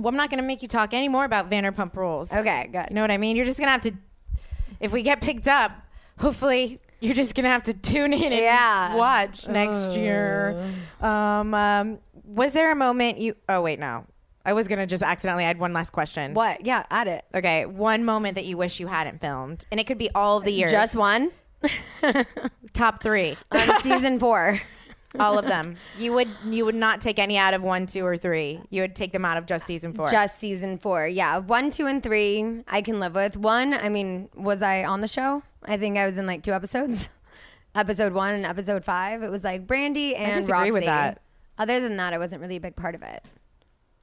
[SPEAKER 2] well i'm not gonna make you talk any more about vanderpump rules
[SPEAKER 4] Okay, good.
[SPEAKER 2] you know what i mean you're just gonna have to if we get picked up hopefully you're just gonna have to tune in and
[SPEAKER 4] Yeah.
[SPEAKER 2] watch next year um, um was there a moment you oh wait no i was gonna just accidentally add one last question
[SPEAKER 4] What? Yeah, at it.
[SPEAKER 2] Okay, one moment that you wish you hadn't filmed, and it could be all of the years.
[SPEAKER 4] Just one.
[SPEAKER 2] top three,
[SPEAKER 4] On season 4.
[SPEAKER 2] all of them. You would you would not take any out of one, two, or three. You would take them out of just season four.
[SPEAKER 4] Just season 4. Yeah, 1, 2 and 3 I can live with. 1, I mean, was I on the show? I think I was in like two episodes. episode 1 and episode 5. It was like Brandy and
[SPEAKER 2] disagree
[SPEAKER 4] Roxy.
[SPEAKER 2] with that.
[SPEAKER 4] Other than that, I wasn't really a big part of it.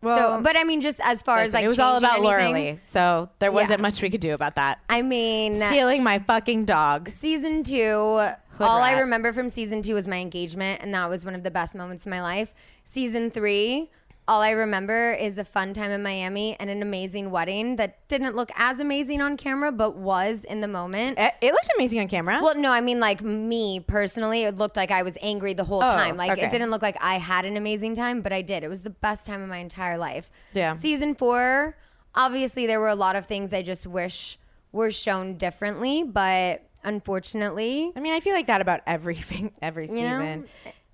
[SPEAKER 2] well,
[SPEAKER 4] so, but I mean, just as far as
[SPEAKER 2] listen,
[SPEAKER 4] like
[SPEAKER 2] it was all about
[SPEAKER 4] changing
[SPEAKER 2] Laura
[SPEAKER 4] anything,
[SPEAKER 2] Lee, so there wasn't
[SPEAKER 4] Yeah.
[SPEAKER 2] much we could do about that.
[SPEAKER 4] I mean,
[SPEAKER 2] Stealing my fucking dog.
[SPEAKER 4] season two. all I
[SPEAKER 2] rat.
[SPEAKER 4] remember from season two was my engagement, and that was one of the best moments in my life. Season three. All I remember is a fun time in Miami and an amazing wedding that didn't look as amazing on camera, but was in the moment.
[SPEAKER 2] It, it looked amazing on camera.
[SPEAKER 4] Well, no, I mean like me personally, it looked like I was angry the whole time. Like
[SPEAKER 2] Oh, okay.
[SPEAKER 4] it didn't look like I had an amazing time, but I did. It was the best time of my entire life.
[SPEAKER 2] Yeah.
[SPEAKER 4] Season four, obviously there were a lot of things I just wish were shown differently, but unfortunately,
[SPEAKER 2] I mean, I feel like that about everything, every
[SPEAKER 4] you know,
[SPEAKER 2] season.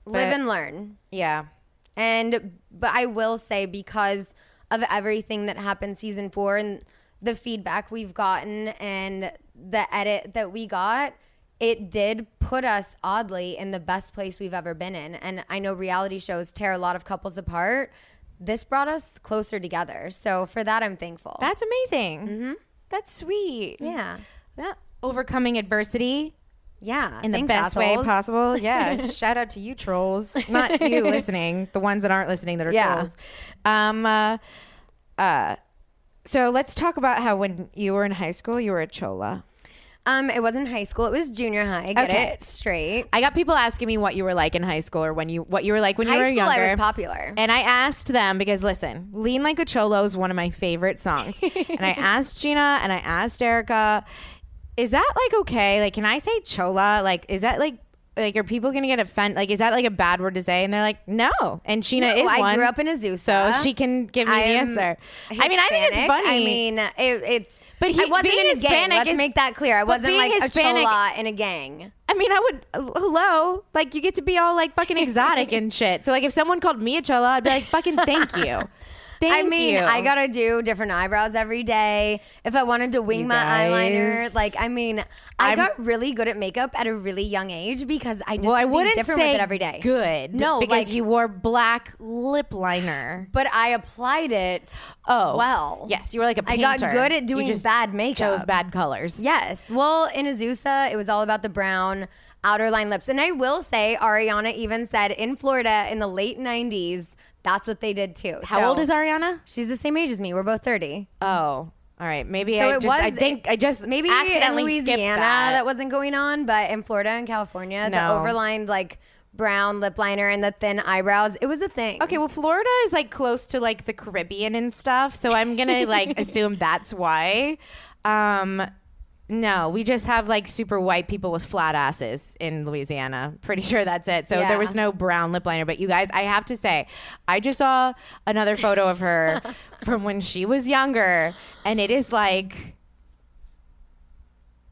[SPEAKER 4] live and learn.
[SPEAKER 2] Yeah.
[SPEAKER 4] And but I will say because of everything that happened season 4 and the feedback we've gotten and the edit that we got, it did put us oddly in the best place we've ever been in. And I know reality shows tear a lot of couples apart. This brought us closer together. So for that I'm thankful.
[SPEAKER 2] That's Mm-hmm. amazing. That's sweet.
[SPEAKER 4] yeah.
[SPEAKER 2] Yeah. Overcoming adversity
[SPEAKER 4] Yeah.
[SPEAKER 7] in the
[SPEAKER 4] thanks,
[SPEAKER 7] best way
[SPEAKER 4] assholes.
[SPEAKER 7] possible. Yeah. Shout out to you trolls, not you listening, the ones that aren't listening that are
[SPEAKER 4] Yeah.
[SPEAKER 7] trolls. Um, uh, uh, so let's talk about how when you were in high school, you were a chola.
[SPEAKER 4] Um, it wasn't high school. It was junior high. Get
[SPEAKER 2] Okay.
[SPEAKER 4] it straight.
[SPEAKER 2] I got people asking me what you were like in high school or when you what you were like when you
[SPEAKER 4] high
[SPEAKER 2] were
[SPEAKER 4] school,
[SPEAKER 2] younger.
[SPEAKER 4] I was popular.
[SPEAKER 2] And I asked them because listen, "Lean Like a Cholo" is one of my favorite songs, and I asked Gina and I asked Erica, "Is that like okay? Like, can I say chola? Like, is that like like are people gonna get offended? Like, is that like a bad word to say?" And they're like, "No." And Gina
[SPEAKER 4] No,
[SPEAKER 2] is
[SPEAKER 4] I
[SPEAKER 2] one.
[SPEAKER 4] grew up in Azusa.
[SPEAKER 2] so she can give me
[SPEAKER 4] I
[SPEAKER 2] the
[SPEAKER 4] am
[SPEAKER 2] answer. I mean, I think it's
[SPEAKER 4] Hispanic.
[SPEAKER 2] funny.
[SPEAKER 4] I mean, it, it's.
[SPEAKER 2] But he-
[SPEAKER 4] I wasn't in
[SPEAKER 2] being
[SPEAKER 4] a gang.
[SPEAKER 2] Hispanic
[SPEAKER 4] Let's
[SPEAKER 2] is-
[SPEAKER 4] make that clear. I
[SPEAKER 2] but
[SPEAKER 4] wasn't
[SPEAKER 2] being
[SPEAKER 4] like
[SPEAKER 2] Hispanic-
[SPEAKER 4] a chola in a gang.
[SPEAKER 2] I mean, I would uh, hello, like you get to be all like fucking exotic and shit. So like, if someone called me a chola, I'd be like, fucking thank you. Thank
[SPEAKER 4] I mean,
[SPEAKER 2] you.
[SPEAKER 4] I gotta do different eyebrows every day. If I wanted to wing my eyeliner,
[SPEAKER 2] guys.
[SPEAKER 4] like I mean, I
[SPEAKER 2] I'm-
[SPEAKER 4] got really good at makeup at a really young age because I did
[SPEAKER 2] Well, I
[SPEAKER 4] something
[SPEAKER 2] wouldn't
[SPEAKER 4] different
[SPEAKER 2] say
[SPEAKER 4] with it every day.
[SPEAKER 2] good.
[SPEAKER 4] No,
[SPEAKER 2] because
[SPEAKER 4] like-
[SPEAKER 2] you wore black lip liner.
[SPEAKER 4] but I applied it.
[SPEAKER 2] Oh,
[SPEAKER 4] well,
[SPEAKER 2] yes, you were like a
[SPEAKER 4] I
[SPEAKER 2] painter.
[SPEAKER 4] got good at
[SPEAKER 2] You
[SPEAKER 4] doing
[SPEAKER 2] just
[SPEAKER 4] bad makeup.
[SPEAKER 2] Chose bad colors.
[SPEAKER 4] Yes. Well, in Azusa, it was all about the brown outer line lips. And I will say, Ariana even said in Florida in the late 90s, that's what they did too.
[SPEAKER 2] How
[SPEAKER 4] So-
[SPEAKER 2] old is Ariana?
[SPEAKER 4] She's the same age as me. We're both 30.
[SPEAKER 2] Oh, all right. Maybe
[SPEAKER 4] So
[SPEAKER 2] I
[SPEAKER 4] it
[SPEAKER 2] just.
[SPEAKER 4] was.
[SPEAKER 2] I think I just
[SPEAKER 4] maybe
[SPEAKER 2] accidentally
[SPEAKER 4] in Louisiana
[SPEAKER 2] skipped
[SPEAKER 4] that.
[SPEAKER 2] that.
[SPEAKER 4] wasn't going on, but in Florida and California,
[SPEAKER 2] No.
[SPEAKER 4] the overlined like brown lip liner and the thin eyebrows, it was a thing.
[SPEAKER 2] Okay, well, Florida is like close to like the Caribbean and stuff, so I'm gonna like assume that's why. Um, no, we just have like super white people with flat asses in Louisiana. Pretty sure that's it. So
[SPEAKER 4] Yeah.
[SPEAKER 2] there was no brown lip liner. But you guys, I have to say, I just saw another photo of her from when she was younger, and it is like.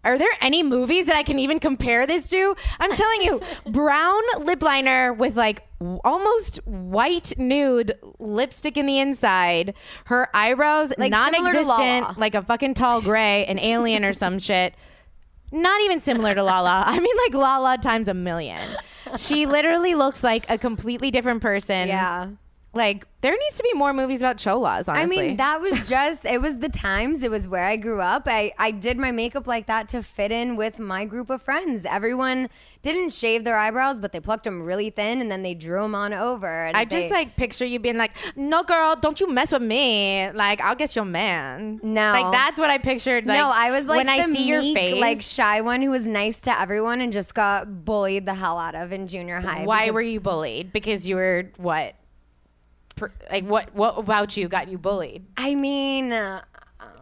[SPEAKER 2] Are there any movies that I can even compare this to? I'm telling you, brown lip liner with like w- almost white nude lipstick in the inside, her eyebrows
[SPEAKER 4] Like similar to Lala.
[SPEAKER 2] non-existent, like a fucking tall gray, an alien or some shit. Not even similar to Lala. I mean, like Lala times a million. She literally looks like a completely different person.
[SPEAKER 4] Yeah.
[SPEAKER 2] Like there needs to be more movies about cholas. Honestly,
[SPEAKER 4] I mean, that was just, it was the times. It was where I grew up. I, I did my makeup like that to fit in with my group of friends. Everyone didn't shave their eyebrows, but they plucked them really thin and then they drew them on over. And
[SPEAKER 2] I just
[SPEAKER 4] they-
[SPEAKER 2] like picture you being like, "No, girl, don't you mess with me. Like, I'll get your man."
[SPEAKER 4] No.
[SPEAKER 2] like that's what I pictured. Like,
[SPEAKER 4] no, I was like
[SPEAKER 2] when I
[SPEAKER 4] the
[SPEAKER 2] see
[SPEAKER 4] meek,
[SPEAKER 2] your face,
[SPEAKER 4] like shy one who was nice to everyone and just got bullied the hell out of in junior high.
[SPEAKER 2] why
[SPEAKER 4] because
[SPEAKER 2] were you bullied? Because you were what? Per- like what? What about you got you bullied?
[SPEAKER 4] I mean, uh,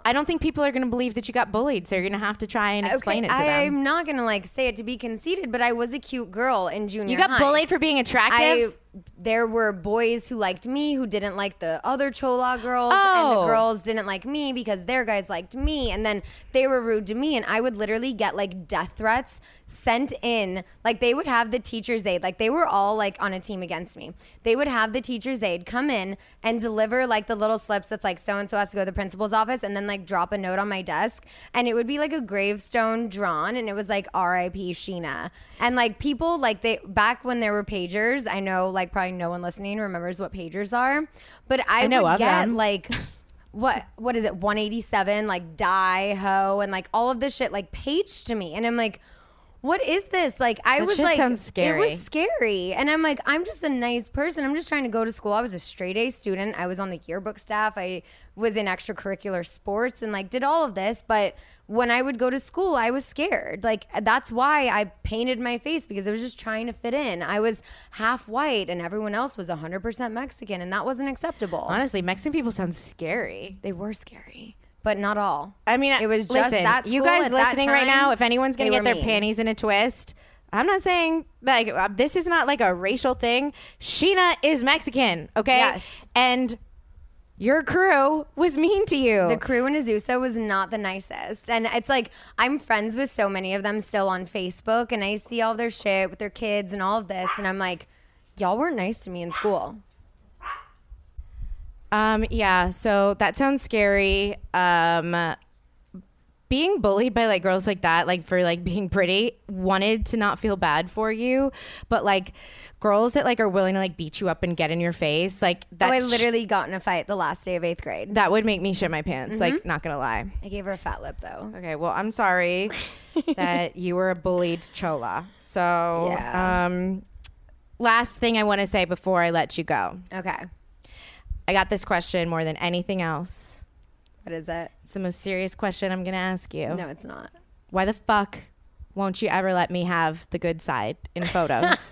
[SPEAKER 2] I don't think people are going to believe that you got bullied, so you're going to have to try and explain it to
[SPEAKER 4] I'm
[SPEAKER 2] them.
[SPEAKER 4] not gonna like say it to be conceited, but I was a cute girl in junior.
[SPEAKER 2] You got
[SPEAKER 4] high.
[SPEAKER 2] bullied for being
[SPEAKER 4] I
[SPEAKER 2] attractive.
[SPEAKER 4] there were boys who liked me who didn't like the other Chola girls, and the
[SPEAKER 2] Oh.
[SPEAKER 4] girls didn't like me because their guys liked me, and then they were rude to me, and I would literally get like death threats sent in. Like they would have the teachers' aid, like they were all like on a team against me. They would have the teachers' aid come in and deliver like the little slips that's like so and so has to go to the principal's office, and then like drop a note on my desk, and it would be like a gravestone drawn, and it was like R.I.P. Sheena, and like people like they back when there were pagers. I know like probably no one listening remembers what pagers are, but I,
[SPEAKER 2] I know
[SPEAKER 4] would
[SPEAKER 2] of
[SPEAKER 4] get
[SPEAKER 2] them.
[SPEAKER 4] like what what is it 187 like die ho and like all of this shit like paged to me and i'm like what is this like i
[SPEAKER 2] That
[SPEAKER 4] was
[SPEAKER 2] shit
[SPEAKER 4] like
[SPEAKER 2] sounds
[SPEAKER 4] it
[SPEAKER 2] scary.
[SPEAKER 4] was scary and i'm like i'm just a nice person i'm just trying to go to school i was a straight a student i was on the yearbook staff i was in extracurricular sports and like did all of this but when i would go to school i was scared like that's why i painted my face because i was just trying to fit in i was half white and everyone else was 100% mexican and that wasn't acceptable
[SPEAKER 2] Honestly, Mexican people sound scary.
[SPEAKER 4] they were scary, but not all.
[SPEAKER 2] I mean,
[SPEAKER 4] it was just
[SPEAKER 2] listen,
[SPEAKER 4] that
[SPEAKER 2] you
[SPEAKER 4] school
[SPEAKER 2] guys
[SPEAKER 4] at that
[SPEAKER 2] listening right
[SPEAKER 4] time,
[SPEAKER 2] now, if anyone's going
[SPEAKER 4] they
[SPEAKER 2] to
[SPEAKER 4] were
[SPEAKER 2] get their
[SPEAKER 4] mean.
[SPEAKER 2] panties in a twist, I'm not saying like uh, this is not like a racial thing. Sheena is Mexican, okay?
[SPEAKER 4] Yes.
[SPEAKER 2] And your crew was mean to you.
[SPEAKER 4] The crew in Azusa was not the nicest. And it's like, I'm friends with so many of them still on Facebook, and I see all their shit with their kids and all of this. And I'm like, y'all weren't nice to me in school.
[SPEAKER 2] um yeah, so that sounds scary. Um being bullied by like girls like that, like for like being pretty, 100% wanted to not feel bad for you, but like girls that like are willing to like beat you up and get in your face, like that
[SPEAKER 4] oh, I
[SPEAKER 2] sh-
[SPEAKER 4] literally got in a fight the last day of eighth grade.
[SPEAKER 2] that would make me shit my pants.
[SPEAKER 4] Mm-hmm.
[SPEAKER 2] Like not gonna lie.
[SPEAKER 4] I gave her a fat lip though.
[SPEAKER 2] Okay, well I'm sorry that you were a bullied chola. So
[SPEAKER 4] Yeah.
[SPEAKER 2] um last thing I want to say before I let you go.
[SPEAKER 4] Okay.
[SPEAKER 2] I got this question more than anything else.
[SPEAKER 4] What is it?
[SPEAKER 2] It's the most serious question I'm gonna ask you.
[SPEAKER 4] No, it's not.
[SPEAKER 2] Why the fuck won't you ever let me have the good side in photos?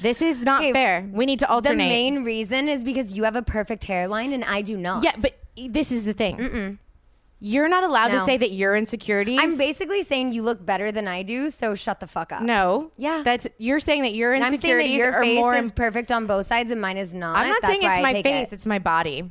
[SPEAKER 2] this is not
[SPEAKER 4] Okay,
[SPEAKER 2] fair. We need to
[SPEAKER 4] The
[SPEAKER 2] alternate.
[SPEAKER 4] main reason is because you have a perfect hairline and I do not.
[SPEAKER 2] yeah, but this is the thing. You're not allowed to
[SPEAKER 4] No.
[SPEAKER 2] say that your insecurities.
[SPEAKER 4] I'm basically saying you look better than I do, so shut the fuck up.
[SPEAKER 2] no.
[SPEAKER 4] Yeah.
[SPEAKER 2] that's you're saying that your
[SPEAKER 4] And I'm saying that
[SPEAKER 2] insecurities
[SPEAKER 4] your
[SPEAKER 2] are
[SPEAKER 4] face
[SPEAKER 2] more.
[SPEAKER 4] is
[SPEAKER 2] im-
[SPEAKER 4] perfect on both sides and mine is not.
[SPEAKER 2] I'm not
[SPEAKER 4] That's
[SPEAKER 2] saying
[SPEAKER 4] why
[SPEAKER 2] it's
[SPEAKER 4] I
[SPEAKER 2] my
[SPEAKER 4] take
[SPEAKER 2] face.
[SPEAKER 4] It.
[SPEAKER 2] It's my body.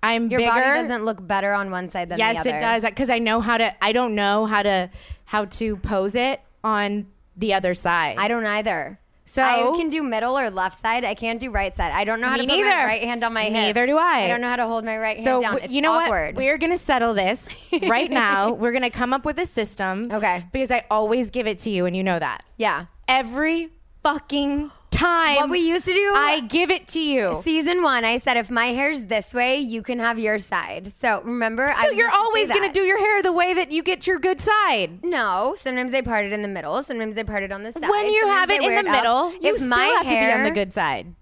[SPEAKER 2] I'm
[SPEAKER 4] Your
[SPEAKER 2] bigger.
[SPEAKER 4] body doesn't look better on one side than
[SPEAKER 2] yes,
[SPEAKER 4] the other.
[SPEAKER 2] it does. Because I know how to. I don't know how to how to pose it on the other side.
[SPEAKER 4] I don't either.
[SPEAKER 2] So-
[SPEAKER 4] I can do middle or left side. I can't do right side. I don't know how to
[SPEAKER 2] Me
[SPEAKER 4] put
[SPEAKER 2] neither.
[SPEAKER 4] my right hand on my hip.
[SPEAKER 2] Neither do I.
[SPEAKER 4] I don't know how to hold my right
[SPEAKER 2] So
[SPEAKER 4] hand down.
[SPEAKER 2] w-
[SPEAKER 4] It's
[SPEAKER 2] you know
[SPEAKER 4] awkward.
[SPEAKER 2] what? We're gonna settle this right now. We're gonna come up with a system.
[SPEAKER 4] Okay.
[SPEAKER 2] Because I always give it to you, and you know that
[SPEAKER 4] Yeah.
[SPEAKER 2] every fucking time.
[SPEAKER 4] What we used to do-
[SPEAKER 2] I give it to you.
[SPEAKER 4] Season one, I said if my hair's this way, you can have your side. So remember, I
[SPEAKER 2] so
[SPEAKER 4] used
[SPEAKER 2] you're
[SPEAKER 4] to say
[SPEAKER 2] always gonna
[SPEAKER 4] that.
[SPEAKER 2] do your hair the way that you get your good side.
[SPEAKER 4] No, sometimes they part it in the middle. Sometimes they part it on the side.
[SPEAKER 2] when you
[SPEAKER 4] sometimes
[SPEAKER 2] have
[SPEAKER 4] they
[SPEAKER 2] it in
[SPEAKER 4] wear
[SPEAKER 2] the
[SPEAKER 4] up.
[SPEAKER 2] middle, you
[SPEAKER 4] If
[SPEAKER 2] still
[SPEAKER 4] my
[SPEAKER 2] have to be on
[SPEAKER 4] hair-
[SPEAKER 2] the good side.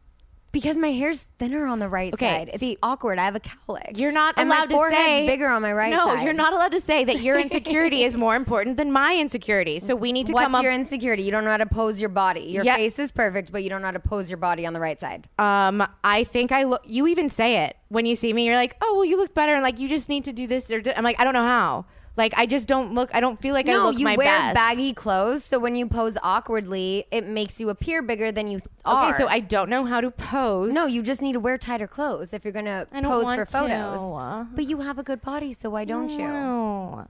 [SPEAKER 4] because my hair's thinner on the right
[SPEAKER 2] Okay,
[SPEAKER 4] side. It's
[SPEAKER 2] see-
[SPEAKER 4] awkward. I have a cowlick.
[SPEAKER 2] You're not
[SPEAKER 4] and
[SPEAKER 2] allowed
[SPEAKER 4] my
[SPEAKER 2] to
[SPEAKER 4] forehead's
[SPEAKER 2] say
[SPEAKER 4] bigger on my right
[SPEAKER 2] No,
[SPEAKER 4] side.
[SPEAKER 2] you're not allowed to say that your insecurity is more important than my insecurity. So we need to
[SPEAKER 4] What's
[SPEAKER 2] come up.
[SPEAKER 4] your insecurity? You don't know how to pose your body. Your
[SPEAKER 2] Yeah.
[SPEAKER 4] face is perfect, but you don't know how to pose your body on the right side.
[SPEAKER 2] um, I think I look. You even say it when you see me. You're like, oh well, you look better, and like you just need to do this. Or do-. I'm like, I don't know how. Like I just don't look. I don't feel like I
[SPEAKER 4] no,
[SPEAKER 2] look
[SPEAKER 4] you
[SPEAKER 2] my
[SPEAKER 4] wear
[SPEAKER 2] best.
[SPEAKER 4] baggy clothes, so when you pose awkwardly, it makes you appear bigger than you th- are.
[SPEAKER 2] Okay, so I don't know how to pose.
[SPEAKER 4] no, you just need to wear tighter clothes if you're gonna
[SPEAKER 2] don't
[SPEAKER 4] pose
[SPEAKER 2] want
[SPEAKER 4] for photos.
[SPEAKER 2] to.
[SPEAKER 4] But you have a good body, so why don't you?
[SPEAKER 2] No.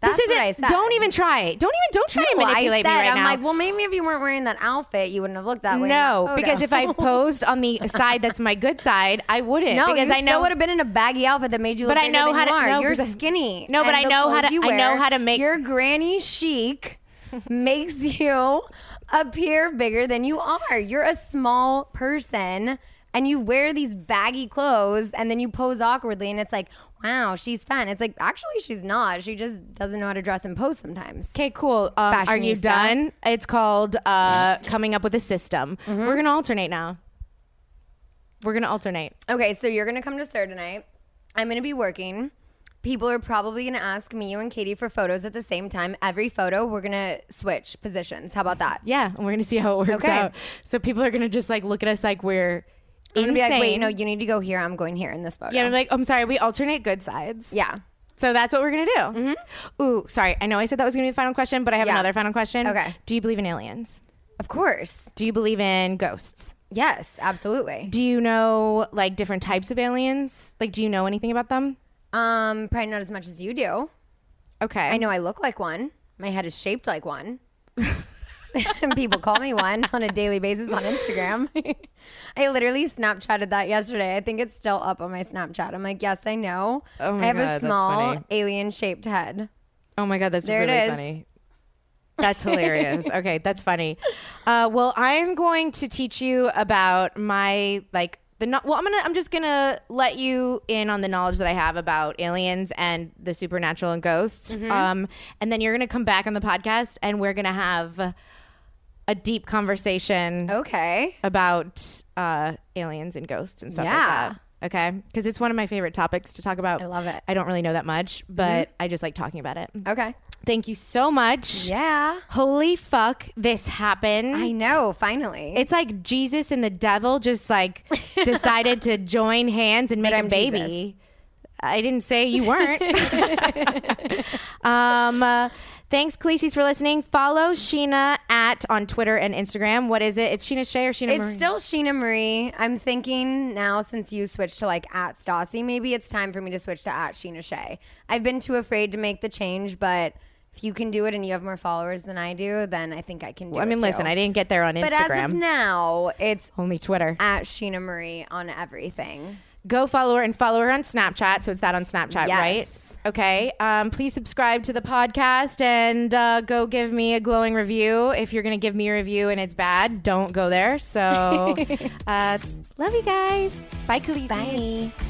[SPEAKER 4] That's
[SPEAKER 2] this isn't.
[SPEAKER 4] what I said.
[SPEAKER 2] Don't even try. Don't even. Don't try
[SPEAKER 4] No,
[SPEAKER 2] to
[SPEAKER 4] I
[SPEAKER 2] manipulate me
[SPEAKER 4] said-
[SPEAKER 2] right
[SPEAKER 4] I'm
[SPEAKER 2] now.
[SPEAKER 4] like, well, maybe if you weren't wearing that outfit, you wouldn't have looked that way. in
[SPEAKER 2] no,
[SPEAKER 4] that
[SPEAKER 2] because
[SPEAKER 4] photo.
[SPEAKER 2] if I posed on the side that's my good side, I wouldn't.
[SPEAKER 4] no,
[SPEAKER 2] because
[SPEAKER 4] you
[SPEAKER 2] I know
[SPEAKER 4] would have been in a baggy outfit that made you. Look
[SPEAKER 2] But I
[SPEAKER 4] bigger
[SPEAKER 2] know
[SPEAKER 4] than
[SPEAKER 2] how
[SPEAKER 4] you
[SPEAKER 2] to-
[SPEAKER 4] Are.
[SPEAKER 2] no,
[SPEAKER 4] you're
[SPEAKER 2] 'cause I-
[SPEAKER 4] skinny.
[SPEAKER 2] No, but
[SPEAKER 4] and
[SPEAKER 2] I
[SPEAKER 4] the
[SPEAKER 2] know how
[SPEAKER 4] clothes
[SPEAKER 2] to-
[SPEAKER 4] you
[SPEAKER 2] I know
[SPEAKER 4] wear,
[SPEAKER 2] how to make-
[SPEAKER 4] your granny chic. makes you appear bigger than you are. You're a small person. And you wear these baggy clothes and then you pose awkwardly, and it's like, wow, she's fat. It's like, actually, she's not. She just doesn't know how to dress and pose sometimes.
[SPEAKER 2] Okay, cool. Um, are you
[SPEAKER 4] Fashionista.
[SPEAKER 2] done? It's called uh, coming up with a system.
[SPEAKER 4] Mm-hmm.
[SPEAKER 2] We're gonna alternate now. We're gonna alternate.
[SPEAKER 4] Okay, so you're gonna come to Sir tonight. I'm gonna be working. People are probably gonna ask me, you, and Katie for photos at the same time. Every photo, we're gonna switch positions. How about that?
[SPEAKER 2] Yeah, and we're gonna see how it works
[SPEAKER 4] Okay.
[SPEAKER 2] out. So people are gonna just like look at us like we're
[SPEAKER 4] I'm gonna
[SPEAKER 2] insane.
[SPEAKER 4] be like, wait, no, you need to go here. I'm going here in this photo.
[SPEAKER 2] yeah, I'm like, I'm sorry. We alternate good sides.
[SPEAKER 4] yeah.
[SPEAKER 2] So that's what we're gonna do. Mm-hmm. Ooh, sorry. I know I said that was gonna be the final question, but I have
[SPEAKER 4] Yeah.
[SPEAKER 2] another final question.
[SPEAKER 4] Okay.
[SPEAKER 2] Do you believe in aliens?
[SPEAKER 4] Of course.
[SPEAKER 2] Do you believe in ghosts?
[SPEAKER 4] Yes, absolutely.
[SPEAKER 2] Do you know like different types of aliens? Like, do you know anything about them?
[SPEAKER 4] Um, probably not as much as you do.
[SPEAKER 2] Okay.
[SPEAKER 4] I know I look like one. My head is shaped like one. People call me one on a daily basis on Instagram. I literally Snapchatted that yesterday. I think it's still up on my Snapchat. I'm like, yes, I know.
[SPEAKER 2] Oh my
[SPEAKER 4] I have
[SPEAKER 2] God,
[SPEAKER 4] a
[SPEAKER 2] that's
[SPEAKER 4] small
[SPEAKER 2] funny.
[SPEAKER 4] alien shaped head.
[SPEAKER 2] Oh my god, that's
[SPEAKER 4] There it
[SPEAKER 2] really
[SPEAKER 4] is.
[SPEAKER 2] funny. That's hilarious. okay, that's funny. Uh, well, I'm going to teach you about my like the no- well. I'm gonna I'm just gonna let you in on the knowledge that I have about aliens and the supernatural and ghosts.
[SPEAKER 4] Mm-hmm.
[SPEAKER 2] Um, and then you're gonna come back on the podcast and we're gonna have a deep conversation
[SPEAKER 4] Oh. Okay.
[SPEAKER 2] about uh, aliens and ghosts and stuff
[SPEAKER 4] Yeah.
[SPEAKER 2] like that. Okay, because it's one of my favorite topics to talk about. I
[SPEAKER 4] love it. Mm-hmm.
[SPEAKER 2] I don't really know that much, but I just like talking about it.
[SPEAKER 4] Okay.
[SPEAKER 2] Thank you so much.
[SPEAKER 4] Yeah.
[SPEAKER 2] Holy fuck, this happened.
[SPEAKER 4] I know, finally.
[SPEAKER 2] It's like Jesus and the devil just like decided to join hands and make a
[SPEAKER 4] I'm
[SPEAKER 2] baby.
[SPEAKER 4] Jesus.
[SPEAKER 2] I didn't say you weren't. um, uh, thanks, Khaleesi's, for listening. Follow Sheena at on Twitter and Instagram. What is it? It's Sheena Shea or Sheena
[SPEAKER 4] It's
[SPEAKER 2] Marie?
[SPEAKER 4] still Sheena Marie. I'm thinking now since you switched to like at Stassi, maybe it's time for me to switch to at Sheena Shea. I've been too afraid to make the change, but if you can do it and you have more followers than I do, then I think I can do
[SPEAKER 2] I
[SPEAKER 4] it.
[SPEAKER 2] mean, listen,
[SPEAKER 4] too.
[SPEAKER 2] I didn't get there on
[SPEAKER 4] But
[SPEAKER 2] Instagram.
[SPEAKER 4] as of now, it's
[SPEAKER 2] Only Twitter.
[SPEAKER 4] at Sheena Marie on everything.
[SPEAKER 2] Go follow her and follow her on Snapchat. So it's that on Snapchat,
[SPEAKER 4] Yes.
[SPEAKER 2] right? Okay. Um, please subscribe to the podcast and uh, go give me a glowing review. If you're going to give me a review and it's bad, don't go there. So, uh, love you guys. Bye, Khaleesi.
[SPEAKER 4] Bye.